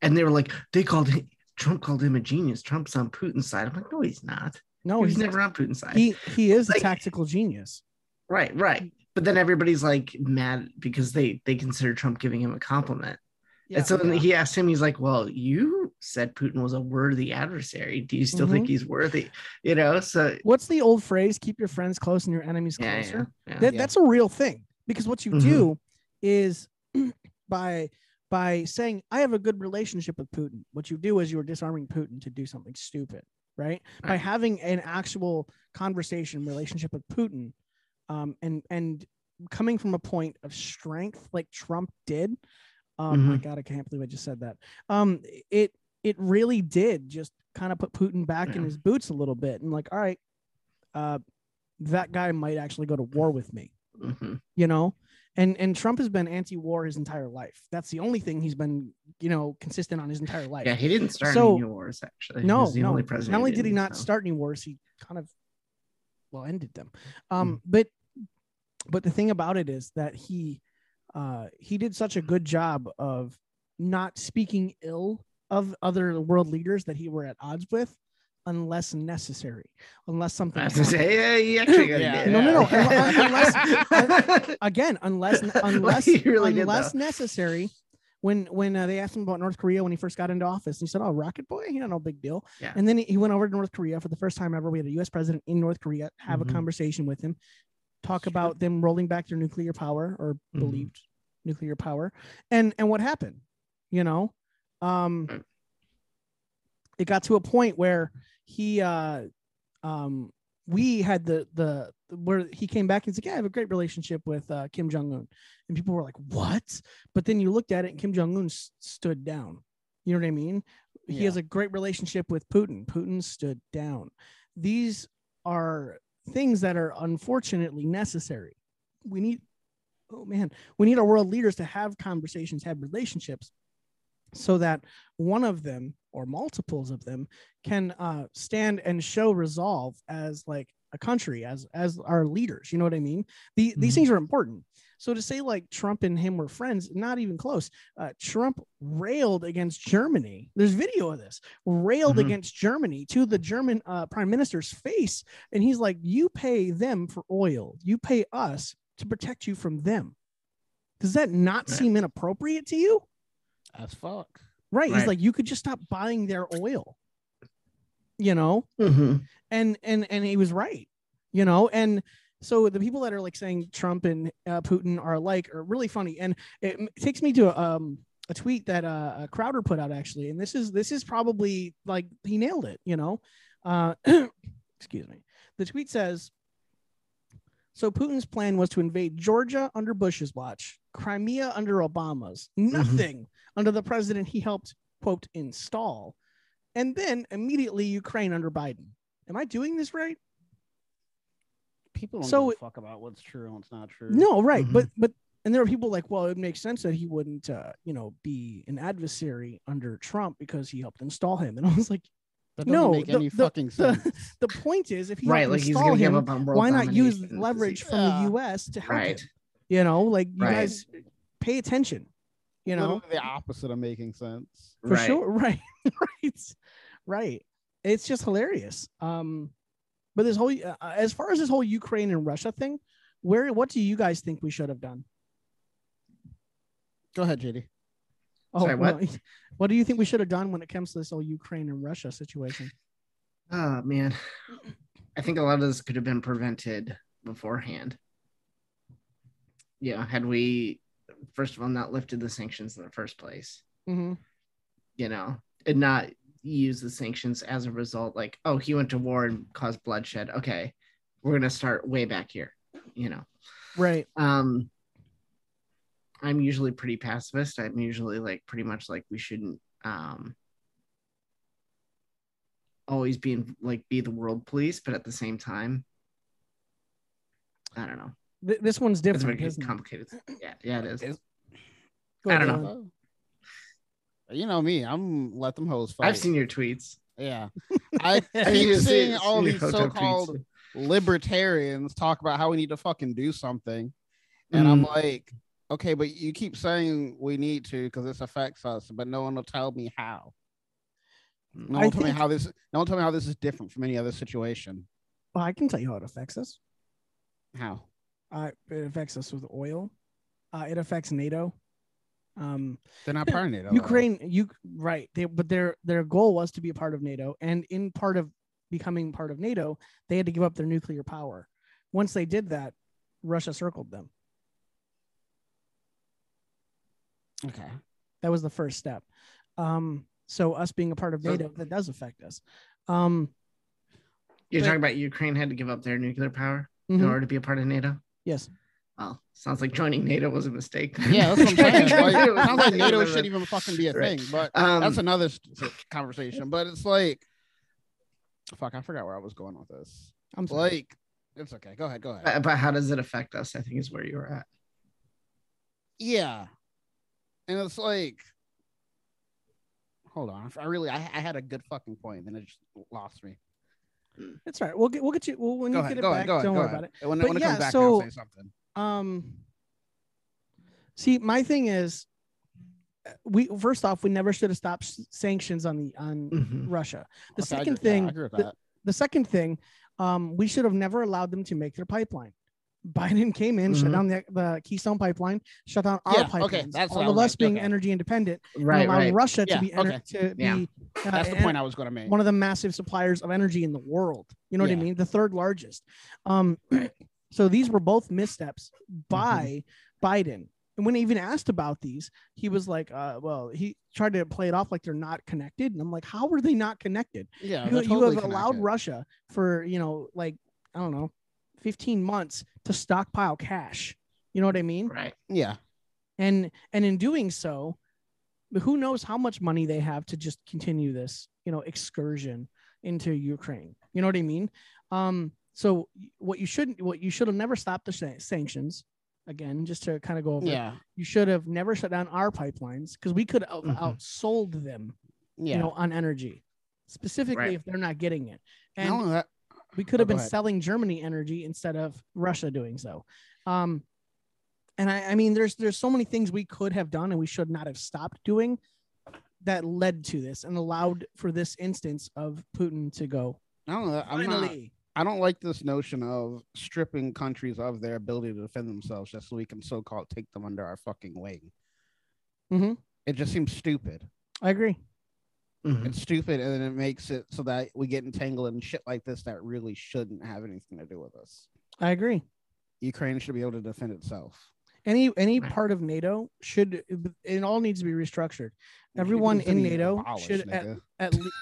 [SPEAKER 3] and they were like, they called him, Trump called him a genius. Trump's on Putin's side. I'm like, no, he's not.
[SPEAKER 1] no,
[SPEAKER 3] he's
[SPEAKER 1] he's
[SPEAKER 3] never on Putin's side.
[SPEAKER 1] he he is a
[SPEAKER 3] Like-
[SPEAKER 1] tactical genius.
[SPEAKER 3] right, right. But then everybody's like mad because they they consider Trump giving him a compliment.
[SPEAKER 1] Yeah.
[SPEAKER 3] and so then he asked him, he's like, Well, you said Putin was a worthy adversary. Do you still think he's worthy? You know, so
[SPEAKER 1] Mm-hmm. What's the old phrase? Keep your friends close and your enemies
[SPEAKER 3] yeah,
[SPEAKER 1] closer.
[SPEAKER 3] yeah, yeah.
[SPEAKER 1] That,
[SPEAKER 2] Yeah.
[SPEAKER 1] That's a real thing because what you
[SPEAKER 3] Mhm.
[SPEAKER 1] do is [CLEARS THROAT] by by saying I have a good relationship with Putin. What you do is you are disarming Putin to do something stupid, right? By
[SPEAKER 3] Right.
[SPEAKER 1] having an actual conversation relationship with Putin, um, and and coming from a point of strength like Trump did, um, my God, I can't believe I just said that. Um, it it really did just kind of put Putin back in
[SPEAKER 3] Yeah.
[SPEAKER 1] his boots a little bit, and like, all right, uh, that guy might actually go to war with me,
[SPEAKER 3] Mhm.
[SPEAKER 1] you know. And and Trump has been anti-war his entire life. That's the only thing he's been, you know, consistent on his entire life.
[SPEAKER 3] Yeah, he didn't start
[SPEAKER 1] So-
[SPEAKER 3] any new wars actually. He
[SPEAKER 1] No,
[SPEAKER 3] was the
[SPEAKER 1] no.
[SPEAKER 3] only president
[SPEAKER 1] not only
[SPEAKER 3] who
[SPEAKER 1] did he
[SPEAKER 3] didn't,
[SPEAKER 1] not
[SPEAKER 3] so.
[SPEAKER 1] start any wars, he kind of well ended them.
[SPEAKER 3] Hmm.
[SPEAKER 1] Um, but but the thing about it is that he uh, he did such a good job of not speaking ill of other world leaders that he were at odds with, unless necessary, unless something.
[SPEAKER 3] I was gonna
[SPEAKER 1] happened.
[SPEAKER 3] say, yeah, he actually
[SPEAKER 1] [LAUGHS]
[SPEAKER 3] got
[SPEAKER 2] Yeah.
[SPEAKER 3] it.
[SPEAKER 2] No, no, no,
[SPEAKER 1] unless- Again,
[SPEAKER 3] [LAUGHS]
[SPEAKER 1] unless
[SPEAKER 3] Well,
[SPEAKER 1] unless
[SPEAKER 3] he really did,
[SPEAKER 1] unless
[SPEAKER 3] though.
[SPEAKER 1] necessary. When when uh, they asked him about North Korea when he first got into office, he said, "Oh, Rocket Boy, you know, no big deal."
[SPEAKER 3] Yeah.
[SPEAKER 1] And then he- he went over to North Korea for the first time ever. We had a U.S. president in North Korea have
[SPEAKER 3] Mhm.
[SPEAKER 1] a conversation with him, talk
[SPEAKER 3] Sure.
[SPEAKER 1] about them rolling back their nuclear power or
[SPEAKER 3] Mhm.
[SPEAKER 1] believed nuclear power, and and what happened, you know, um,
[SPEAKER 3] Right.
[SPEAKER 1] it got to a point where he, uh, um, we had the the where he came back and said, "Yeah, I have a great relationship with uh, Kim Jong Un," and people were like, "What?" But then you looked at it, and Kim Jong Un s- stood down. You know what I mean? He has a great relationship with Putin. Putin stood down. These are things that are unfortunately necessary. We need, oh man, we need our world leaders to have conversations, have relationships, so that one of them or multiples of them can uh, stand and show resolve as like a country, as as our leaders. You know what I mean? The, These
[SPEAKER 3] Mhm.
[SPEAKER 1] things are important. So to say like Trump and him were friends, not even close uh, Trump railed against Germany. There's video of this railed
[SPEAKER 3] Mhm.
[SPEAKER 1] against Germany to the German uh, prime minister's face. And he's like, You pay them for oil, you pay us to protect you from them. Does that not
[SPEAKER 3] Right.
[SPEAKER 1] seem inappropriate to you?
[SPEAKER 2] As fuck.
[SPEAKER 1] Right. He's
[SPEAKER 3] Right.
[SPEAKER 1] like, You could just stop buying their oil, you know?
[SPEAKER 3] Mhm.
[SPEAKER 1] and and and he was right you know and so the people that are like saying trump and uh, putin are alike are really funny and it m- takes me to a, um a tweet that uh uh, crowder put out actually and this is this is probably like he nailed it you know uh [CLEARS THROAT] excuse me the tweet says so putin's plan was to invade georgia under bush's watch crimea under obama's nothing under the president he helped quote install and then immediately ukraine under biden am i doing this right
[SPEAKER 2] People don't
[SPEAKER 1] So
[SPEAKER 2] give
[SPEAKER 1] it-
[SPEAKER 2] a fuck about what's true and what's not true.
[SPEAKER 1] no right
[SPEAKER 3] Mhm.
[SPEAKER 1] but but and there are people like well it makes sense that he wouldn't uh, you know be an adversary under trump because he helped install him and i was like
[SPEAKER 2] that doesn't
[SPEAKER 1] no,
[SPEAKER 2] make
[SPEAKER 1] the-
[SPEAKER 2] any
[SPEAKER 1] the-
[SPEAKER 2] fucking
[SPEAKER 1] the-
[SPEAKER 2] sense.
[SPEAKER 1] the point is if he
[SPEAKER 3] Right,
[SPEAKER 1] helped
[SPEAKER 3] like he's
[SPEAKER 1] install
[SPEAKER 3] gonna give
[SPEAKER 1] him
[SPEAKER 3] up on world
[SPEAKER 1] why not use
[SPEAKER 3] domination.
[SPEAKER 1] leverage from
[SPEAKER 2] Yeah.
[SPEAKER 1] the us to help
[SPEAKER 3] Right.
[SPEAKER 1] him you know like you
[SPEAKER 3] Right.
[SPEAKER 1] guys pay attention you know
[SPEAKER 2] Literally the opposite of making sense.
[SPEAKER 1] for
[SPEAKER 3] Mm-hmm. right.
[SPEAKER 1] sure [LAUGHS] right right right it's just hilarious um but this whole uh, as far as this whole ukraine and russia thing where what do you guys think we should have done
[SPEAKER 2] Go ahead, JD.
[SPEAKER 1] oh
[SPEAKER 3] Sorry, what?
[SPEAKER 1] well, [LAUGHS] what do you think we should have done when it comes to this whole ukraine and russia situation
[SPEAKER 3] Oh man, I think a lot of this could have been prevented beforehand. You know, had we first of all not lifted the sanctions in the first place,
[SPEAKER 1] mm-hmm.
[SPEAKER 3] you know, and not use the sanctions as a result, like, oh, he went to war and caused bloodshed. Okay, we're gonna start way back here, you know.
[SPEAKER 1] right
[SPEAKER 3] um i'm usually pretty pacifist i'm usually like pretty much like we shouldn't um always be in, like be the world police but at the same time i don't know
[SPEAKER 1] Th- this one's
[SPEAKER 3] it's very
[SPEAKER 1] different isn't it?
[SPEAKER 3] complicated yeah yeah it is
[SPEAKER 2] It's-
[SPEAKER 1] Go
[SPEAKER 3] I don't
[SPEAKER 1] ahead,
[SPEAKER 3] know.
[SPEAKER 1] Alan.
[SPEAKER 2] You know me. I'm let them hoes fight.
[SPEAKER 3] i've seen your tweets
[SPEAKER 1] [LAUGHS]
[SPEAKER 2] Yeah. I
[SPEAKER 3] I've [LAUGHS]
[SPEAKER 2] keep
[SPEAKER 3] seen-
[SPEAKER 2] seeing
[SPEAKER 3] seen
[SPEAKER 2] all
[SPEAKER 3] your
[SPEAKER 2] these
[SPEAKER 3] photo
[SPEAKER 2] so-called
[SPEAKER 3] tweets.
[SPEAKER 2] libertarians talk about how we need to fucking do something. And I'm
[SPEAKER 3] Mm.
[SPEAKER 2] like, okay, but you keep saying we need to because this affects us, but no one will tell me how.
[SPEAKER 3] Mm.
[SPEAKER 2] No
[SPEAKER 1] I
[SPEAKER 2] one tell me
[SPEAKER 1] think-
[SPEAKER 2] how this no one tell me how this is different from any other situation.
[SPEAKER 1] well, i can tell you how it affects us
[SPEAKER 2] How?
[SPEAKER 1] uh, it affects us with oil uh, it affects nato um
[SPEAKER 2] They're not part of NATO. though.
[SPEAKER 1] Ukraine, you right, they, but their their goal was to be a part of NATO, and in part of becoming part of NATO, they had to give up their nuclear power. Once they did that, Russia circled them.
[SPEAKER 2] Okay.
[SPEAKER 1] That was the first step. Um, so us being a part of
[SPEAKER 3] So-
[SPEAKER 1] NATO, that does affect us. Um,
[SPEAKER 3] you're
[SPEAKER 1] But-
[SPEAKER 3] talking about ukraine had to give up their nuclear power in
[SPEAKER 1] mhm,
[SPEAKER 3] order to be a part of nato
[SPEAKER 1] Yes,
[SPEAKER 3] Well, sounds like joining NATO was a mistake.
[SPEAKER 2] Yeah, that's what
[SPEAKER 3] [LAUGHS]
[SPEAKER 2] I'm saying.
[SPEAKER 3] It
[SPEAKER 2] Like,
[SPEAKER 3] was
[SPEAKER 2] sounds like
[SPEAKER 3] nothing
[SPEAKER 2] NATO
[SPEAKER 3] other
[SPEAKER 2] shouldn't
[SPEAKER 3] than-
[SPEAKER 2] even fucking be a
[SPEAKER 3] Right.
[SPEAKER 2] thing, but
[SPEAKER 3] Um,
[SPEAKER 2] that's another s- s- conversation. But it's like, fuck, I forgot where I was going with this.
[SPEAKER 1] I'm sorry.
[SPEAKER 2] Like, it's okay. Go ahead. Go ahead.
[SPEAKER 3] But, but how does it affect us? I think is where you're at.
[SPEAKER 2] Yeah, and it's like, hold on. I really, I, I had a good fucking point, and it just lost me.
[SPEAKER 1] That's all right. We'll get we'll get you. Well, when
[SPEAKER 2] Go
[SPEAKER 1] you
[SPEAKER 2] ahead.
[SPEAKER 1] get it
[SPEAKER 2] Go
[SPEAKER 1] back,
[SPEAKER 2] ahead. Go ahead.
[SPEAKER 1] don't
[SPEAKER 2] go
[SPEAKER 1] worry
[SPEAKER 2] ahead.
[SPEAKER 1] about it.
[SPEAKER 2] And when,
[SPEAKER 1] But
[SPEAKER 2] when it
[SPEAKER 1] yeah,
[SPEAKER 2] comes back,
[SPEAKER 1] so-
[SPEAKER 2] I'll say something.
[SPEAKER 1] Um, see, my thing is, uh, we first off, we never should have stopped s- sanctions on the on
[SPEAKER 3] Mhm.
[SPEAKER 1] Russia. The
[SPEAKER 2] Mm-hmm. Okay, I
[SPEAKER 1] second
[SPEAKER 2] agree- yeah,
[SPEAKER 1] thing,
[SPEAKER 2] I agree with
[SPEAKER 1] the-
[SPEAKER 2] that.
[SPEAKER 1] the second thing, um, we should have never allowed them to make their pipeline. Biden [LAUGHS] came in, shut
[SPEAKER 3] Mhm.
[SPEAKER 1] down the, the Keystone pipeline, shut down our
[SPEAKER 2] Mm-hmm. Yeah,
[SPEAKER 1] pipelines.
[SPEAKER 2] okay, that's what
[SPEAKER 1] all
[SPEAKER 2] I
[SPEAKER 1] of
[SPEAKER 2] was
[SPEAKER 1] us
[SPEAKER 2] like,
[SPEAKER 1] being
[SPEAKER 2] okay.
[SPEAKER 1] energy independent, and
[SPEAKER 3] Right,
[SPEAKER 1] allow
[SPEAKER 3] right.
[SPEAKER 1] Russia
[SPEAKER 2] Yeah,
[SPEAKER 1] to be, ener- to
[SPEAKER 3] Yeah.
[SPEAKER 1] be uh,
[SPEAKER 2] That's the
[SPEAKER 1] en-
[SPEAKER 2] point I was going to make.
[SPEAKER 1] one of the massive suppliers of energy in the world. You know what
[SPEAKER 2] Yeah.
[SPEAKER 1] I mean? The third largest. Um, [CLEARS THROAT] so these were both missteps
[SPEAKER 2] Mm-hmm.
[SPEAKER 1] by Biden. And when I even asked about these, he was like, uh, well, he tried to play it off like they're not connected. And I'm like, how are they not connected?
[SPEAKER 2] yeah,
[SPEAKER 1] you,
[SPEAKER 2] they're
[SPEAKER 1] you
[SPEAKER 2] totally
[SPEAKER 1] have allowed
[SPEAKER 2] connected.
[SPEAKER 1] Russia for, you know, like, I don't know, 15 months to stockpile cash. You know what I mean?
[SPEAKER 3] Right.
[SPEAKER 2] Yeah,
[SPEAKER 1] and and in doing so who knows how much money they have to just continue this you know excursion into ukraine you know what i mean um so what you shouldn't what you should have never stopped the san- sanctions again just to kind of go over it,
[SPEAKER 2] yeah,
[SPEAKER 1] you should have never shut down our pipelines because we could have
[SPEAKER 3] Mhm.
[SPEAKER 1] outsold them
[SPEAKER 2] Mm-hmm. yeah.
[SPEAKER 1] you know on energy specifically
[SPEAKER 3] Right.
[SPEAKER 1] if they're not getting it
[SPEAKER 2] Not
[SPEAKER 1] and
[SPEAKER 2] only that-
[SPEAKER 1] we could
[SPEAKER 2] Oh,
[SPEAKER 1] have
[SPEAKER 2] go
[SPEAKER 1] been
[SPEAKER 2] ahead.
[SPEAKER 1] selling Germany energy instead of Russia doing so. Um, and I, I mean, there's there's so many things we could have done and we should not have stopped doing that led to this and allowed for this instance of Putin to go.
[SPEAKER 2] not only that, I'm not,
[SPEAKER 1] Finally,
[SPEAKER 2] I don't like this notion of stripping countries of their ability to defend themselves just so we can so called take them under our fucking wing.
[SPEAKER 1] Mhm.
[SPEAKER 2] It just seems stupid.
[SPEAKER 1] I agree.
[SPEAKER 3] Mhm.
[SPEAKER 2] It's stupid, and then it makes it so that we get entangled in shit like this that really shouldn't have anything to do with us.
[SPEAKER 1] I agree.
[SPEAKER 2] Ukraine should be able to defend itself.
[SPEAKER 1] Any any
[SPEAKER 3] Right.
[SPEAKER 1] part of NATO should it all needs to be restructured.
[SPEAKER 2] It
[SPEAKER 1] Everyone
[SPEAKER 2] needs to
[SPEAKER 1] in
[SPEAKER 2] be
[SPEAKER 1] NATO
[SPEAKER 2] abolished,
[SPEAKER 1] should at-
[SPEAKER 2] nigga.
[SPEAKER 1] at
[SPEAKER 2] [LAUGHS]
[SPEAKER 1] least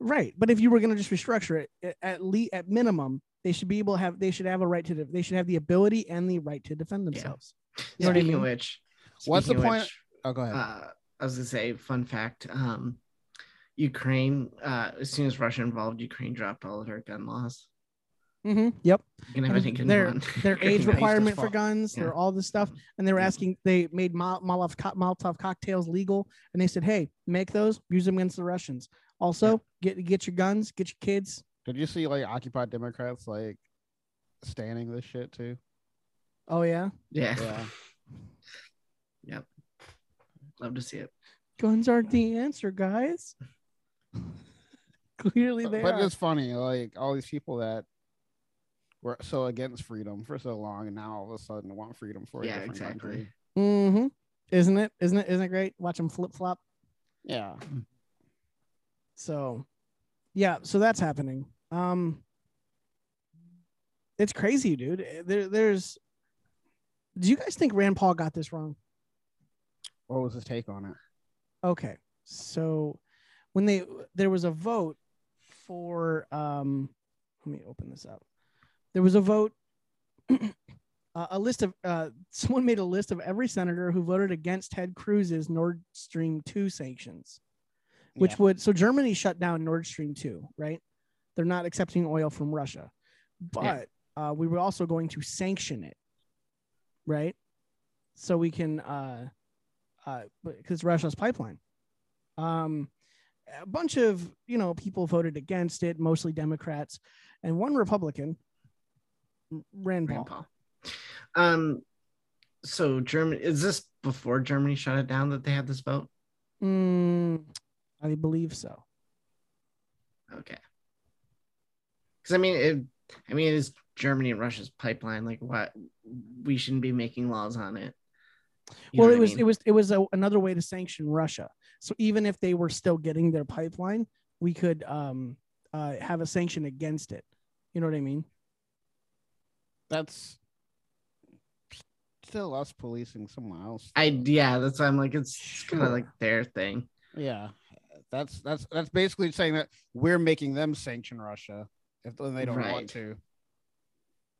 [SPEAKER 1] right but if you were going to just restructure it a- at least at minimum they should be able to have they should have a right to de- they should have the ability and the right to defend themselves You know what I
[SPEAKER 3] Speaking of
[SPEAKER 1] mean?
[SPEAKER 3] which,
[SPEAKER 2] Mm-hmm. What's the
[SPEAKER 3] speaking of
[SPEAKER 2] point-
[SPEAKER 3] which,
[SPEAKER 2] Oh, go ahead.
[SPEAKER 3] uh, I was gonna say, fun fact: um, Ukraine, uh, as soon as Russia involved, Ukraine dropped all of her gun laws.
[SPEAKER 1] mm-hmm. yep
[SPEAKER 3] You can have
[SPEAKER 1] And
[SPEAKER 3] any gun
[SPEAKER 1] their-
[SPEAKER 3] [LAUGHS] you want.
[SPEAKER 1] their
[SPEAKER 3] Ukraine
[SPEAKER 1] age
[SPEAKER 3] is
[SPEAKER 1] requirement for
[SPEAKER 2] fuck.
[SPEAKER 1] guns
[SPEAKER 3] Yeah.
[SPEAKER 1] their all this stuff and they were
[SPEAKER 3] Yeah.
[SPEAKER 1] asking they made Mo- molotov, co- molotov cocktails legal and they said hey make those use them against the russians also get get your guns get your kids
[SPEAKER 2] Did you see like Occupy Democrats like standing this shit too?
[SPEAKER 1] oh yeah
[SPEAKER 3] Yeah.
[SPEAKER 2] Yeah.
[SPEAKER 3] [LAUGHS] Yep. Love to see it.
[SPEAKER 1] guns aren't the answer guys [LAUGHS] clearly they
[SPEAKER 2] but
[SPEAKER 1] are
[SPEAKER 2] it's funny, like all these people that were so against freedom for so long, and now all of a sudden want freedom for a
[SPEAKER 3] yeah,
[SPEAKER 2] different
[SPEAKER 3] exactly.
[SPEAKER 2] country.
[SPEAKER 1] Mm-hmm. Isn't it? Isn't it? Isn't it great? Watch them flip flop.
[SPEAKER 2] Yeah,
[SPEAKER 1] So, yeah. So that's happening. Um, it's crazy, dude. There, there's. Do you guys think Rand Paul got this wrong?
[SPEAKER 2] what was his take on it?
[SPEAKER 1] Okay, so when they there was a vote for um, let me open this up. There was a vote, [CLEARS THROAT] uh, a list of uh, [LAUGHS] someone made a list of every senator who voted against Ted Cruz's Nord Stream two sanctions. which
[SPEAKER 2] Yeah.
[SPEAKER 1] would so Germany shut down Nord Stream 2, right? They're not accepting oil from Russia. But uh, we were also going to sanction it, right? So we can uh uh because Russia's pipeline. Um a bunch of you know people voted against it, mostly Democrats, and one Republican, Rand Paul.
[SPEAKER 3] Rand Paul. Um, so Germany is this before Germany shut it down that they had this vote?
[SPEAKER 1] Mm, I believe so.
[SPEAKER 3] Okay. Because I mean, it, I mean, it is Germany and Russia's pipeline. Like, what we shouldn't be making laws on it. You
[SPEAKER 1] well,
[SPEAKER 3] know what
[SPEAKER 1] it
[SPEAKER 3] I
[SPEAKER 1] was,
[SPEAKER 3] mean?
[SPEAKER 1] it was it was a, another way to sanction Russia. So even if they were still getting their pipeline, we could um, uh, have a sanction against it. You know what I mean?
[SPEAKER 2] That's still us policing someone else.
[SPEAKER 3] I
[SPEAKER 2] though.
[SPEAKER 3] yeah, that's why I'm like it's, kind
[SPEAKER 1] Sure.
[SPEAKER 3] of like their thing.
[SPEAKER 2] yeah, that's that's that's basically saying that we're making them sanction Russia if they don't
[SPEAKER 3] Right.
[SPEAKER 2] want to.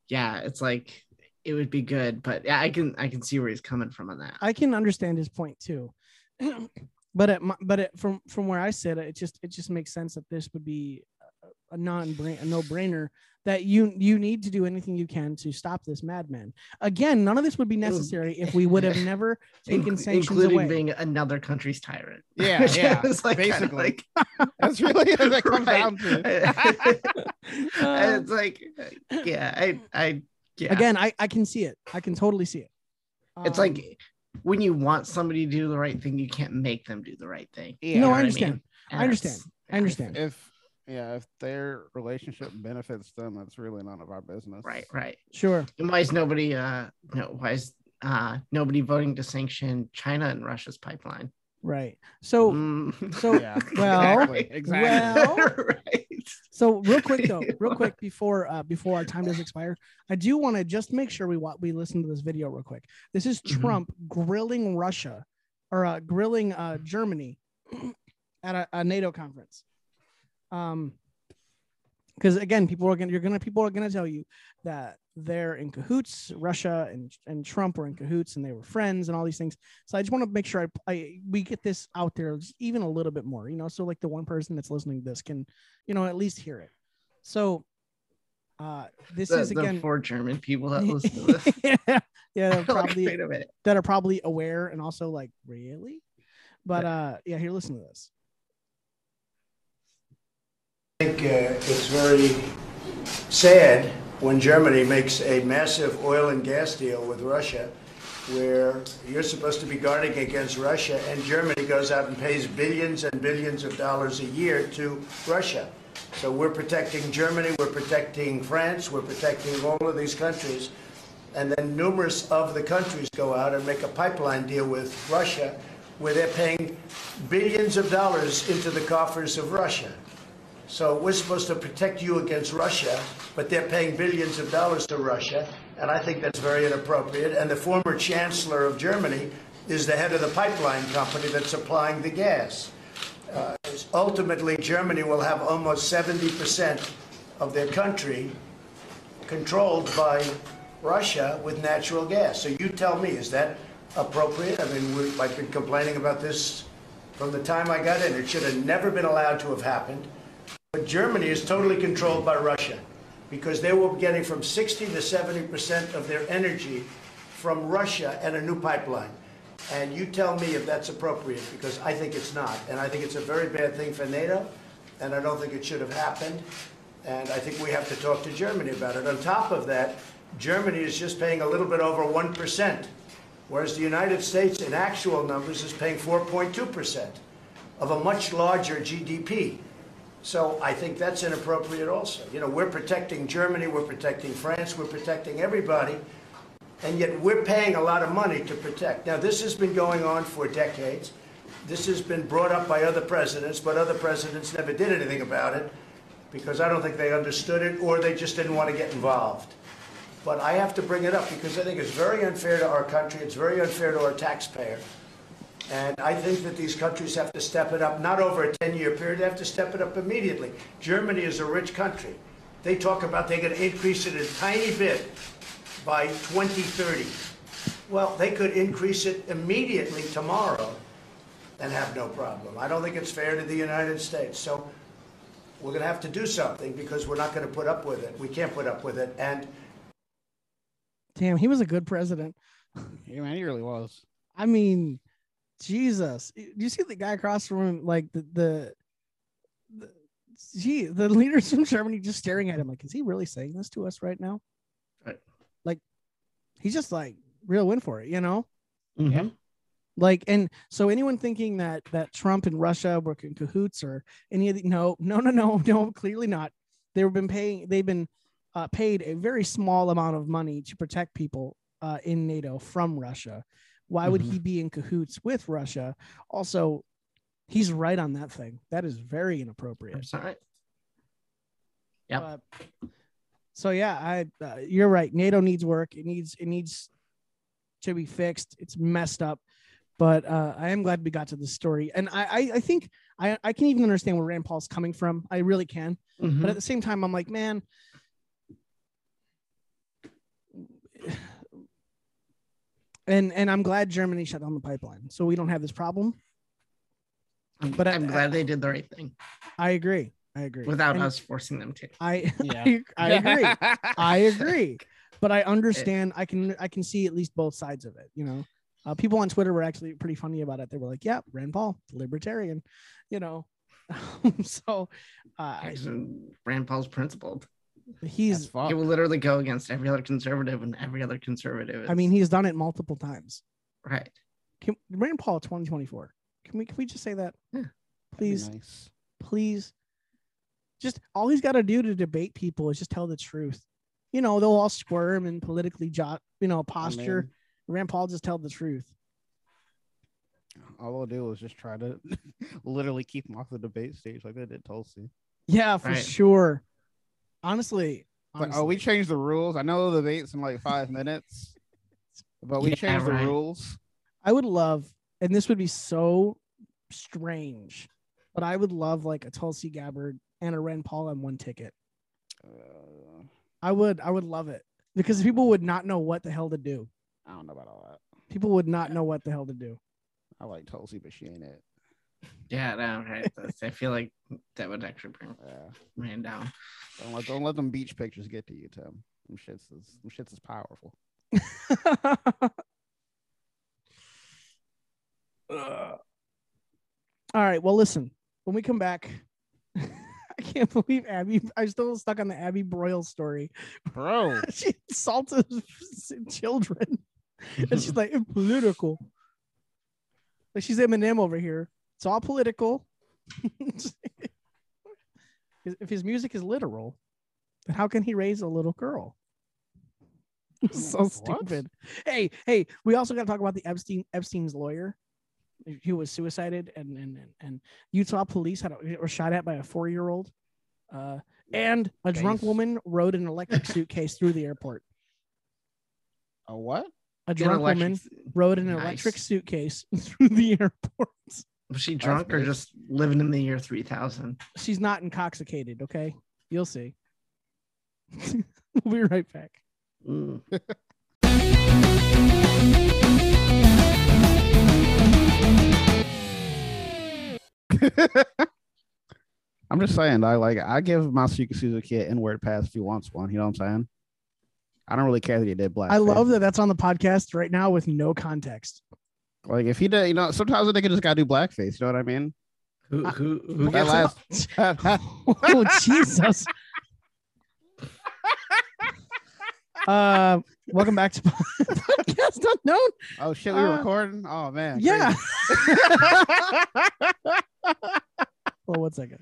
[SPEAKER 3] yeah, it's like it would be good, but yeah, I can I can see where he's coming from on that.
[SPEAKER 1] I can understand his point too, [CLEARS THROAT] but at my, but at, from from where I sit, it just it just makes sense that this would be a- a non brain a no brainer that you you need to do anything you can to stop this madman. Again, none of this would be
[SPEAKER 3] was-
[SPEAKER 1] necessary if we
[SPEAKER 3] [LAUGHS]
[SPEAKER 1] would have never taken
[SPEAKER 3] Mm. Inc-
[SPEAKER 1] sanctions
[SPEAKER 3] including
[SPEAKER 1] away.
[SPEAKER 3] being
[SPEAKER 1] [LAUGHS]
[SPEAKER 3] another country's tyrant. [LAUGHS]
[SPEAKER 2] Yeah, yeah,
[SPEAKER 3] It's like, kinda
[SPEAKER 2] basically.
[SPEAKER 3] like-
[SPEAKER 2] That's really what that comes
[SPEAKER 3] [LAUGHS] Right.
[SPEAKER 2] down to.
[SPEAKER 3] [LAUGHS]
[SPEAKER 1] Uh, [LAUGHS]
[SPEAKER 3] it's like, yeah, I, I, yeah.
[SPEAKER 1] Again, I I can see it. I can totally see it.
[SPEAKER 3] it's
[SPEAKER 1] Um,
[SPEAKER 3] like when you want somebody to do the right thing, you can't make them do the right thing.
[SPEAKER 2] Yeah.
[SPEAKER 1] no,
[SPEAKER 3] You know what
[SPEAKER 1] I
[SPEAKER 3] I
[SPEAKER 1] understand.
[SPEAKER 3] mean?
[SPEAKER 1] I,
[SPEAKER 3] And
[SPEAKER 1] understand.
[SPEAKER 3] it's-
[SPEAKER 1] I understand.
[SPEAKER 2] if yeah, if their relationship benefits them, that's really none of our business.
[SPEAKER 3] Right, right.
[SPEAKER 1] Sure.
[SPEAKER 3] And why is nobody, uh, no, why is uh nobody voting to sanction China and Russia's pipeline?
[SPEAKER 1] Right. So
[SPEAKER 3] Mm. [LAUGHS]
[SPEAKER 1] so
[SPEAKER 2] Yeah.
[SPEAKER 1] Well,
[SPEAKER 2] exactly. exactly. [LAUGHS]
[SPEAKER 1] well-
[SPEAKER 3] right.
[SPEAKER 1] So real quick though, real quick before uh, before our time does expire, I do want to just make sure we wa- we listen to this video real quick. This is
[SPEAKER 2] Mm-hmm.
[SPEAKER 3] Mhm.
[SPEAKER 1] Trump grilling Russia or uh, grilling uh, Germany [CLEARS THROAT] at a, a NATO conference. Um, because again, people are gonna you're gonna people are gonna tell you that they're in cahoots. Russia and and Trump were in cahoots and they were friends and all these things. So I just want to make sure I, I we get this out there just even a little bit more, you know, so like the one person that's listening to this can, you know, at least hear it. So uh this
[SPEAKER 3] The,
[SPEAKER 1] is
[SPEAKER 3] the
[SPEAKER 1] again
[SPEAKER 3] four German people
[SPEAKER 1] [LAUGHS]
[SPEAKER 3] that listen to this.
[SPEAKER 1] yeah, yeah,
[SPEAKER 3] [LAUGHS] Like,
[SPEAKER 1] probably
[SPEAKER 3] wait a minute.
[SPEAKER 1] that are probably aware and also like really but uh yeah here listen to this
[SPEAKER 10] I think uh, it's very sad when Germany makes a massive oil and gas deal with Russia where you're supposed to be guarding against Russia and Germany goes out and pays billions and billions of dollars a year to Russia. So we're protecting Germany, we're protecting France, we're protecting all of these countries. And then numerous of the countries go out and make a pipeline deal with Russia where they're paying billions of dollars into the coffers of Russia. So we're supposed to protect you against Russia, but they're paying billions of dollars to Russia, and I think that's very inappropriate. And the former chancellor of Germany is the head of the pipeline company that's supplying the gas. Uh, ultimately, Germany will have almost 70% of their country controlled by Russia with natural gas. So you tell me, is that appropriate? I mean, we, I've been complaining about this from the time I got in. It should have never been allowed to have happened. But Germany is totally controlled by Russia because they were getting from 60 to 70 percent of their energy from Russia and a new pipeline. And you tell me if that's appropriate because I think it's not. And I think it's a very bad thing for NATO, and I don't think it should have happened. And I think we have to talk to Germany about it. On top of that, Germany is just paying a little bit over 1 percent, whereas the United States, in actual numbers, is paying 4.2 percent of a much larger GDP. So I think that's inappropriate also. You know, we're protecting Germany, we're protecting France, we're protecting everybody, and yet we're paying a lot of money to protect. Now, this has been going on for decades. This has been brought up by other presidents, but other presidents never did anything about it because I don't think they understood it or they just didn't want to get involved. But I have to bring it up because I think it's very unfair to our country, it's very unfair to our taxpayer. And I think that these countries have to step it up, not over a 10 year period, they have to step it up immediately. Germany is a rich country. They talk about they're going to increase it a tiny bit by 2030. Well, they could increase it immediately tomorrow and have no problem. I don't think it's fair to the United States. So we're going to have to do something because we're not going to put up with it. We can't put up with it. And
[SPEAKER 1] damn he was a good president
[SPEAKER 2] Yeah, man, he really was.
[SPEAKER 1] i mean jesus do you see the guy across from him like the the, the Gee, the leaders [LAUGHS] from Germany just staring at him like, is he really saying this to us right now?
[SPEAKER 3] Right.
[SPEAKER 1] Like, he's just like real win for it, you know?
[SPEAKER 3] Mhm.
[SPEAKER 1] Like, and so anyone thinking that that Trump and Russia were in cahoots or any of the no, no, no, no, [LAUGHS] no, clearly not. They've been paying. They've been uh, paid a very small amount of money to protect people uh, in NATO from Russia. Why would
[SPEAKER 3] Mhm.
[SPEAKER 1] he be in cahoots with Russia? Also, he's right on that thing. That is very
[SPEAKER 3] I'm
[SPEAKER 1] inappropriate.
[SPEAKER 3] sorry. Yep.
[SPEAKER 1] Uh, so yeah, I uh, you're right. NATO needs work. It needs it needs to be fixed. It's messed up, but uh, I am glad we got to this story, and I I, I think I I can even understand where Rand Paul's coming from. I really can,
[SPEAKER 3] Mhm.
[SPEAKER 1] but at the same time, I'm like, man, [SIGHS] and and I'm glad Germany shut down the pipeline, so we don't have this problem.
[SPEAKER 3] But I'm glad they did the right thing
[SPEAKER 1] I agree. I agree.
[SPEAKER 3] without
[SPEAKER 1] And
[SPEAKER 3] us forcing them to.
[SPEAKER 1] I [LAUGHS]
[SPEAKER 2] Yeah.
[SPEAKER 1] I agree. I agree. But I understand. I can I can see at least both sides of it. You know, uh, people on Twitter were actually pretty funny about it. They were like, "Yeah, Rand Paul, libertarian," you know. [LAUGHS] so uh,
[SPEAKER 3] Actually, Rand Paul's principled.
[SPEAKER 1] he's.
[SPEAKER 2] Fuck.
[SPEAKER 3] He will literally go against every other conservative and every other conservative.
[SPEAKER 1] I mean, he's done it multiple times.
[SPEAKER 3] right.
[SPEAKER 1] Can, Rand Paul, twenty twenty four. Can we can we just say that?
[SPEAKER 3] Yeah.
[SPEAKER 1] Please,
[SPEAKER 2] Nice.
[SPEAKER 1] please. Just all he's got to do to debate people is just tell the truth. You know, they'll all squirm and politically jot, you know, posture.
[SPEAKER 2] Man,
[SPEAKER 1] Rand Paul just tell the truth.
[SPEAKER 2] all they'll do is just try to [LAUGHS] literally keep him off the debate stage like they did Tulsi.
[SPEAKER 1] Yeah, for
[SPEAKER 3] Right.
[SPEAKER 1] sure. Honestly,
[SPEAKER 2] Like, oh, we
[SPEAKER 1] honestly.
[SPEAKER 2] changed the rules. I know the debate's in like five minutes, but we
[SPEAKER 3] Yeah,
[SPEAKER 2] changed
[SPEAKER 3] right.
[SPEAKER 2] the rules.
[SPEAKER 1] I would love, and this would be so strange, but I would love like a Tulsi Gabbard and a Rand Paul on one ticket.
[SPEAKER 2] Uh,
[SPEAKER 1] I would, I would love it because people would not know what the hell to do.
[SPEAKER 2] I don't know about all that.
[SPEAKER 1] People would not know what the hell to do.
[SPEAKER 2] I like Tulsi, but she ain't it.
[SPEAKER 3] Yeah, no,
[SPEAKER 2] [LAUGHS]
[SPEAKER 3] right. That's- I feel like that would actually bring
[SPEAKER 2] Yeah.
[SPEAKER 3] Rand down.
[SPEAKER 2] Don't let, don't let them beach pictures get to you, Tim. Them shits is, them shits is powerful.
[SPEAKER 1] Ugh. All right. Well, listen, when we come back, [LAUGHS] I can't believe Abby. I'm still stuck on the Abby Broyle story.
[SPEAKER 2] Bro.
[SPEAKER 1] [LAUGHS] she insulted [LAUGHS] children. And she's like, "It's political. Like she's Eminem over here. It's all political. [LAUGHS] if his music is literal, then how can he raise a little girl? [LAUGHS] so
[SPEAKER 2] What?
[SPEAKER 1] stupid. Hey, hey, we also gotta talk about the Epstein Epstein's lawyer. He was suicided and and and, and Utah police had a, were shot at by a four year old. Uh, and a drunk
[SPEAKER 2] Base.
[SPEAKER 1] woman rode an electric suitcase through the airport.
[SPEAKER 2] A what?
[SPEAKER 1] A
[SPEAKER 3] Get
[SPEAKER 1] drunk
[SPEAKER 3] electric-
[SPEAKER 1] woman rode an
[SPEAKER 3] Nice.
[SPEAKER 1] electric suitcase [LAUGHS] through the airport.
[SPEAKER 3] Was she drunk or
[SPEAKER 2] good.
[SPEAKER 3] just living in the year 3000?
[SPEAKER 1] She's not intoxicated, okay? You'll see. [LAUGHS] we'll be right back.
[SPEAKER 3] Mm. [LAUGHS]
[SPEAKER 2] I'm just saying, I like I give my Suzuki kid N-word pass if he wants one. You know what I'm saying? I don't really care that he did black.
[SPEAKER 1] I love that that's on the podcast right now with
[SPEAKER 2] [LAUGHS]
[SPEAKER 1] no context.
[SPEAKER 2] Like if he did, you know, sometimes a nigga just gotta do blackface. You know what I mean?
[SPEAKER 3] Who, who, who
[SPEAKER 2] That
[SPEAKER 3] gets
[SPEAKER 2] last. [LAUGHS]
[SPEAKER 1] oh, Jesus. [LAUGHS] uh, welcome back to [LAUGHS] Podcast Unknown.
[SPEAKER 2] oh shit, we were [LAUGHS]
[SPEAKER 1] Uh, [LAUGHS]
[SPEAKER 2] recording. Oh man.
[SPEAKER 1] Yeah. [LAUGHS]
[SPEAKER 2] crazy. [LAUGHS]
[SPEAKER 1] Well,
[SPEAKER 2] [LAUGHS]
[SPEAKER 1] one second.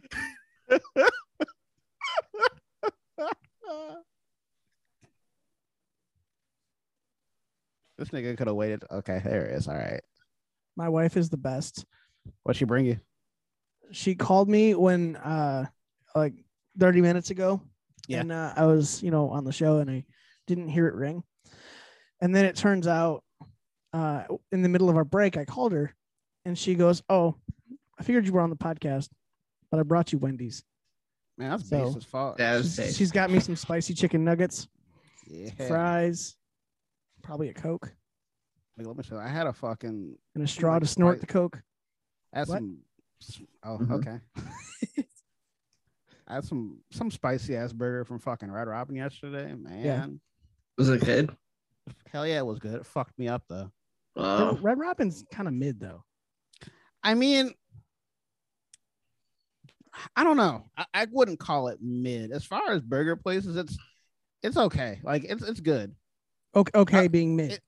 [SPEAKER 2] this nigga could have waited. Okay, there it is. All right.
[SPEAKER 1] My wife is the best.
[SPEAKER 2] What'd she bring you?
[SPEAKER 1] she called me when uh like 30 minutes ago
[SPEAKER 2] Yeah.
[SPEAKER 1] and uh, i was you know on the show and i didn't hear it ring and then it turns out uh in the middle of our break i called her and she goes oh i figured you were on the podcast but i brought you wendy's
[SPEAKER 2] Man, that's
[SPEAKER 1] So-
[SPEAKER 2] base as fuck.
[SPEAKER 3] that?
[SPEAKER 1] She's-
[SPEAKER 3] was safe.
[SPEAKER 1] she's got me some spicy chicken nuggets
[SPEAKER 2] Yeah.
[SPEAKER 1] fries probably a coke
[SPEAKER 2] Like, let me show. you. I had a fucking.
[SPEAKER 1] and a straw
[SPEAKER 2] like
[SPEAKER 1] to snort
[SPEAKER 2] spice-
[SPEAKER 1] the coke
[SPEAKER 2] I had
[SPEAKER 1] What?
[SPEAKER 2] some. Oh,
[SPEAKER 3] Mhm.
[SPEAKER 2] okay. [LAUGHS] I had some some spicy ass burger from fucking Red Robin yesterday, man.
[SPEAKER 3] Was it good?
[SPEAKER 2] Hell yeah, it was good. It fucked me up though.
[SPEAKER 3] Oh,
[SPEAKER 1] red robin's kind of mid though
[SPEAKER 2] I mean, I don't know. I, I wouldn't call it mid. As far as burger places, it's it's okay. Like it's it's good. Uh,
[SPEAKER 1] okay, okay being mid
[SPEAKER 2] it-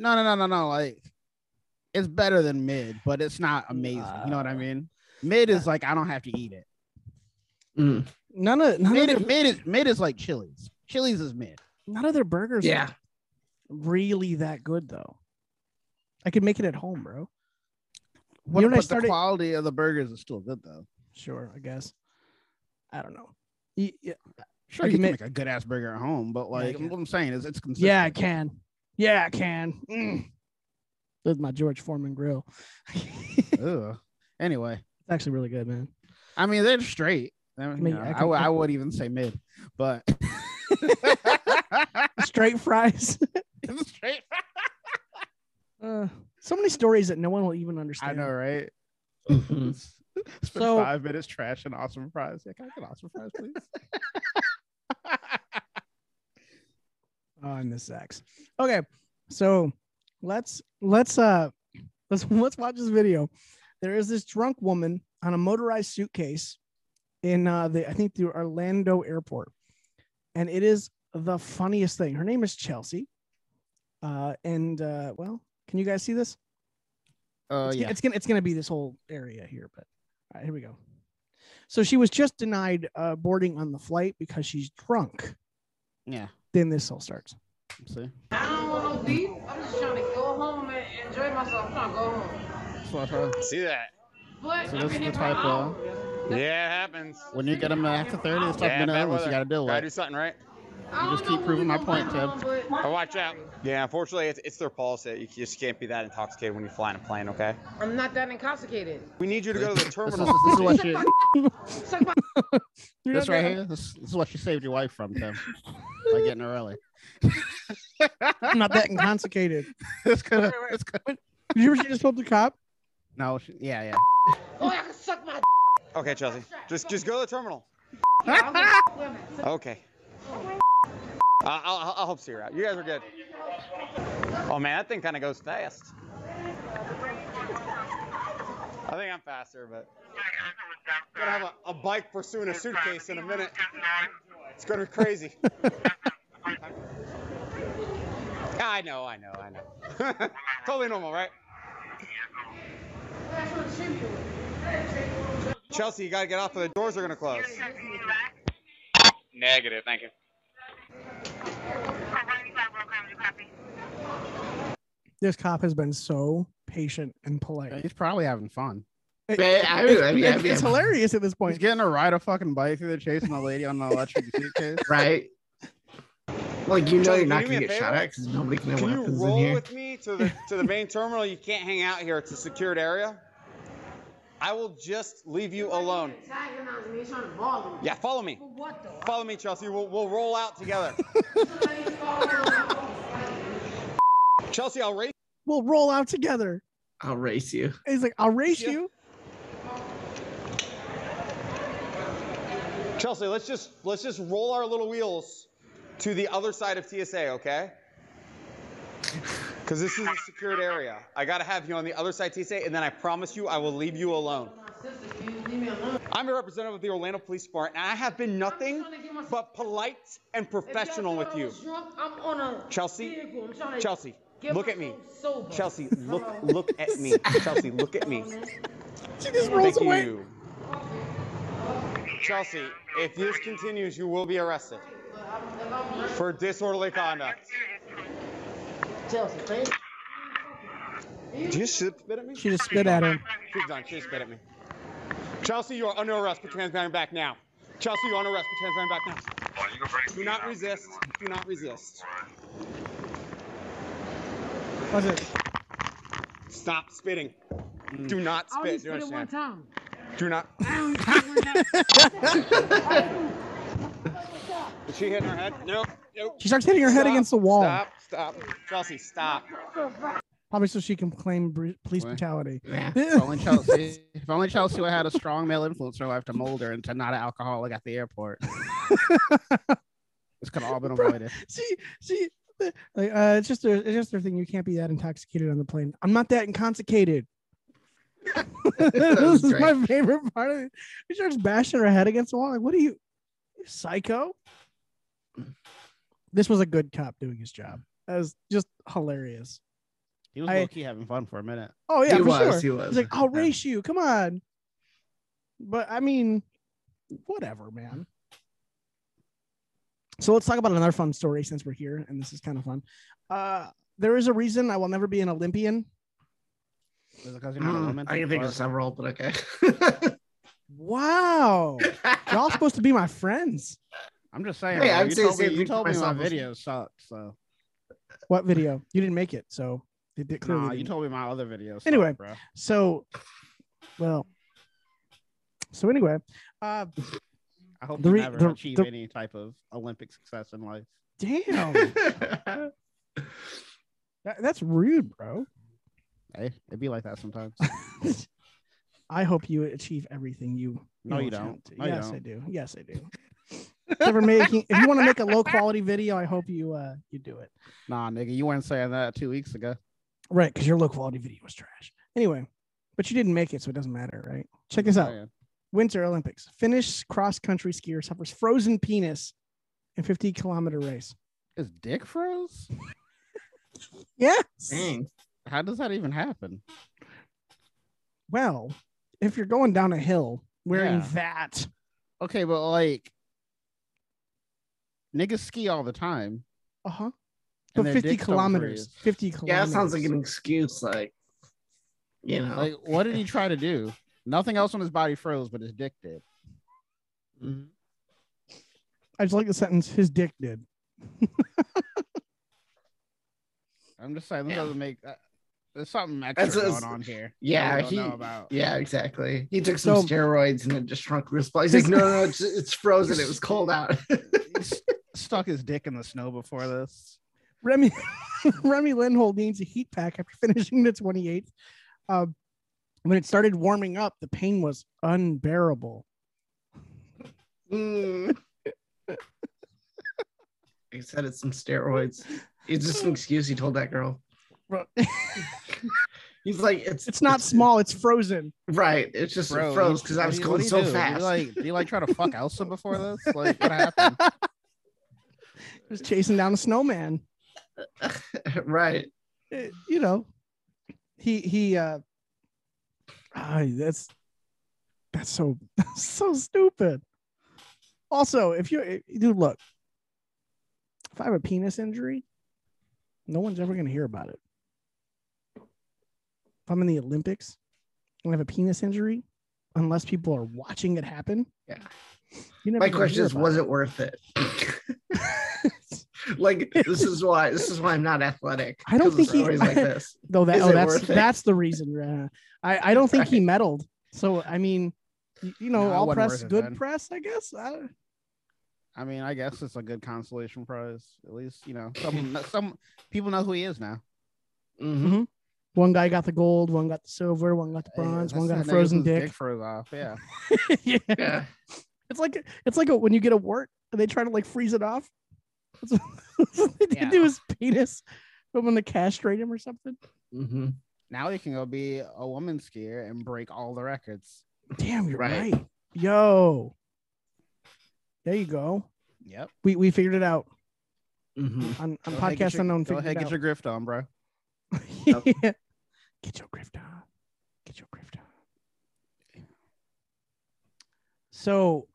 [SPEAKER 2] No, no, no, no, no. Like it's better than mid, but it's not amazing. you know what I mean? Mid is like I don't have to eat it.
[SPEAKER 3] [LAUGHS] mm.
[SPEAKER 1] Uh, none of none of,
[SPEAKER 2] Mid
[SPEAKER 1] their,
[SPEAKER 2] is mid is mid is like Chili's. Chili's is mid.
[SPEAKER 1] none of their burgers are
[SPEAKER 3] yeah.
[SPEAKER 1] really that good though. I could make it at home, bro.
[SPEAKER 2] What,
[SPEAKER 1] know when I
[SPEAKER 2] but
[SPEAKER 1] started-
[SPEAKER 2] the quality of the burgers is still good though.
[SPEAKER 1] Sure, I guess. I don't know. Y- y-
[SPEAKER 2] Sure,
[SPEAKER 1] I
[SPEAKER 2] you can
[SPEAKER 1] can make-
[SPEAKER 2] make a good ass burger at home, but
[SPEAKER 1] I
[SPEAKER 2] like
[SPEAKER 1] can.
[SPEAKER 2] what I'm saying is it's consistent.
[SPEAKER 1] Yeah, I can. Yeah, I can. Mm. With my George Foreman grill. [LAUGHS] it's
[SPEAKER 2] Ugh. Anyway,
[SPEAKER 1] actually really good, man.
[SPEAKER 2] I mean they're straight. I, mean,
[SPEAKER 1] mean,
[SPEAKER 2] you know,
[SPEAKER 1] I
[SPEAKER 2] I
[SPEAKER 1] can-
[SPEAKER 2] w-
[SPEAKER 1] I
[SPEAKER 2] I
[SPEAKER 1] can-
[SPEAKER 2] would even say mid, but
[SPEAKER 1] Straight fries. [LAUGHS]
[SPEAKER 2] the [LAUGHS] straight.
[SPEAKER 1] Uh, so many stories that no one will even
[SPEAKER 2] I
[SPEAKER 1] understand.
[SPEAKER 2] know, right? [LAUGHS] Spend
[SPEAKER 1] So-
[SPEAKER 2] five minutes trash and awesome fries. Yeah, can I get awesome fries,
[SPEAKER 1] [LAUGHS]
[SPEAKER 2] please?
[SPEAKER 1] Oh, I miss Zach's. Okay, so let's let's uh [LAUGHS] let's let's watch this video. There is this drunk woman on a motorized suitcase in uh the I think the Orlando airport, and it is the funniest thing. Her name is Chelsea, uh, and uh, well, can you guys see this?
[SPEAKER 2] Uh,
[SPEAKER 1] it's,
[SPEAKER 2] yeah.
[SPEAKER 1] it's gonna it's gonna be this whole area here, but all right, here we go. So she was just denied uh, boarding on the flight because she's drunk.
[SPEAKER 2] Yeah.
[SPEAKER 1] Then this all starts.
[SPEAKER 2] See?
[SPEAKER 11] I don't want no beef. I'm just trying to go home and enjoy myself. I'm trying to go home.
[SPEAKER 2] So I thought-
[SPEAKER 12] See that?
[SPEAKER 11] But
[SPEAKER 2] So
[SPEAKER 11] I've
[SPEAKER 2] this is
[SPEAKER 11] been
[SPEAKER 2] the
[SPEAKER 11] here for an
[SPEAKER 2] type
[SPEAKER 11] hour.
[SPEAKER 2] of
[SPEAKER 12] Yeah, it happens.
[SPEAKER 2] when you get them after thirty, it's like
[SPEAKER 12] Yeah, bad
[SPEAKER 2] yeah, minute you
[SPEAKER 12] weather.
[SPEAKER 2] gotta deal with.
[SPEAKER 12] Gotta do
[SPEAKER 2] it.
[SPEAKER 12] something, right?
[SPEAKER 11] I
[SPEAKER 2] just
[SPEAKER 11] don't know
[SPEAKER 2] keep
[SPEAKER 11] when
[SPEAKER 2] proving
[SPEAKER 11] we
[SPEAKER 2] my
[SPEAKER 11] gonna
[SPEAKER 2] point,
[SPEAKER 11] get home, but-
[SPEAKER 12] Oh, watch out. Yeah, unfortunately, it's, it's their policy. that You just can't be that intoxicated when you fly in a plane, okay?
[SPEAKER 11] I'm not that intoxicated.
[SPEAKER 12] We need you to go to the
[SPEAKER 2] This is,
[SPEAKER 12] terminal.
[SPEAKER 2] this is what
[SPEAKER 11] Shut
[SPEAKER 2] you.
[SPEAKER 11] the Suck my-
[SPEAKER 1] You're
[SPEAKER 2] This
[SPEAKER 1] not
[SPEAKER 2] right
[SPEAKER 1] gonna-
[SPEAKER 2] here. This, this is what you saved your wife from, Tim. by getting her early.
[SPEAKER 1] I'm not that inconsequentated.
[SPEAKER 3] [LAUGHS]
[SPEAKER 2] this could have. This could.
[SPEAKER 1] Did you ever see this up the cop?
[SPEAKER 2] No. She, yeah. Yeah.
[SPEAKER 11] Oh, I can suck my.
[SPEAKER 12] [LAUGHS] okay, Chelsea. Just just go to the terminal.
[SPEAKER 11] I'll
[SPEAKER 12] [LAUGHS]
[SPEAKER 11] go where I'm at.
[SPEAKER 12] Okay. I- I'll, I'll, I'll help steer out. You guys are good. Oh man, that thing kind of goes fast. I think I'm faster, but I'm gonna have a, a bike pursuing a suitcase in a minute. It's gonna be crazy. I know, I know, I know. [LAUGHS] totally normal, right? Chelsea, you gotta get off, or the doors are gonna close. Negative, thank you.
[SPEAKER 1] This cop has been so patient and polite.
[SPEAKER 2] He's probably having fun.
[SPEAKER 1] It-
[SPEAKER 3] Man, I-
[SPEAKER 1] it's-
[SPEAKER 3] I mean, I
[SPEAKER 1] it's-
[SPEAKER 3] mean-
[SPEAKER 1] it's hilarious at this
[SPEAKER 2] He's
[SPEAKER 1] point.
[SPEAKER 2] getting a ride a fucking bike through the chase and a lady on the
[SPEAKER 3] [LAUGHS]
[SPEAKER 2] electric suitcase.
[SPEAKER 3] right? Like you know
[SPEAKER 12] Joey,
[SPEAKER 3] you're
[SPEAKER 12] can
[SPEAKER 3] not
[SPEAKER 12] you do
[SPEAKER 3] gonna
[SPEAKER 12] me a
[SPEAKER 3] get shot
[SPEAKER 12] favor?
[SPEAKER 3] at because nobody can have
[SPEAKER 12] Can you
[SPEAKER 3] weapons in
[SPEAKER 12] roll
[SPEAKER 3] here.
[SPEAKER 12] with me to the to the main terminal? You can't hang out here. It's a secured area. I will just leave you alone.
[SPEAKER 11] Antagonizing me, trying to bother me.
[SPEAKER 12] Yeah, follow me.
[SPEAKER 11] For what though?
[SPEAKER 12] Follow me, Chelsea. We'll, we'll roll out together. Chelsea, I'll race.
[SPEAKER 1] We'll roll out together.
[SPEAKER 3] I'll race you.
[SPEAKER 1] And he's like, I'll race
[SPEAKER 12] Yeah.
[SPEAKER 1] you.
[SPEAKER 12] Chelsea, let's just let's just roll our little wheels to the other side of TSA, okay? Because this is a secured area. I gotta have you on the other side TSA, and then I promise you, I will leave you alone. I'm a representative of the Orlando Police Department, and I have been nothing but polite and
[SPEAKER 11] If y'all
[SPEAKER 12] professional
[SPEAKER 11] thought
[SPEAKER 12] with
[SPEAKER 11] I
[SPEAKER 12] you.
[SPEAKER 11] was drunk, I'm on a
[SPEAKER 12] Chelsea?
[SPEAKER 11] vehicle. I'm trying to
[SPEAKER 12] Chelsea,
[SPEAKER 11] get
[SPEAKER 12] look at me.
[SPEAKER 11] myself sober.
[SPEAKER 12] Chelsea, look
[SPEAKER 11] Hello?
[SPEAKER 12] look at [LAUGHS] me. Chelsea, look at me.
[SPEAKER 1] She just rolls
[SPEAKER 12] Thank
[SPEAKER 1] away.
[SPEAKER 12] you. Chelsea, if this continues, you will be arrested for disorderly conduct.
[SPEAKER 11] Chelsea, thank you.
[SPEAKER 12] Did you spit at me?
[SPEAKER 1] She just spit at him.
[SPEAKER 12] She's done. She just spit at me. Chelsea, you are under arrest for transparent back now. Chelsea, you're under arrest for transparent back now. Do not resist. Do not resist.
[SPEAKER 1] Was it?
[SPEAKER 12] Stop spitting.
[SPEAKER 1] Mm.
[SPEAKER 12] Do not
[SPEAKER 11] I only
[SPEAKER 12] spit. Do you
[SPEAKER 11] spit it one
[SPEAKER 12] understand?
[SPEAKER 11] time.
[SPEAKER 12] Do [LAUGHS] not.
[SPEAKER 11] I only spit it one time.
[SPEAKER 12] [LAUGHS] Is she hitting her head? No. Nope.
[SPEAKER 1] She starts hitting her head
[SPEAKER 12] Stop,
[SPEAKER 1] against the wall,
[SPEAKER 12] Stop. Stop. Chelsea, stop.
[SPEAKER 1] probably so she can claim br- police
[SPEAKER 2] Right.
[SPEAKER 1] brutality. [LAUGHS]
[SPEAKER 3] Yeah.
[SPEAKER 2] If only Chelsea. If only Chelsea would have had a strong male influence in her life to mold her into not an alcoholic at the airport. this could have all
[SPEAKER 1] [LAUGHS]
[SPEAKER 2] been avoided.
[SPEAKER 1] she, she, like, uh, it's just their, it's just their thing. You can't be that intoxicated on the plane. I'm not that inconsequentated.
[SPEAKER 3] was
[SPEAKER 1] [LAUGHS] this is
[SPEAKER 3] great.
[SPEAKER 1] my favorite part of it. She starts bashing her head against the wall. Like, what are you, you psycho? This was a good cop doing his job. That was just hilarious.
[SPEAKER 2] He was
[SPEAKER 1] I-
[SPEAKER 2] low key having fun for a minute.
[SPEAKER 1] Oh yeah,
[SPEAKER 3] He
[SPEAKER 1] for
[SPEAKER 3] was,
[SPEAKER 1] sure.
[SPEAKER 3] he was.
[SPEAKER 1] He's like, I'll
[SPEAKER 2] Yeah.
[SPEAKER 1] race you. Come on. But I mean, whatever, man. So let's talk about another fun story since we're here, and this is kind of fun. Uh, there is a reason I will never be an Olympian.
[SPEAKER 2] Was it because you're not a
[SPEAKER 3] Mm,
[SPEAKER 2] woman?
[SPEAKER 3] I can think
[SPEAKER 2] Or-
[SPEAKER 3] of several, but okay.
[SPEAKER 2] [LAUGHS]
[SPEAKER 1] Wow, y'all supposed to be my friends.
[SPEAKER 2] I'm just saying.
[SPEAKER 3] Hey,
[SPEAKER 2] bro,
[SPEAKER 3] I'd
[SPEAKER 2] you
[SPEAKER 3] say
[SPEAKER 2] told
[SPEAKER 3] same
[SPEAKER 2] me, you
[SPEAKER 3] thing for
[SPEAKER 2] told me my
[SPEAKER 3] myself as-
[SPEAKER 2] video sucked, so
[SPEAKER 1] What video? You didn't make it, so it did clearly.
[SPEAKER 2] nah, you
[SPEAKER 1] didn't.
[SPEAKER 2] told me my other videos.
[SPEAKER 1] Anyway. uh,
[SPEAKER 2] bro.
[SPEAKER 1] so, well, so anyway, uh,
[SPEAKER 2] [LAUGHS] I hope
[SPEAKER 1] The
[SPEAKER 2] you
[SPEAKER 1] re-
[SPEAKER 2] never
[SPEAKER 1] the-
[SPEAKER 2] achieve [LAUGHS]
[SPEAKER 1] the- [LAUGHS]
[SPEAKER 2] any type of Olympic success in life.
[SPEAKER 1] damn. That- that's rude, bro.
[SPEAKER 2] Hey, it'd be like that
[SPEAKER 1] [LAUGHS]
[SPEAKER 2] sometimes.
[SPEAKER 1] I hope you achieve everything you.
[SPEAKER 2] No, you
[SPEAKER 1] want
[SPEAKER 2] don't.
[SPEAKER 1] to.
[SPEAKER 2] No, you
[SPEAKER 1] yes,
[SPEAKER 2] don't.
[SPEAKER 1] I do. Yes, I do. If you're making, if you want to make a low quality video, I hope you uh you do it
[SPEAKER 2] nah, nigga, you weren't saying that two weeks ago.
[SPEAKER 1] right because your low quality video was trash. Anyway, but you didn't make it, so it doesn't matter, right? Check this
[SPEAKER 2] Oh,
[SPEAKER 1] out. Winter Olympics. Finnish cross country skier suffers frozen penis in 50 kilometer race.
[SPEAKER 2] His dick froze?
[SPEAKER 1] Yes.
[SPEAKER 2] How does that even happen?
[SPEAKER 1] Well, if you're going down a hill wearing
[SPEAKER 2] Yeah.
[SPEAKER 1] that,
[SPEAKER 2] Okay, but like niggas ski all the time.
[SPEAKER 1] uh huh.
[SPEAKER 2] and
[SPEAKER 1] But
[SPEAKER 2] their
[SPEAKER 1] 50
[SPEAKER 2] dicks don't
[SPEAKER 1] kilometers.
[SPEAKER 2] freeze.
[SPEAKER 1] 50 kilometers.
[SPEAKER 3] Yeah, that sounds like an excuse. Like, you know,
[SPEAKER 2] Like what did he try to do? Nothing else on his body froze, but his dick did.
[SPEAKER 3] Mm-hmm.
[SPEAKER 1] I just like the sentence. His dick did.
[SPEAKER 2] I'm just saying this
[SPEAKER 3] Yeah.
[SPEAKER 2] doesn't make uh, there's something extra
[SPEAKER 3] That's
[SPEAKER 2] going
[SPEAKER 3] what's-
[SPEAKER 2] on here. that we
[SPEAKER 3] yeah,
[SPEAKER 2] don't
[SPEAKER 3] he,
[SPEAKER 2] know about.
[SPEAKER 3] yeah, exactly. He took some
[SPEAKER 1] So-
[SPEAKER 3] steroids and it just shrunk
[SPEAKER 1] [LAUGHS]
[SPEAKER 3] his body. He's like, no, no, it's, it's frozen. It was cold
[SPEAKER 2] [LAUGHS]
[SPEAKER 3] out. [LAUGHS]
[SPEAKER 2] Stuck his dick in the snow before this.
[SPEAKER 1] Remy [LAUGHS] Remy Lindholm needs a heat pack after [LAUGHS] finishing the 28th. Um, when it started warming up, the pain was unbearable.
[SPEAKER 3] Mm. he said it's some steroids. It's just an excuse he told that girl.
[SPEAKER 1] Bro-
[SPEAKER 3] He's like, it's
[SPEAKER 1] It's not small, it's frozen.
[SPEAKER 3] right. It's just
[SPEAKER 2] Bro,
[SPEAKER 3] it froze
[SPEAKER 2] you-
[SPEAKER 3] because I
[SPEAKER 2] what
[SPEAKER 3] was
[SPEAKER 2] do you- what
[SPEAKER 3] going
[SPEAKER 2] do you
[SPEAKER 3] so
[SPEAKER 2] do?
[SPEAKER 3] fast.
[SPEAKER 2] Do you like, do you like try to
[SPEAKER 3] [LAUGHS]
[SPEAKER 2] fuck Elsa before this? Like, what
[SPEAKER 1] [LAUGHS]
[SPEAKER 2] happened?
[SPEAKER 1] Just chasing down a snowman.
[SPEAKER 3] [LAUGHS] right.
[SPEAKER 1] Eh, You know, he he uh ah, that's that's so [LAUGHS] that's so stupid. Also, if you eh, dude look, if I have a penis injury, no one's ever gonna hear about it. If I'm in the Olympics and I have a penis injury, unless people are watching it happen.
[SPEAKER 3] Yeah.
[SPEAKER 1] You never
[SPEAKER 3] My question is, was
[SPEAKER 1] it?
[SPEAKER 3] it
[SPEAKER 1] [LAUGHS]
[SPEAKER 3] worth it? [LAUGHS] like this is why this is why I'm not athletic.
[SPEAKER 1] I don't
[SPEAKER 3] 'cause it's
[SPEAKER 1] think he- [LAUGHS]
[SPEAKER 3] always like this.
[SPEAKER 1] Though that
[SPEAKER 3] Is
[SPEAKER 1] oh,
[SPEAKER 3] it
[SPEAKER 1] that's
[SPEAKER 3] worth it?
[SPEAKER 1] that's the reason. uh, I I don't think he meddled. So I mean, y- you know,
[SPEAKER 2] No, it
[SPEAKER 1] all
[SPEAKER 2] wasn't worth
[SPEAKER 1] press
[SPEAKER 2] it
[SPEAKER 1] good
[SPEAKER 2] then.
[SPEAKER 1] press, I guess. I,
[SPEAKER 2] I mean, I guess it's a good consolation prize. At least you know
[SPEAKER 3] [LAUGHS]
[SPEAKER 2] some some people know who he is now. Mm-hmm.
[SPEAKER 3] Mhm.
[SPEAKER 1] Mm-hmm. one guy got the gold, one got the silver, one got the
[SPEAKER 2] Yeah,
[SPEAKER 1] bronze,
[SPEAKER 2] that's
[SPEAKER 1] one got a
[SPEAKER 2] that nigga
[SPEAKER 1] frozen
[SPEAKER 2] whose
[SPEAKER 1] dick.
[SPEAKER 2] froze off. Yeah,
[SPEAKER 1] yeah.
[SPEAKER 3] Yeah.
[SPEAKER 1] it's like it's like a, when you get a wart and they try to like freeze it off. [LAUGHS] That's what they did to
[SPEAKER 2] Yeah.
[SPEAKER 1] his penis. Someone to castrate him or something.
[SPEAKER 3] Mhm.
[SPEAKER 2] now he can go be a woman skier and break all the records.
[SPEAKER 1] Damn, you're
[SPEAKER 3] Right.
[SPEAKER 1] right. Yo, there you go.
[SPEAKER 2] Yep. Mm-hmm.
[SPEAKER 1] We we figured it out
[SPEAKER 3] Mhm.
[SPEAKER 1] on, on
[SPEAKER 2] Go ahead, get
[SPEAKER 1] podcast
[SPEAKER 2] your-
[SPEAKER 1] unknown.
[SPEAKER 2] Go
[SPEAKER 1] figured
[SPEAKER 2] ahead,
[SPEAKER 1] it
[SPEAKER 2] get
[SPEAKER 1] out.
[SPEAKER 2] your grift on, bro.
[SPEAKER 1] [LAUGHS] yeah.
[SPEAKER 3] Yep.
[SPEAKER 1] Get your grift on. Get your grift on. So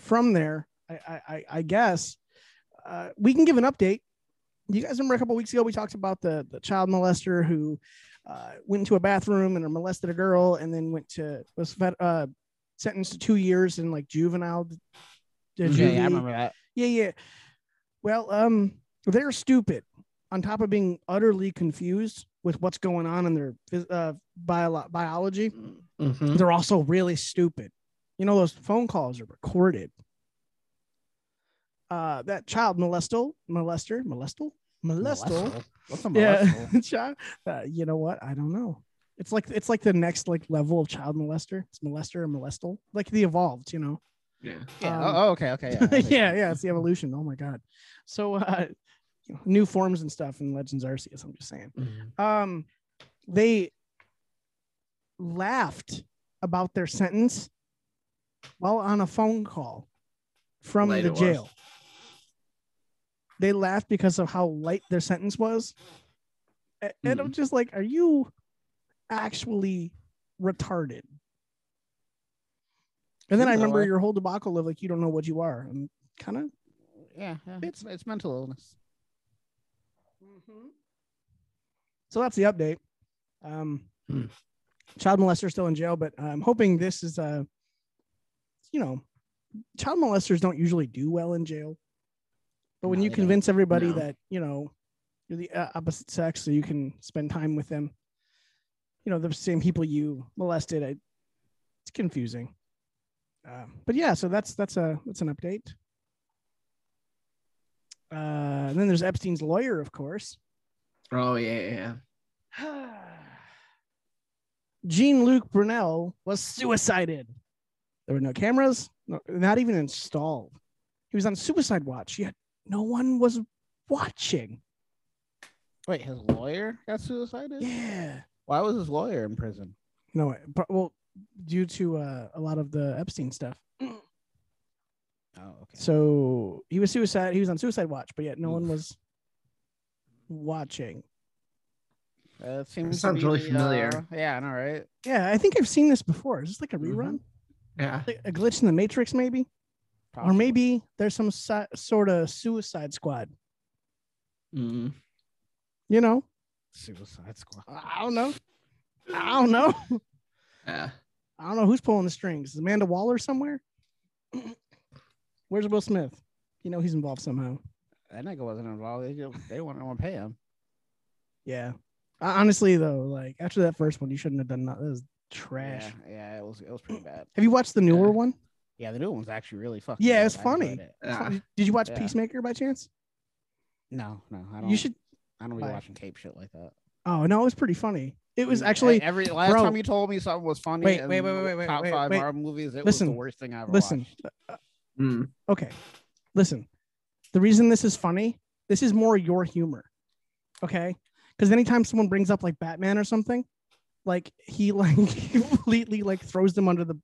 [SPEAKER 1] from there, I I, I, I guess uh, we can give an update. You guys remember a couple weeks ago we talked about the the child molester who uh, went into a bathroom and molested a girl and then went to was fed, uh, sentenced to two years in like juvenile. uh,
[SPEAKER 2] Mm-hmm.
[SPEAKER 3] Yeah,
[SPEAKER 1] juvie.
[SPEAKER 2] that.
[SPEAKER 1] Yeah, yeah. Well, um, they're stupid. On top of being utterly confused with what's going on in their phys- uh, bio- biology,
[SPEAKER 2] Mm-hmm.
[SPEAKER 3] Mhm.
[SPEAKER 1] they're also really stupid. You know, those phone calls are recorded. Uh, that child molestel, molester, molestel, molestel.
[SPEAKER 2] Molestel? What's a
[SPEAKER 1] Yeah,
[SPEAKER 2] molestel?
[SPEAKER 1] [LAUGHS] child. Uh, you know what? I don't know. It's like it's like the next like level of child molester. It's molester and molestel, like the evolved. You know.
[SPEAKER 3] Yeah.
[SPEAKER 1] Um,
[SPEAKER 2] oh, oh, okay,
[SPEAKER 1] [LAUGHS]
[SPEAKER 2] okay. Yeah, I see.
[SPEAKER 1] yeah, yeah, it's the evolution. Oh my god. So uh you know, new forms and stuff in Legends Arceus, I'm just saying.
[SPEAKER 3] Mhm.
[SPEAKER 1] Um they laughed about their sentence while on a phone call from
[SPEAKER 3] Light
[SPEAKER 1] the
[SPEAKER 3] it was.
[SPEAKER 1] jail. They laughed because of how light their sentence was. A- And I'm just like, are you actually retarded? And then I
[SPEAKER 2] Seems that
[SPEAKER 1] remember
[SPEAKER 2] way.
[SPEAKER 1] your whole debacle of like you don't know what you are. and kind of
[SPEAKER 2] yeah, yeah. It's it's mental illness.
[SPEAKER 3] Mm-hmm.
[SPEAKER 1] so that's the update. Um,
[SPEAKER 3] Hmm.
[SPEAKER 1] Child molester still in jail, but I'm hoping this is a, you know, child molesters don't usually do well in jail. But when
[SPEAKER 2] No,
[SPEAKER 1] you
[SPEAKER 2] they
[SPEAKER 1] convince everybody
[SPEAKER 3] No.
[SPEAKER 1] that you know you're the uh, opposite sex, so you can spend time with them, you know, the same people you molested, I, it's confusing. Uh, but yeah, so that's that's a that's an update. Uh, and then there's Epstein's lawyer, of course
[SPEAKER 3] Oh yeah, yeah.
[SPEAKER 1] Jean Luc Brunel was suicided. There were no cameras, no, not even installed. He was on suicide watch, yet no one was watching.
[SPEAKER 2] Wait, his lawyer got suicided?
[SPEAKER 1] Yeah.
[SPEAKER 2] Why was his lawyer in prison?
[SPEAKER 1] No, but, well, due to uh, a lot of the Epstein stuff.
[SPEAKER 2] Oh, okay.
[SPEAKER 1] So he was suicide. He was on suicide watch, but yet no one was watching.
[SPEAKER 2] Uh, it seems to
[SPEAKER 3] sounds
[SPEAKER 2] be
[SPEAKER 3] really
[SPEAKER 2] the,
[SPEAKER 3] familiar.
[SPEAKER 2] uh, yeah, I know, right?
[SPEAKER 1] Yeah, I think I've seen this before. Is this like a rerun?
[SPEAKER 3] Yeah.
[SPEAKER 1] Like a glitch in the Matrix, maybe? Or maybe there's some si- sort of Suicide Squad.
[SPEAKER 2] Mm-hmm.
[SPEAKER 3] Mm.
[SPEAKER 1] You know,
[SPEAKER 2] Suicide Squad.
[SPEAKER 1] I I don't know. I don't know. [LAUGHS]
[SPEAKER 3] Yeah.
[SPEAKER 1] I don't know who's pulling the strings. Is Amanda Waller somewhere? [CLEARS THROAT] Where's Will Smith? You know he's involved somehow.
[SPEAKER 2] That nigga wasn't involved. They just, they wouldn't want to pay him.
[SPEAKER 1] Yeah. Uh, Honestly, though, like after that first one, you shouldn't have done that. That was trash.
[SPEAKER 2] Yeah, yeah, it was it was
[SPEAKER 1] [CLEARS THROAT]
[SPEAKER 2] pretty bad.
[SPEAKER 1] Have you watched the newer one?
[SPEAKER 2] Yeah, the new one's actually really fucking.
[SPEAKER 1] Yeah,
[SPEAKER 2] good.
[SPEAKER 1] it's
[SPEAKER 2] I
[SPEAKER 1] funny.
[SPEAKER 2] enjoyed it.
[SPEAKER 1] It's
[SPEAKER 3] Ah.
[SPEAKER 1] funny. Did you watch
[SPEAKER 2] Yeah.
[SPEAKER 1] Peacemaker by chance?
[SPEAKER 2] No, no, I don't.
[SPEAKER 1] You should.
[SPEAKER 2] I don't be
[SPEAKER 1] like-
[SPEAKER 2] watching cape shit like that.
[SPEAKER 1] Oh no, it was pretty funny. It was
[SPEAKER 2] Mm,
[SPEAKER 1] actually
[SPEAKER 2] every last
[SPEAKER 1] bro,
[SPEAKER 2] time you told me something was funny.
[SPEAKER 1] Wait,
[SPEAKER 2] and
[SPEAKER 1] wait, wait, wait, wait,
[SPEAKER 2] top
[SPEAKER 1] wait,
[SPEAKER 2] five
[SPEAKER 1] wait.
[SPEAKER 2] Marvel movies. It was
[SPEAKER 1] Listen,
[SPEAKER 2] the worst thing I ever
[SPEAKER 1] listen.
[SPEAKER 2] watched.
[SPEAKER 3] Mm.
[SPEAKER 1] Okay, listen. The reason this is funny, this is more your humor. Okay, because anytime someone brings up like Batman or something, like he [LAUGHS] like completely like throws them under the.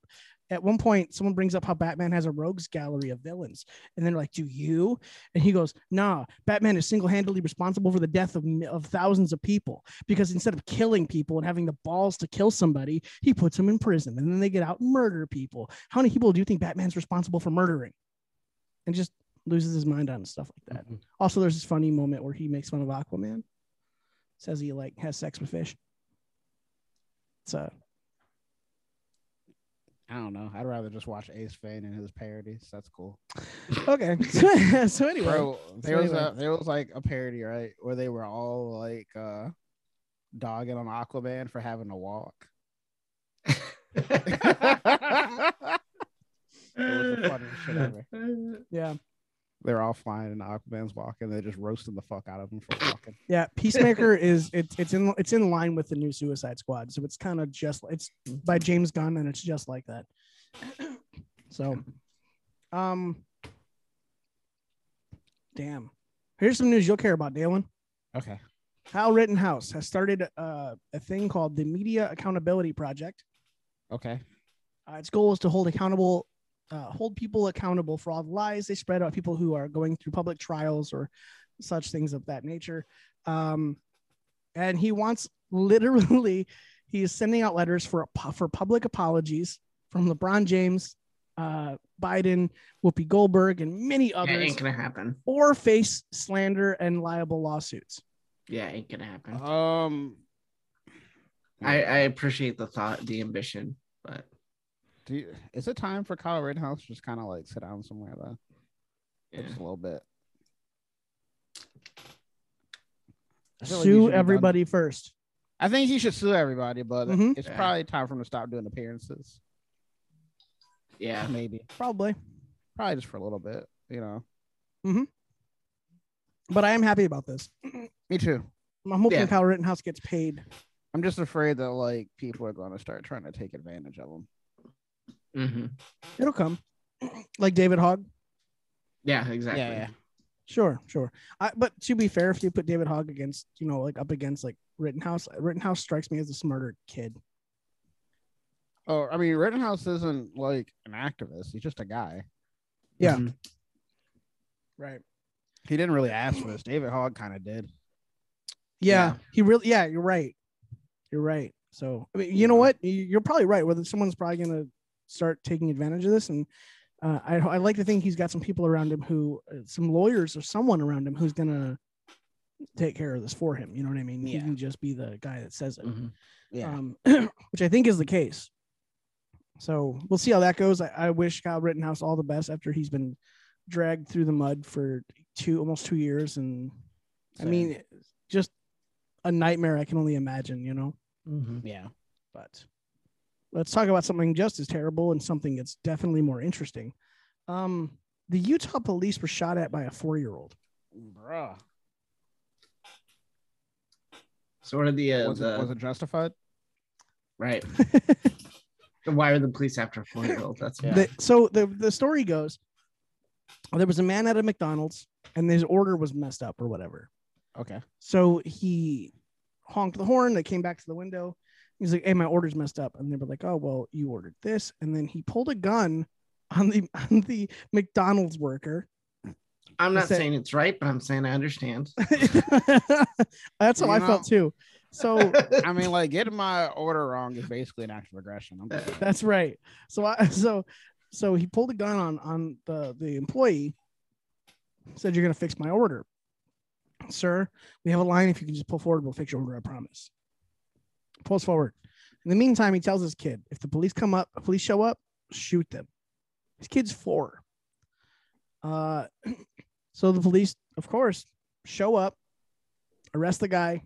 [SPEAKER 1] At one point, someone brings up how Batman has a rogues gallery of villains, and they're like, "Do you?" And he goes, "Nah, Batman is single-handedly responsible for the death of mi- of thousands of people because instead of killing people and having the balls to kill somebody, he puts them in prison, and then they get out and murder people. How many people do you think Batman's responsible for murdering?" and just loses his mind on stuff like that. Also, there's this funny moment where he makes fun of Aquaman, says he like has sex with fish. So
[SPEAKER 2] I don't know. I'd rather just watch Ace Fane and his parodies. That's cool.
[SPEAKER 1] okay, so, [LAUGHS] so anyway,
[SPEAKER 2] Bro, there
[SPEAKER 1] so
[SPEAKER 2] was a
[SPEAKER 1] anyway.
[SPEAKER 2] there was like a parody right where they were all like uh dogging on Aquaman for having to walk. It was the funniest shit ever.
[SPEAKER 1] yeah,
[SPEAKER 2] They're all flying and Aquaman's walking. They're just roasting the fuck out of him for
[SPEAKER 1] [COUGHS]
[SPEAKER 2] walking.
[SPEAKER 1] yeah. Peacemaker is it's it's in it's in line with the new Suicide Squad, so it's kind of just it's by James Gunn and it's just like that. So, um, damn. Here's some news you'll care about, Dalen.
[SPEAKER 2] Okay.
[SPEAKER 1] Hal Rittenhouse has started uh, a thing called the Media Accountability Project.
[SPEAKER 2] Okay.
[SPEAKER 1] Uh, its goal is to hold accountable, uh, hold people accountable for all the lies they spread about people who are going through public trials or such things of that nature. Um, and he wants literally, [LAUGHS] he is sending out letters for ap- for public apologies from LeBron James, uh, Biden, Whoopi Goldberg, and many
[SPEAKER 3] Yeah,
[SPEAKER 1] others,
[SPEAKER 3] ain't gonna happen.
[SPEAKER 1] or face slander and liable lawsuits.
[SPEAKER 3] Yeah, ain't gonna happen.
[SPEAKER 2] Um
[SPEAKER 3] I, I appreciate the thought, the ambition, but
[SPEAKER 2] do you, is it time for Kyle Rittenhouse to just kind of like sit down somewhere though?
[SPEAKER 3] yeah.
[SPEAKER 2] Just a little bit. I feel like he should be
[SPEAKER 1] Sue
[SPEAKER 2] done.
[SPEAKER 1] everybody first.
[SPEAKER 2] I think he should sue everybody, but
[SPEAKER 1] Mhm.
[SPEAKER 2] it's
[SPEAKER 3] Yeah.
[SPEAKER 2] probably time for him to stop doing appearances.
[SPEAKER 3] yeah.
[SPEAKER 2] Maybe.
[SPEAKER 1] Probably. Mm-hmm.
[SPEAKER 2] Probably just for a little bit, you know.
[SPEAKER 1] But I am happy about this.
[SPEAKER 2] Me too.
[SPEAKER 1] I'm hoping
[SPEAKER 3] Yeah.
[SPEAKER 1] Kyle Rittenhouse gets paid.
[SPEAKER 2] I'm just afraid that like people are going to start trying to take advantage of him. Mm-hmm.
[SPEAKER 3] hmm
[SPEAKER 1] It'll come. [CLEARS THROAT] like David Hogg.
[SPEAKER 3] Yeah, exactly.
[SPEAKER 2] yeah.
[SPEAKER 1] Sure, sure. I, but to be fair, if you put David Hogg against, you know, like up against like Rittenhouse, Rittenhouse strikes me as a smarter kid.
[SPEAKER 2] Oh, I mean, Rittenhouse isn't like an activist. He's just a guy.
[SPEAKER 1] Yeah.
[SPEAKER 3] Mhm.
[SPEAKER 1] Right.
[SPEAKER 2] He didn't really ask for this. David Hogg kind of did.
[SPEAKER 1] Yeah,
[SPEAKER 3] Yeah.
[SPEAKER 1] He really, yeah, you're right. You're right. So, I mean, you know what? You- You're probably right. Whether someone's probably going to start taking advantage of this. And uh, I, I like to think he's got some people around him who, uh, some lawyers or someone around him who's going to take care of this for him. You know what I mean? He
[SPEAKER 2] Yeah. Mm-hmm.
[SPEAKER 1] can just be the guy that says it.
[SPEAKER 3] Mhm.
[SPEAKER 2] Yeah.
[SPEAKER 1] um, [CLEARS THROAT] which I think is the case. So we'll see how that goes. I, I wish Kyle Rittenhouse all the best after he's been dragged through the mud for two almost two years, and I
[SPEAKER 2] Same.
[SPEAKER 1] mean, just a nightmare I can only imagine, you know.
[SPEAKER 2] yeah.
[SPEAKER 1] But let's talk about something just as terrible and something that's definitely more interesting. Um, the Utah police were shot at by a four-year-old.
[SPEAKER 2] Bruh.
[SPEAKER 3] sort of the uh,
[SPEAKER 2] Was it-
[SPEAKER 3] the
[SPEAKER 2] was it justified?
[SPEAKER 3] [LAUGHS] Right. Why are the police after Floydville? That's
[SPEAKER 1] The- so the, the story goes there was a man at a McDonald's and his order was messed up or whatever.
[SPEAKER 2] Okay.
[SPEAKER 1] So he honked the horn. They came back to the window. He's like, "Hey, my order's messed up," and they were like, "Oh, well, you ordered this." And then he pulled a gun on the [LAUGHS] on the McDonald's worker.
[SPEAKER 3] I'm
[SPEAKER 1] He
[SPEAKER 3] not
[SPEAKER 1] said-
[SPEAKER 3] saying it's right, but I'm saying I understand.
[SPEAKER 1] That's how
[SPEAKER 2] You
[SPEAKER 1] I
[SPEAKER 2] know?
[SPEAKER 1] felt too. So
[SPEAKER 2] I mean, like getting my order wrong is basically an act of aggression. I'm just-
[SPEAKER 1] [LAUGHS] That's right. So I [LAUGHS] so so he pulled a gun on on the the employee. Said you're gonna fix my order, sir. We have a line. If you can just pull forward, we'll fix your order. I promise. Pulls forward. In the meantime, he tells his kid, if the police come up, police show up, shoot them. His kid's four. Uh, so the police, of course, show up, arrest the guy,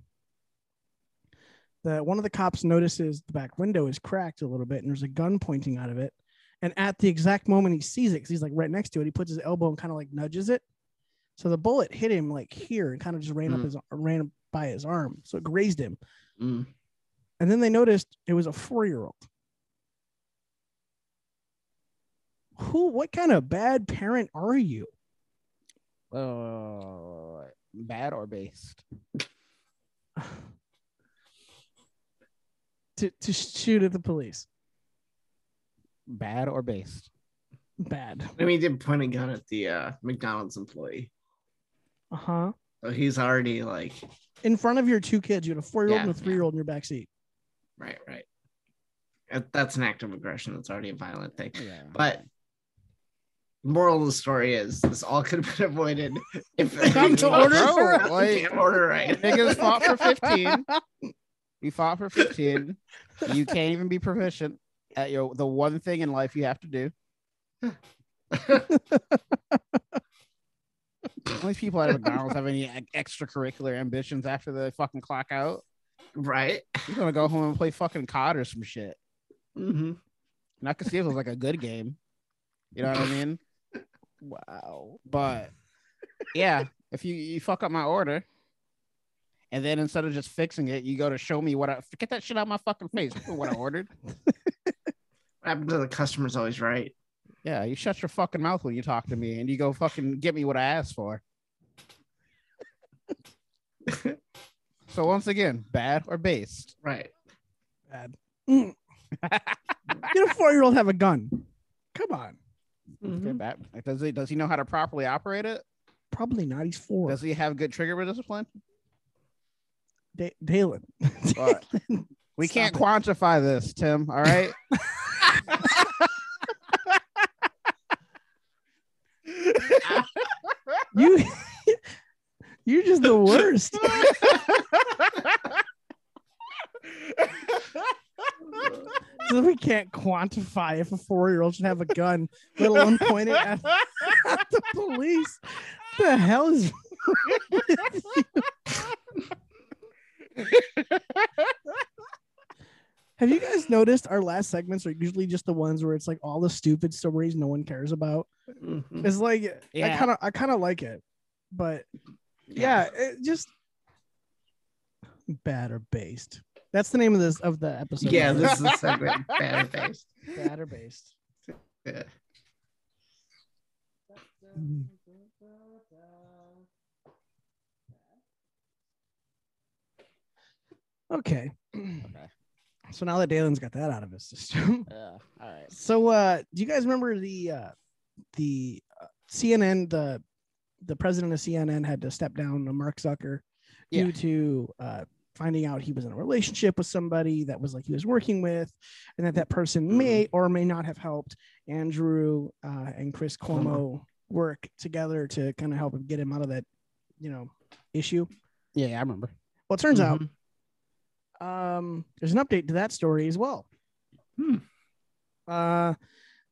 [SPEAKER 1] that one of the cops notices the back window is cracked a little bit and there's a gun pointing out of it. And at the exact moment he sees it, because he's like right next to it, he puts his elbow and kind of like nudges it. So the bullet hit him like here and kind of just ran up
[SPEAKER 3] Mm.
[SPEAKER 1] his ran up by his arm. So it grazed him.
[SPEAKER 3] Mm.
[SPEAKER 1] And then they noticed it was a four year old. Who, what kind of bad parent are you?
[SPEAKER 2] Uh, bad or based?
[SPEAKER 1] to, to shoot at the police.
[SPEAKER 2] Bad or based?
[SPEAKER 1] Bad.
[SPEAKER 3] I mean, he did point a gun at the uh, McDonald's employee,
[SPEAKER 1] Uh huh.
[SPEAKER 3] so he's already like,
[SPEAKER 1] In front of your two kids, you had a four year old and
[SPEAKER 3] Yeah,
[SPEAKER 1] a three year old in your back seat.
[SPEAKER 3] right, right. That- That's an act of aggression. That's already a violent thing. But moral of the story is this all could have been [LAUGHS] avoided if they
[SPEAKER 2] Come to order for
[SPEAKER 3] if they
[SPEAKER 2] us.
[SPEAKER 3] order right.
[SPEAKER 2] [LAUGHS] Niggas fought for 15. You fought for 15. You can't even be proficient at your the one thing in life you have to do. Only people at McDonald's have any e- extracurricular ambitions after the fucking clock out.
[SPEAKER 3] Right.
[SPEAKER 2] You're gonna go home and play fucking COD or some shit.
[SPEAKER 3] Mm-hmm.
[SPEAKER 2] And I could see if it was like a good game. You know what I mean?
[SPEAKER 1] Wow.
[SPEAKER 2] But yeah, if you, you fuck up my order, and then instead of just fixing it, you go to show me what I get that shit out of my fucking face. look at What I
[SPEAKER 3] [LAUGHS]
[SPEAKER 2] ordered.
[SPEAKER 3] What happened to the customer's always right?
[SPEAKER 2] Yeah, you shut your fucking mouth when you talk to me, and you go fucking get me what I asked for. so once again, bad or based?
[SPEAKER 3] Right.
[SPEAKER 1] Bad.
[SPEAKER 2] [LAUGHS]
[SPEAKER 1] Mm. Did a four year old have a gun? Come on.
[SPEAKER 2] Okay, bad. Like, Does he does he know how to properly operate it?
[SPEAKER 1] Probably not. He's four.
[SPEAKER 2] Does he have good trigger discipline?
[SPEAKER 1] Da- Dalen. [LAUGHS]
[SPEAKER 2] But we
[SPEAKER 1] Stop
[SPEAKER 2] can't
[SPEAKER 1] it.
[SPEAKER 2] quantify this, Tim. All
[SPEAKER 1] [LAUGHS]
[SPEAKER 2] right.
[SPEAKER 1] [LAUGHS]
[SPEAKER 2] [LAUGHS]
[SPEAKER 1] You, [LAUGHS] you're just the worst. [LAUGHS] so we can't quantify if a four year old should have a gun, let alone point it at, [LAUGHS] at the police. The hell is with you? Have you guys noticed our last segments are usually just the ones where it's like all the stupid stories no one cares about?
[SPEAKER 3] Mhm.
[SPEAKER 1] It's like I
[SPEAKER 2] Yeah.
[SPEAKER 1] kind of I kind of like it, but yeah, it just bad or based. That's the name of this of the episode.
[SPEAKER 3] Yeah,
[SPEAKER 1] [LAUGHS]
[SPEAKER 3] this is the segment.
[SPEAKER 2] [LAUGHS]
[SPEAKER 3] Bad or based.
[SPEAKER 1] bad or based.
[SPEAKER 3] Yeah.
[SPEAKER 1] Mm-hmm. Okay.
[SPEAKER 2] Okay.
[SPEAKER 1] So now that Dalen's got that out of his system,
[SPEAKER 2] [LAUGHS] Yeah. All right.
[SPEAKER 1] so uh, do you guys remember the uh, the uh, CNN the the president of CNN had to step down, uh, Mark Zucker,
[SPEAKER 2] Yeah.
[SPEAKER 1] due to uh, finding out he was in a relationship with somebody that was like he was working with, and that that person
[SPEAKER 2] Mm-hmm.
[SPEAKER 1] may or may not have helped Andrew uh, and Chris
[SPEAKER 2] Uh-huh.
[SPEAKER 1] Cuomo work together to kind of help him get him out of that, you know, issue.
[SPEAKER 2] Yeah, yeah, I remember. Mm-hmm.
[SPEAKER 1] Well, it turns out um, there's an update to that story as well.
[SPEAKER 3] Hmm.
[SPEAKER 1] Uh,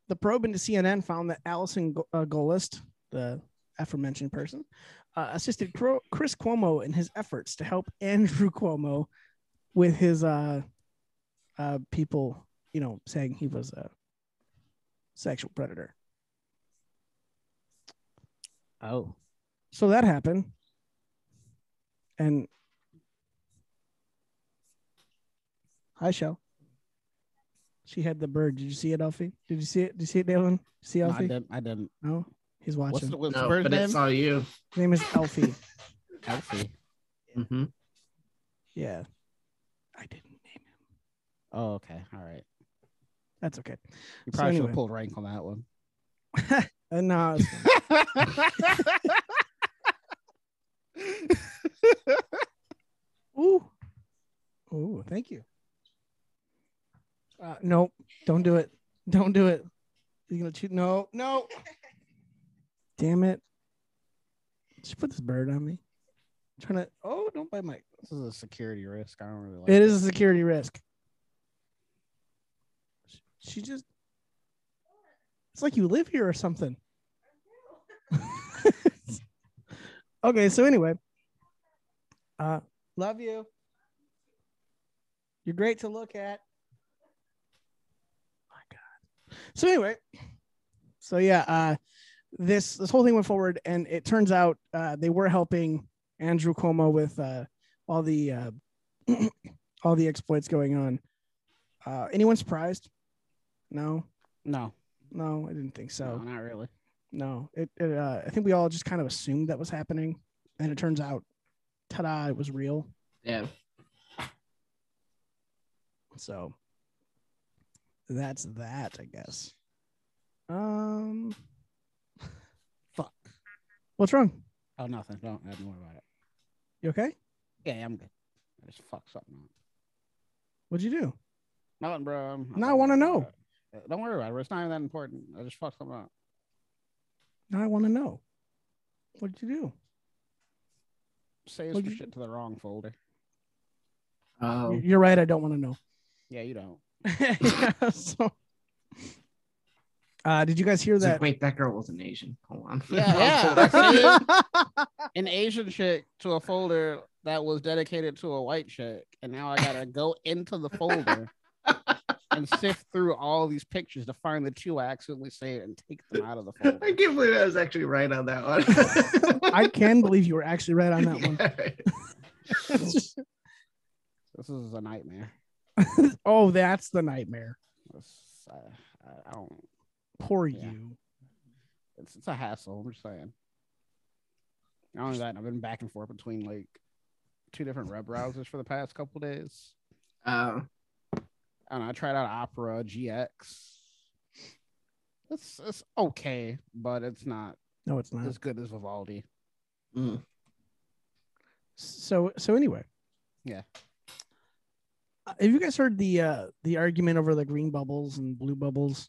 [SPEAKER 1] the probe into CNN found that Allison Go- uh, Golist, the aforementioned person, uh, assisted Cro- Chris Cuomo in his efforts to help Andrew Cuomo with his uh, uh, people, you know, saying he was a sexual predator.
[SPEAKER 2] Oh.
[SPEAKER 1] So that happened. And Hi, Shell. She had the bird. Did you see it, Alfie? Did you see it? Did you see it, Dylan? See
[SPEAKER 2] No, I
[SPEAKER 1] Alfie?
[SPEAKER 2] didn't. I didn't.
[SPEAKER 1] No, he's watching.
[SPEAKER 2] What's the- what's the No, bird's but it's name? all you.
[SPEAKER 1] His name is Alfie.
[SPEAKER 2] Alfie. Mm-hmm.
[SPEAKER 1] Yeah,
[SPEAKER 2] Oh, okay. All right.
[SPEAKER 1] that's okay.
[SPEAKER 2] You
[SPEAKER 1] So
[SPEAKER 2] probably should
[SPEAKER 1] anyway.
[SPEAKER 2] have pulled rank on that one.
[SPEAKER 1] [LAUGHS] Uh, no. it's
[SPEAKER 2] [LAUGHS]
[SPEAKER 1] fine. Ooh. Ooh, thank you. Uh, nope. Don't do it. Don't do it. You're gonna cheat. No, no. Damn it. She put this bird on me. trying to oh, don't bite my
[SPEAKER 2] This is a security risk. I don't really like
[SPEAKER 1] It is a security risk. She just It's like you live here or something. [LAUGHS] okay, so anyway. Uh love you. You're great to look at. My God. So anyway, so yeah, uh, this this whole thing went forward, and it turns out uh, they were helping Andrew Cuomo with uh, all the uh, [CLEARS THROAT] all the exploits going on. Uh, anyone surprised? No,
[SPEAKER 2] No.
[SPEAKER 1] no, I didn't think so.
[SPEAKER 2] No, not really.
[SPEAKER 1] No, it. it uh, I think we all just kind of assumed that was happening, and it turns out, ta-da, it was real.
[SPEAKER 3] Yeah.
[SPEAKER 1] So that's that, I guess. Um, [LAUGHS] fuck. What's wrong?
[SPEAKER 2] Oh, nothing. Don't, I don't worry about it.
[SPEAKER 1] You okay?
[SPEAKER 2] Yeah, I'm good. I just fucked something up.
[SPEAKER 1] What'd you do?
[SPEAKER 2] Nothing, bro. I'm-
[SPEAKER 1] Now I want to know.
[SPEAKER 2] Uh, Don't worry about it. bro. It's not even that important. I just fucked something up.
[SPEAKER 1] Now I want to know. What did you do?
[SPEAKER 2] Save
[SPEAKER 1] What'd
[SPEAKER 2] some
[SPEAKER 1] you-
[SPEAKER 2] shit to the wrong folder.
[SPEAKER 1] Y-
[SPEAKER 3] Oh,
[SPEAKER 1] You're right. I don't want
[SPEAKER 3] [LAUGHS]
[SPEAKER 1] to know.
[SPEAKER 2] Yeah, you
[SPEAKER 1] [LAUGHS]
[SPEAKER 2] don't.
[SPEAKER 1] Yeah, so, uh, did you guys hear
[SPEAKER 3] it's like,
[SPEAKER 1] that?
[SPEAKER 3] wait, that girl wasn't Asian. Hold on. [LAUGHS]
[SPEAKER 2] Yeah, yeah. see? An Asian chick to a folder that was dedicated to a white chick, and now I gotta go into the
[SPEAKER 3] [LAUGHS]
[SPEAKER 2] folder and sift through all these pictures to find the two I accidentally saved and take them out of the folder.
[SPEAKER 3] I can't believe I was actually right on that one.
[SPEAKER 1] I can believe you were actually right on that one.
[SPEAKER 2] This is a nightmare.
[SPEAKER 1] [LAUGHS] Oh, that's the nightmare.
[SPEAKER 2] This- I, I- I don't.
[SPEAKER 1] Poor
[SPEAKER 2] Yeah.
[SPEAKER 1] you.
[SPEAKER 2] It's, it's a hassle. I'm just saying. Not only that, I've been back and forth between like two different web browsers for the past couple days.
[SPEAKER 3] Oh,
[SPEAKER 2] and I tried out Opera GX. It's it's okay, but it's not
[SPEAKER 1] No, it's not.
[SPEAKER 2] as good as Vivaldi.
[SPEAKER 3] mm.
[SPEAKER 1] So, so anyway,
[SPEAKER 2] Yeah.
[SPEAKER 1] uh, have you guys heard the uh the argument over the green bubbles and blue bubbles?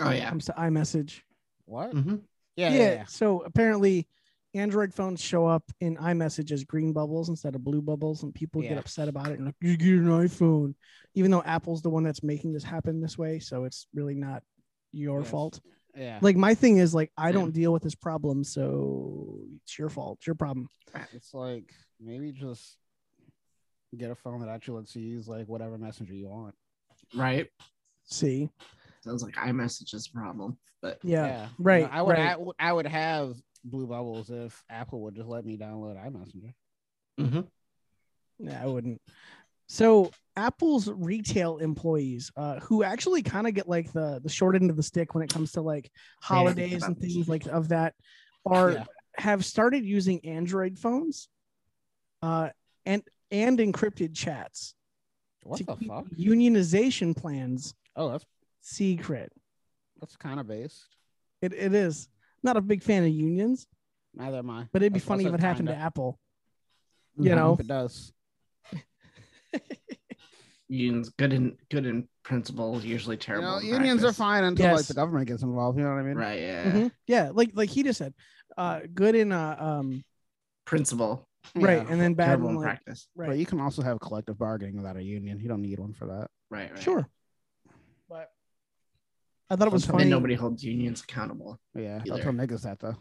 [SPEAKER 3] oh
[SPEAKER 1] when it
[SPEAKER 3] yeah.
[SPEAKER 1] comes to iMessage.
[SPEAKER 2] What?
[SPEAKER 3] hmm
[SPEAKER 2] Yeah, yeah, yeah.
[SPEAKER 1] Mm-hmm. So apparently, Android phones show up in iMessage as green bubbles instead of blue bubbles, and people get
[SPEAKER 2] Yeah.
[SPEAKER 1] upset about it and like, you get an iPhone, even though Apple's the one that's making this happen this way. So it's really not your
[SPEAKER 2] Yes.
[SPEAKER 1] fault.
[SPEAKER 2] yeah. Hmm.
[SPEAKER 1] Like my thing is like I don't deal with this problem, so it's your fault. It's your problem.
[SPEAKER 2] it's like maybe just get a phone that actually lets you use like whatever messenger you want.
[SPEAKER 3] Right.
[SPEAKER 1] See?
[SPEAKER 3] Sounds like iMessage is a problem, but
[SPEAKER 1] Yeah.
[SPEAKER 2] You know,
[SPEAKER 1] Right.
[SPEAKER 2] I would
[SPEAKER 1] right.
[SPEAKER 2] I, would- I would have blue bubbles if Apple would just let me download iMessenger.
[SPEAKER 3] Mhm.
[SPEAKER 2] Mm-hmm.
[SPEAKER 1] Yeah, I wouldn't. So Apple's retail employees, uh, who actually kind of get like the the short end of the stick when it comes to like holidays and
[SPEAKER 3] about this.
[SPEAKER 1] things like of that, are
[SPEAKER 2] Yeah.
[SPEAKER 1] have started using Android phones, uh, and and encrypted chats
[SPEAKER 2] What
[SPEAKER 1] to
[SPEAKER 2] the
[SPEAKER 1] keep
[SPEAKER 2] fuck?
[SPEAKER 1] unionization plans
[SPEAKER 2] Oh, that's
[SPEAKER 1] secret.
[SPEAKER 2] that's kind of based.
[SPEAKER 1] It it is not a big fan of unions,
[SPEAKER 2] Neither am I.
[SPEAKER 1] but it'd be
[SPEAKER 2] That's why I
[SPEAKER 1] funny if
[SPEAKER 2] said
[SPEAKER 1] it happened to
[SPEAKER 2] kinda. Mm-hmm.
[SPEAKER 1] Apple. You know,
[SPEAKER 2] If it does.
[SPEAKER 3] unions good in good in principle, usually
[SPEAKER 2] You
[SPEAKER 3] terrible.
[SPEAKER 2] know,
[SPEAKER 3] in
[SPEAKER 2] unions are
[SPEAKER 3] practice.
[SPEAKER 2] fine until like
[SPEAKER 1] Yes.
[SPEAKER 2] the government gets involved. You know what I mean?
[SPEAKER 3] Right. Yeah.
[SPEAKER 1] Mhm. yeah, like like he just said, uh, good in uh, um,
[SPEAKER 3] Principle.
[SPEAKER 1] right, and then bad
[SPEAKER 3] terrible
[SPEAKER 1] in
[SPEAKER 3] in
[SPEAKER 1] like
[SPEAKER 3] practice.
[SPEAKER 1] Right.
[SPEAKER 2] But you can also have collective bargaining without a union. You don't need one for that.
[SPEAKER 3] Right. Right.
[SPEAKER 1] Sure. But I thought it was
[SPEAKER 2] Sometimes
[SPEAKER 1] funny.
[SPEAKER 3] And nobody holds unions accountable.
[SPEAKER 2] Yeah,
[SPEAKER 3] Either.
[SPEAKER 2] don't tell niggas that though.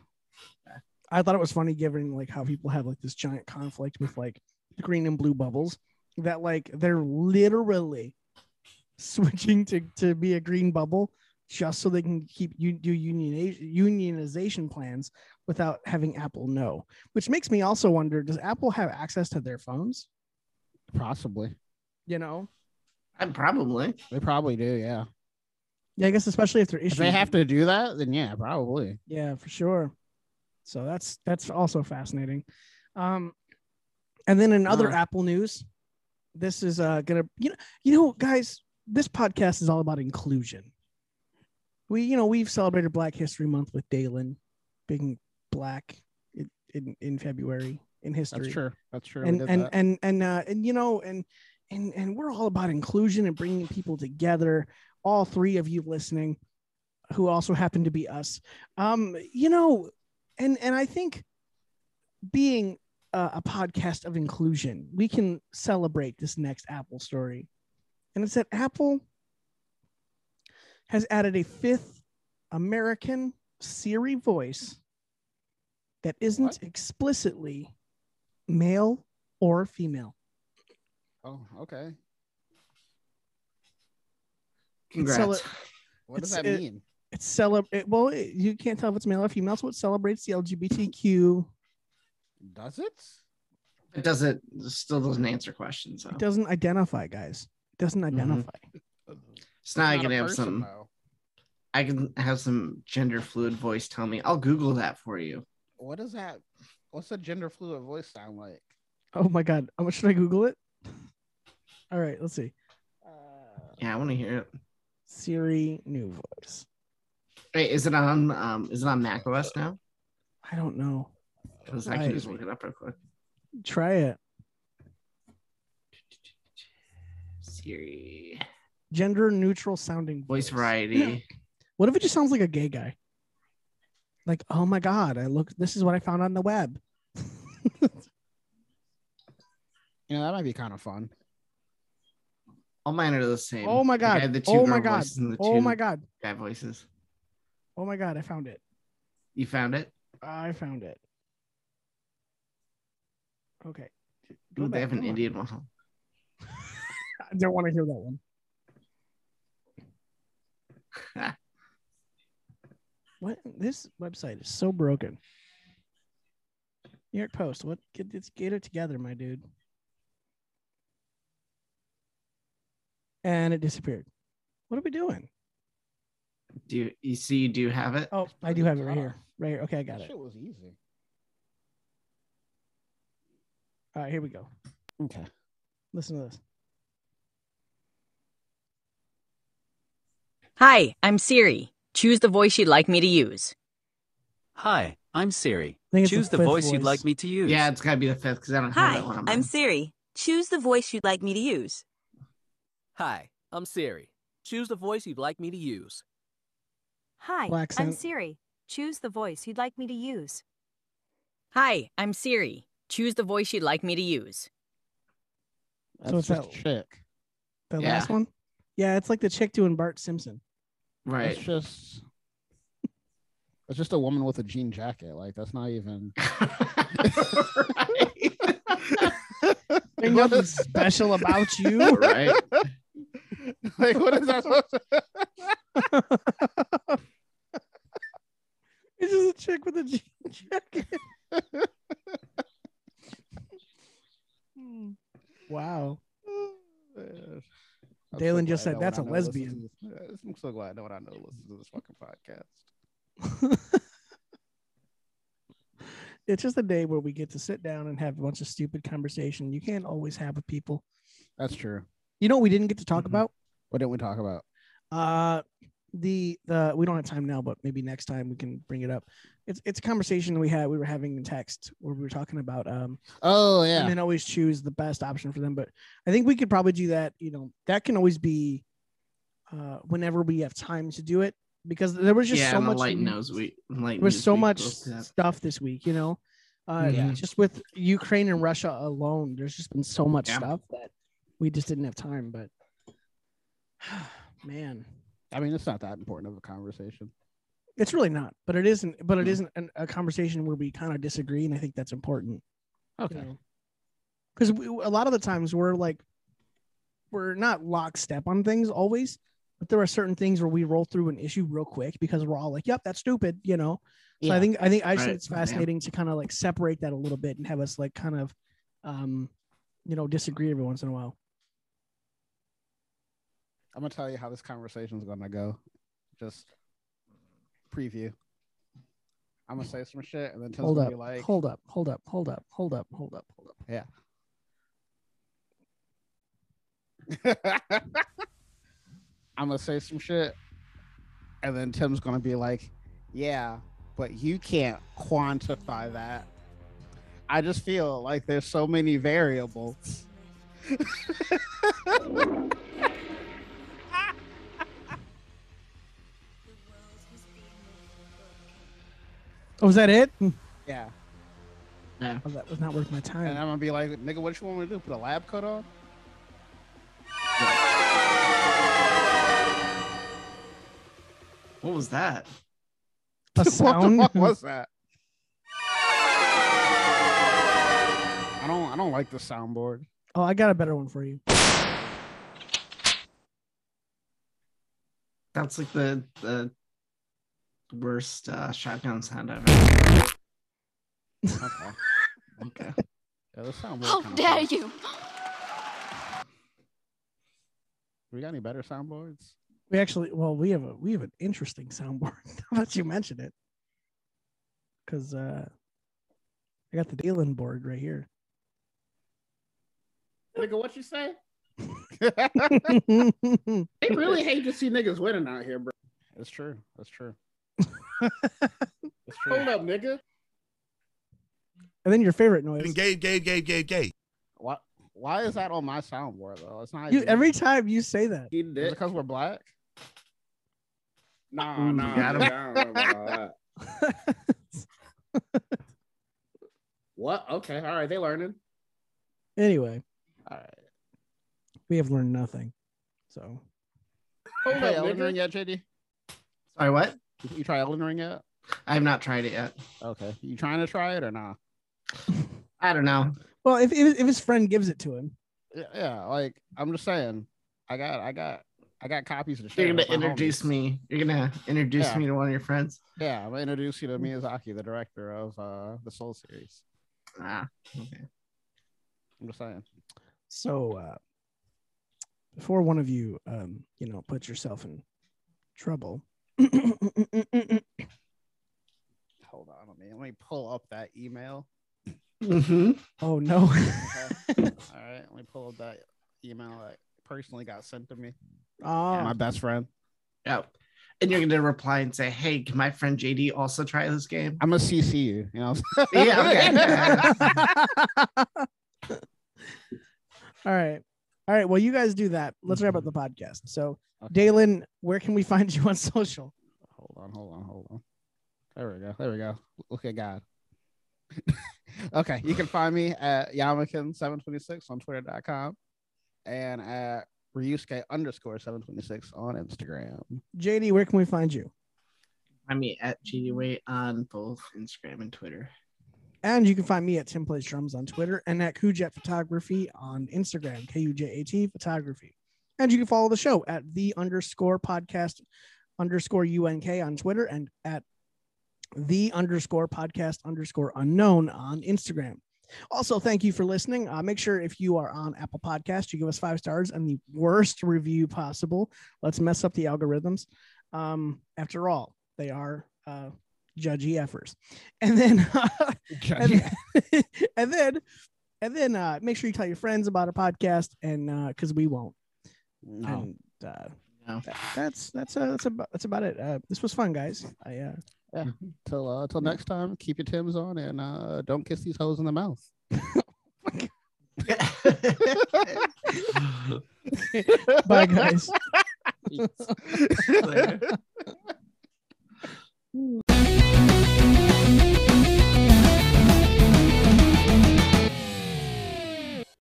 [SPEAKER 1] I thought it was funny given like how people have like this giant conflict with like the green and blue bubbles that like they're literally switching to, to be a green bubble just so they can keep you do union unionization plans without having Apple know. Which makes me also wonder, does Apple have access to their phones?
[SPEAKER 2] Possibly.
[SPEAKER 1] You know?
[SPEAKER 3] I'm probably.
[SPEAKER 2] They probably do, yeah.
[SPEAKER 1] Yeah, I guess especially if they're
[SPEAKER 2] If
[SPEAKER 1] issues.
[SPEAKER 2] they have to do that, then yeah, probably.
[SPEAKER 1] Yeah, for sure. So that's that's also fascinating. Um, and then in other
[SPEAKER 2] Uh.
[SPEAKER 1] Apple news, this is uh gonna you know you know guys, this podcast is all about inclusion. We you know we've celebrated Black History Month with Dalen being black in in, in February in history.
[SPEAKER 2] true. That's true. We
[SPEAKER 1] And
[SPEAKER 2] did
[SPEAKER 1] and,
[SPEAKER 2] that.
[SPEAKER 1] and and uh and you know and and and we're all about inclusion and bringing people together. All three of you listening, who also happen to be us. Um, you know, and and I think being a, a podcast of inclusion, we can celebrate this next Apple story, and it's that Apple has added a fifth American Siri voice that isn't explicitly male or female.
[SPEAKER 2] Oh, okay.
[SPEAKER 1] It's
[SPEAKER 2] Congrats.
[SPEAKER 1] cele-
[SPEAKER 2] What does
[SPEAKER 1] it's-
[SPEAKER 2] that
[SPEAKER 1] it-
[SPEAKER 2] mean?
[SPEAKER 1] It's celebrate. Well, it- you can't tell if it's male or female, so it celebrates the LGBTQ.
[SPEAKER 2] Does it?
[SPEAKER 3] It doesn't still doesn't answer questions.
[SPEAKER 1] It
[SPEAKER 3] Though.
[SPEAKER 1] doesn't identify, guys. It doesn't
[SPEAKER 3] Mm-hmm.
[SPEAKER 1] identify.
[SPEAKER 3] It's not,
[SPEAKER 2] It's
[SPEAKER 3] I
[SPEAKER 2] not
[SPEAKER 3] can
[SPEAKER 2] a
[SPEAKER 3] have
[SPEAKER 2] person,
[SPEAKER 3] some.
[SPEAKER 2] though.
[SPEAKER 3] I can have some gender fluid voice tell me. I'll Google that for you.
[SPEAKER 2] What does that? What's a gender fluid voice sound like?
[SPEAKER 1] Oh my god! How much should I Google it? All right, let's see.
[SPEAKER 3] Yeah, I want to hear it.
[SPEAKER 1] Siri new voice.
[SPEAKER 3] Wait, is it on? Um, is it on Mac OS now?
[SPEAKER 1] I don't know.
[SPEAKER 3] Because I can
[SPEAKER 1] Right.
[SPEAKER 3] just look it up real quick.
[SPEAKER 1] Try it.
[SPEAKER 3] Siri
[SPEAKER 1] Gender neutral sounding [GASPS]
[SPEAKER 3] voice
[SPEAKER 1] Oh
[SPEAKER 3] variety.
[SPEAKER 1] What if it just sounds like a gay guy? Like, oh my god! I look. This is what I found on the web.
[SPEAKER 2] You know, that might be kind of fun.
[SPEAKER 3] All mine are the same.
[SPEAKER 1] Oh my
[SPEAKER 3] Like, I
[SPEAKER 1] god!
[SPEAKER 3] had the two
[SPEAKER 1] oh my
[SPEAKER 3] girl
[SPEAKER 1] god!
[SPEAKER 3] voices and the
[SPEAKER 1] Oh
[SPEAKER 3] two
[SPEAKER 1] my god!
[SPEAKER 3] Guy voices.
[SPEAKER 1] Oh my god! I found it.
[SPEAKER 3] You found it?
[SPEAKER 1] I found it. Okay.
[SPEAKER 3] Ooh, they
[SPEAKER 1] back,
[SPEAKER 3] have an
[SPEAKER 1] come on.
[SPEAKER 3] Indian one.
[SPEAKER 1] I don't want to hear that one. [LAUGHS] what this website is so broken. New York Post, what get this get it together, my dude. And it disappeared. What are we doing?
[SPEAKER 3] Do you, you see? You do have it?
[SPEAKER 1] Oh, I do have it right here. Right here. Okay, I got
[SPEAKER 2] that
[SPEAKER 1] it.
[SPEAKER 2] shit was easy.
[SPEAKER 1] All right, here we go.
[SPEAKER 2] Okay.
[SPEAKER 1] Listen to this.
[SPEAKER 13] Hi, I'm Siri. Choose the voice you'd like me to use.
[SPEAKER 14] Hi, I'm Siri.
[SPEAKER 13] think it's the
[SPEAKER 14] Choose the
[SPEAKER 13] fifth
[SPEAKER 14] voice, you'd
[SPEAKER 13] voice.
[SPEAKER 14] like me to use.
[SPEAKER 3] Yeah, it's gotta be the fifth because I don't have
[SPEAKER 13] Hi,
[SPEAKER 3] that one. on
[SPEAKER 13] I'm
[SPEAKER 3] mine.
[SPEAKER 13] Siri. Choose the voice you'd like me to use.
[SPEAKER 14] Hi, I'm Siri. Choose the voice you'd like me to use.
[SPEAKER 15] Hi,
[SPEAKER 14] Full
[SPEAKER 15] I'm
[SPEAKER 14] accent.
[SPEAKER 15] Siri. Choose the voice you'd like me to use.
[SPEAKER 13] Hi, I'm Siri. Choose the voice you'd like me to use.
[SPEAKER 1] so it's that
[SPEAKER 2] chick.
[SPEAKER 1] The
[SPEAKER 13] Yeah.
[SPEAKER 1] last one? Yeah, it's like the chick doing Bart Simpson.
[SPEAKER 2] It's just. It's just a woman with a jean jacket. Like that's not
[SPEAKER 3] [LAUGHS]
[SPEAKER 2] even.
[SPEAKER 1] Ain't nothing special about you.
[SPEAKER 2] Right. [LAUGHS] like what is that supposed
[SPEAKER 1] to It's just a chick with a jean jacket. Hmm. wow.
[SPEAKER 2] Oh, I'm so
[SPEAKER 1] Dalen
[SPEAKER 2] glad
[SPEAKER 1] just said
[SPEAKER 2] no
[SPEAKER 1] that's a
[SPEAKER 2] one I know listens to
[SPEAKER 1] lesbian.
[SPEAKER 2] this- I'm so glad no one I know listens to this fucking podcast.
[SPEAKER 1] It's just a day where we get to sit down and have a bunch of stupid conversation you can't always have with people.
[SPEAKER 2] That's true. Mm-hmm.
[SPEAKER 1] You know what we didn't get to talk about?
[SPEAKER 2] What didn't we talk about?
[SPEAKER 1] Uh the the we don't have time now, but maybe next time we can bring it up. It's it's a conversation we had we were having in text where we were talking about um
[SPEAKER 2] Oh yeah.
[SPEAKER 1] and then always choose the best option for them. But I think we could probably do that. You know, that can always be uh, whenever we have time to do it because there was just
[SPEAKER 3] yeah,
[SPEAKER 1] so
[SPEAKER 3] and the
[SPEAKER 1] much.
[SPEAKER 3] light knows we.
[SPEAKER 1] There
[SPEAKER 3] Light
[SPEAKER 1] was
[SPEAKER 3] news
[SPEAKER 1] so
[SPEAKER 3] week
[SPEAKER 1] much
[SPEAKER 3] looked at-
[SPEAKER 1] stuff this week. You know, uh,
[SPEAKER 2] Mm-hmm.
[SPEAKER 3] Mhm. Yeah.
[SPEAKER 1] just with Ukraine and Russia alone, there's just been so much stuff that we just didn't have time. But man,
[SPEAKER 2] I mean, it's not that important of a conversation.
[SPEAKER 1] it's really not. But it isn't. But it
[SPEAKER 2] Mhm.
[SPEAKER 1] isn't an, a conversation where we kind of disagree, and I think that's important.
[SPEAKER 2] Okay.
[SPEAKER 1] because a lot of the times we're like we're not lockstep on things always but there are certain things where we roll through an issue real quick because we're all like yep that's stupid you know so i
[SPEAKER 2] Yeah.
[SPEAKER 1] think i think i just
[SPEAKER 2] Right.
[SPEAKER 1] think it's fascinating to kind of like separate that a little bit and have us like kind of um you know disagree every once in a while
[SPEAKER 2] I'm gonna tell you how this conversation's gonna go. Just preview. I'm gonna say some shit, and then Tim's
[SPEAKER 1] Hold
[SPEAKER 2] gonna
[SPEAKER 1] up,
[SPEAKER 2] be like,
[SPEAKER 1] hold up, hold up, hold up, hold up, hold up, hold up.
[SPEAKER 2] [LAUGHS] Yeah. I'm gonna say some shit, and then Tim's gonna be like, "Yeah, but you can't quantify that." I just feel like there's so many variables.
[SPEAKER 1] Oh, was that it?
[SPEAKER 2] Hmm. Yeah.
[SPEAKER 1] Oh, that was not worth my time.
[SPEAKER 2] And I'm gonna be like, "Nigga, what you want me to do? Put a lab coat on?"
[SPEAKER 3] What was that?
[SPEAKER 2] [LAUGHS]
[SPEAKER 1] A sound?
[SPEAKER 2] what the fuck was that? I don't. I don't like the soundboard.
[SPEAKER 1] Oh, I got a better one for you.
[SPEAKER 3] That's like the the worst uh, shotgun sound ever.
[SPEAKER 2] Okay.
[SPEAKER 3] okay.
[SPEAKER 2] [LAUGHS] Yeah, the soundboard.
[SPEAKER 16] How
[SPEAKER 2] kinda
[SPEAKER 16] dare
[SPEAKER 2] sucks.
[SPEAKER 16] you?
[SPEAKER 2] We got any better soundboards?
[SPEAKER 1] We actually, well, we have a we have an interesting soundboard. [LAUGHS] How about you mention it? Because uh, I got the Dylan board
[SPEAKER 2] [LAUGHS]
[SPEAKER 1] right here.
[SPEAKER 2] Nigga, what you say?
[SPEAKER 1] they
[SPEAKER 2] They really hate to see niggas winning out here, bro. That's true. That's [LAUGHS] true. Hold up, nigga.
[SPEAKER 1] And then your favorite noise.
[SPEAKER 2] Gabe, Gabe, Gabe, Gabe, Gabe. Why? Why is that on my soundboard though? It's not.
[SPEAKER 1] You
[SPEAKER 2] even-
[SPEAKER 1] every time you say that.
[SPEAKER 2] Is it because we're black? Nah,
[SPEAKER 1] Ooh,
[SPEAKER 2] nah.
[SPEAKER 1] got him.
[SPEAKER 2] nigga, I don't know about that.
[SPEAKER 1] [LAUGHS]
[SPEAKER 2] what? Okay. All right. They learning.
[SPEAKER 1] Anyway,
[SPEAKER 2] All right.
[SPEAKER 1] we have learned nothing. So
[SPEAKER 2] Hold
[SPEAKER 3] Play
[SPEAKER 2] up, Elden
[SPEAKER 3] nigga.
[SPEAKER 2] Ring yet, JD?
[SPEAKER 3] Sorry, what?
[SPEAKER 2] You- You try Elden Ring yet?
[SPEAKER 3] I have not tried it yet.
[SPEAKER 2] Okay. You trying to try it or
[SPEAKER 1] [LAUGHS]
[SPEAKER 2] nah?
[SPEAKER 3] I don't know.
[SPEAKER 1] Well, if, if if his friend gives it to him,
[SPEAKER 2] Yeah, yeah, like I'm just saying, I got, I got, I got copies of the.
[SPEAKER 3] You're gonna introduce me. You're gonna introduce
[SPEAKER 2] Yeah.
[SPEAKER 3] me to one of your friends.
[SPEAKER 2] Yeah, I'm gonna introduce you to Miyazaki, the director of uh, the Soul series.
[SPEAKER 3] Ah, okay.
[SPEAKER 2] I'm just saying.
[SPEAKER 1] so uh, before one of you, um, you know, puts yourself in trouble.
[SPEAKER 2] Hold on, let me let me pull up that
[SPEAKER 3] [LAUGHS]
[SPEAKER 2] email.
[SPEAKER 1] Oh no. [LAUGHS]
[SPEAKER 2] Okay. All right, let me pull up that email that personally got sent to me.
[SPEAKER 1] Oh,
[SPEAKER 2] My best friend.
[SPEAKER 3] Yeah. And you're gonna reply and say, "Hey, can my friend JD also try this game?"
[SPEAKER 2] I'm gonna CC you. You know. [LAUGHS]
[SPEAKER 3] yeah. Okay. [LAUGHS]
[SPEAKER 1] all right, all right. Well, you guys do that. Let's wrap up the podcast. So, Dalen, where can we find you on [LAUGHS] social?
[SPEAKER 2] Hold on, hold on, hold on. There we go. There we go. Look at God. [LAUGHS] okay, you can find me at Yamakin726 on twitter.com and at Ryusuke underscore 726 on Instagram.
[SPEAKER 1] JD, where can we find you?
[SPEAKER 3] I mean, at JD Way on both Instagram and Twitter.
[SPEAKER 1] And you can find me at Tim Plays Drums on Twitter and at Kujet Photography on Instagram, K U J A T Photography. And you can follow the show at the underscore podcast underscore UNK on Twitter and at the underscore podcast underscore unknown on Instagram. Also, thank you for listening. Uh, make sure if you are on Apple Podcast, you give us five stars and the worst review possible. Let's mess up the algorithms. Um, after all, they are uh, judgy efforts. And then, [LAUGHS] uh, and, [LAUGHS] and then, and then, uh, make sure you tell your friends about our podcast, and because we won't.
[SPEAKER 2] No.
[SPEAKER 1] And, uh, that- that's that's uh,
[SPEAKER 2] [LAUGHS]
[SPEAKER 1] that's about [LAUGHS] that's about it. Uh, this was fun, guys. I uh,
[SPEAKER 2] Yeah. Till uh, till next time, keep your Tim's on and uh, don't kiss these hoes in the mouth. [LAUGHS]
[SPEAKER 1] bye, guys.
[SPEAKER 2] Peace.
[SPEAKER 1] [LAUGHS]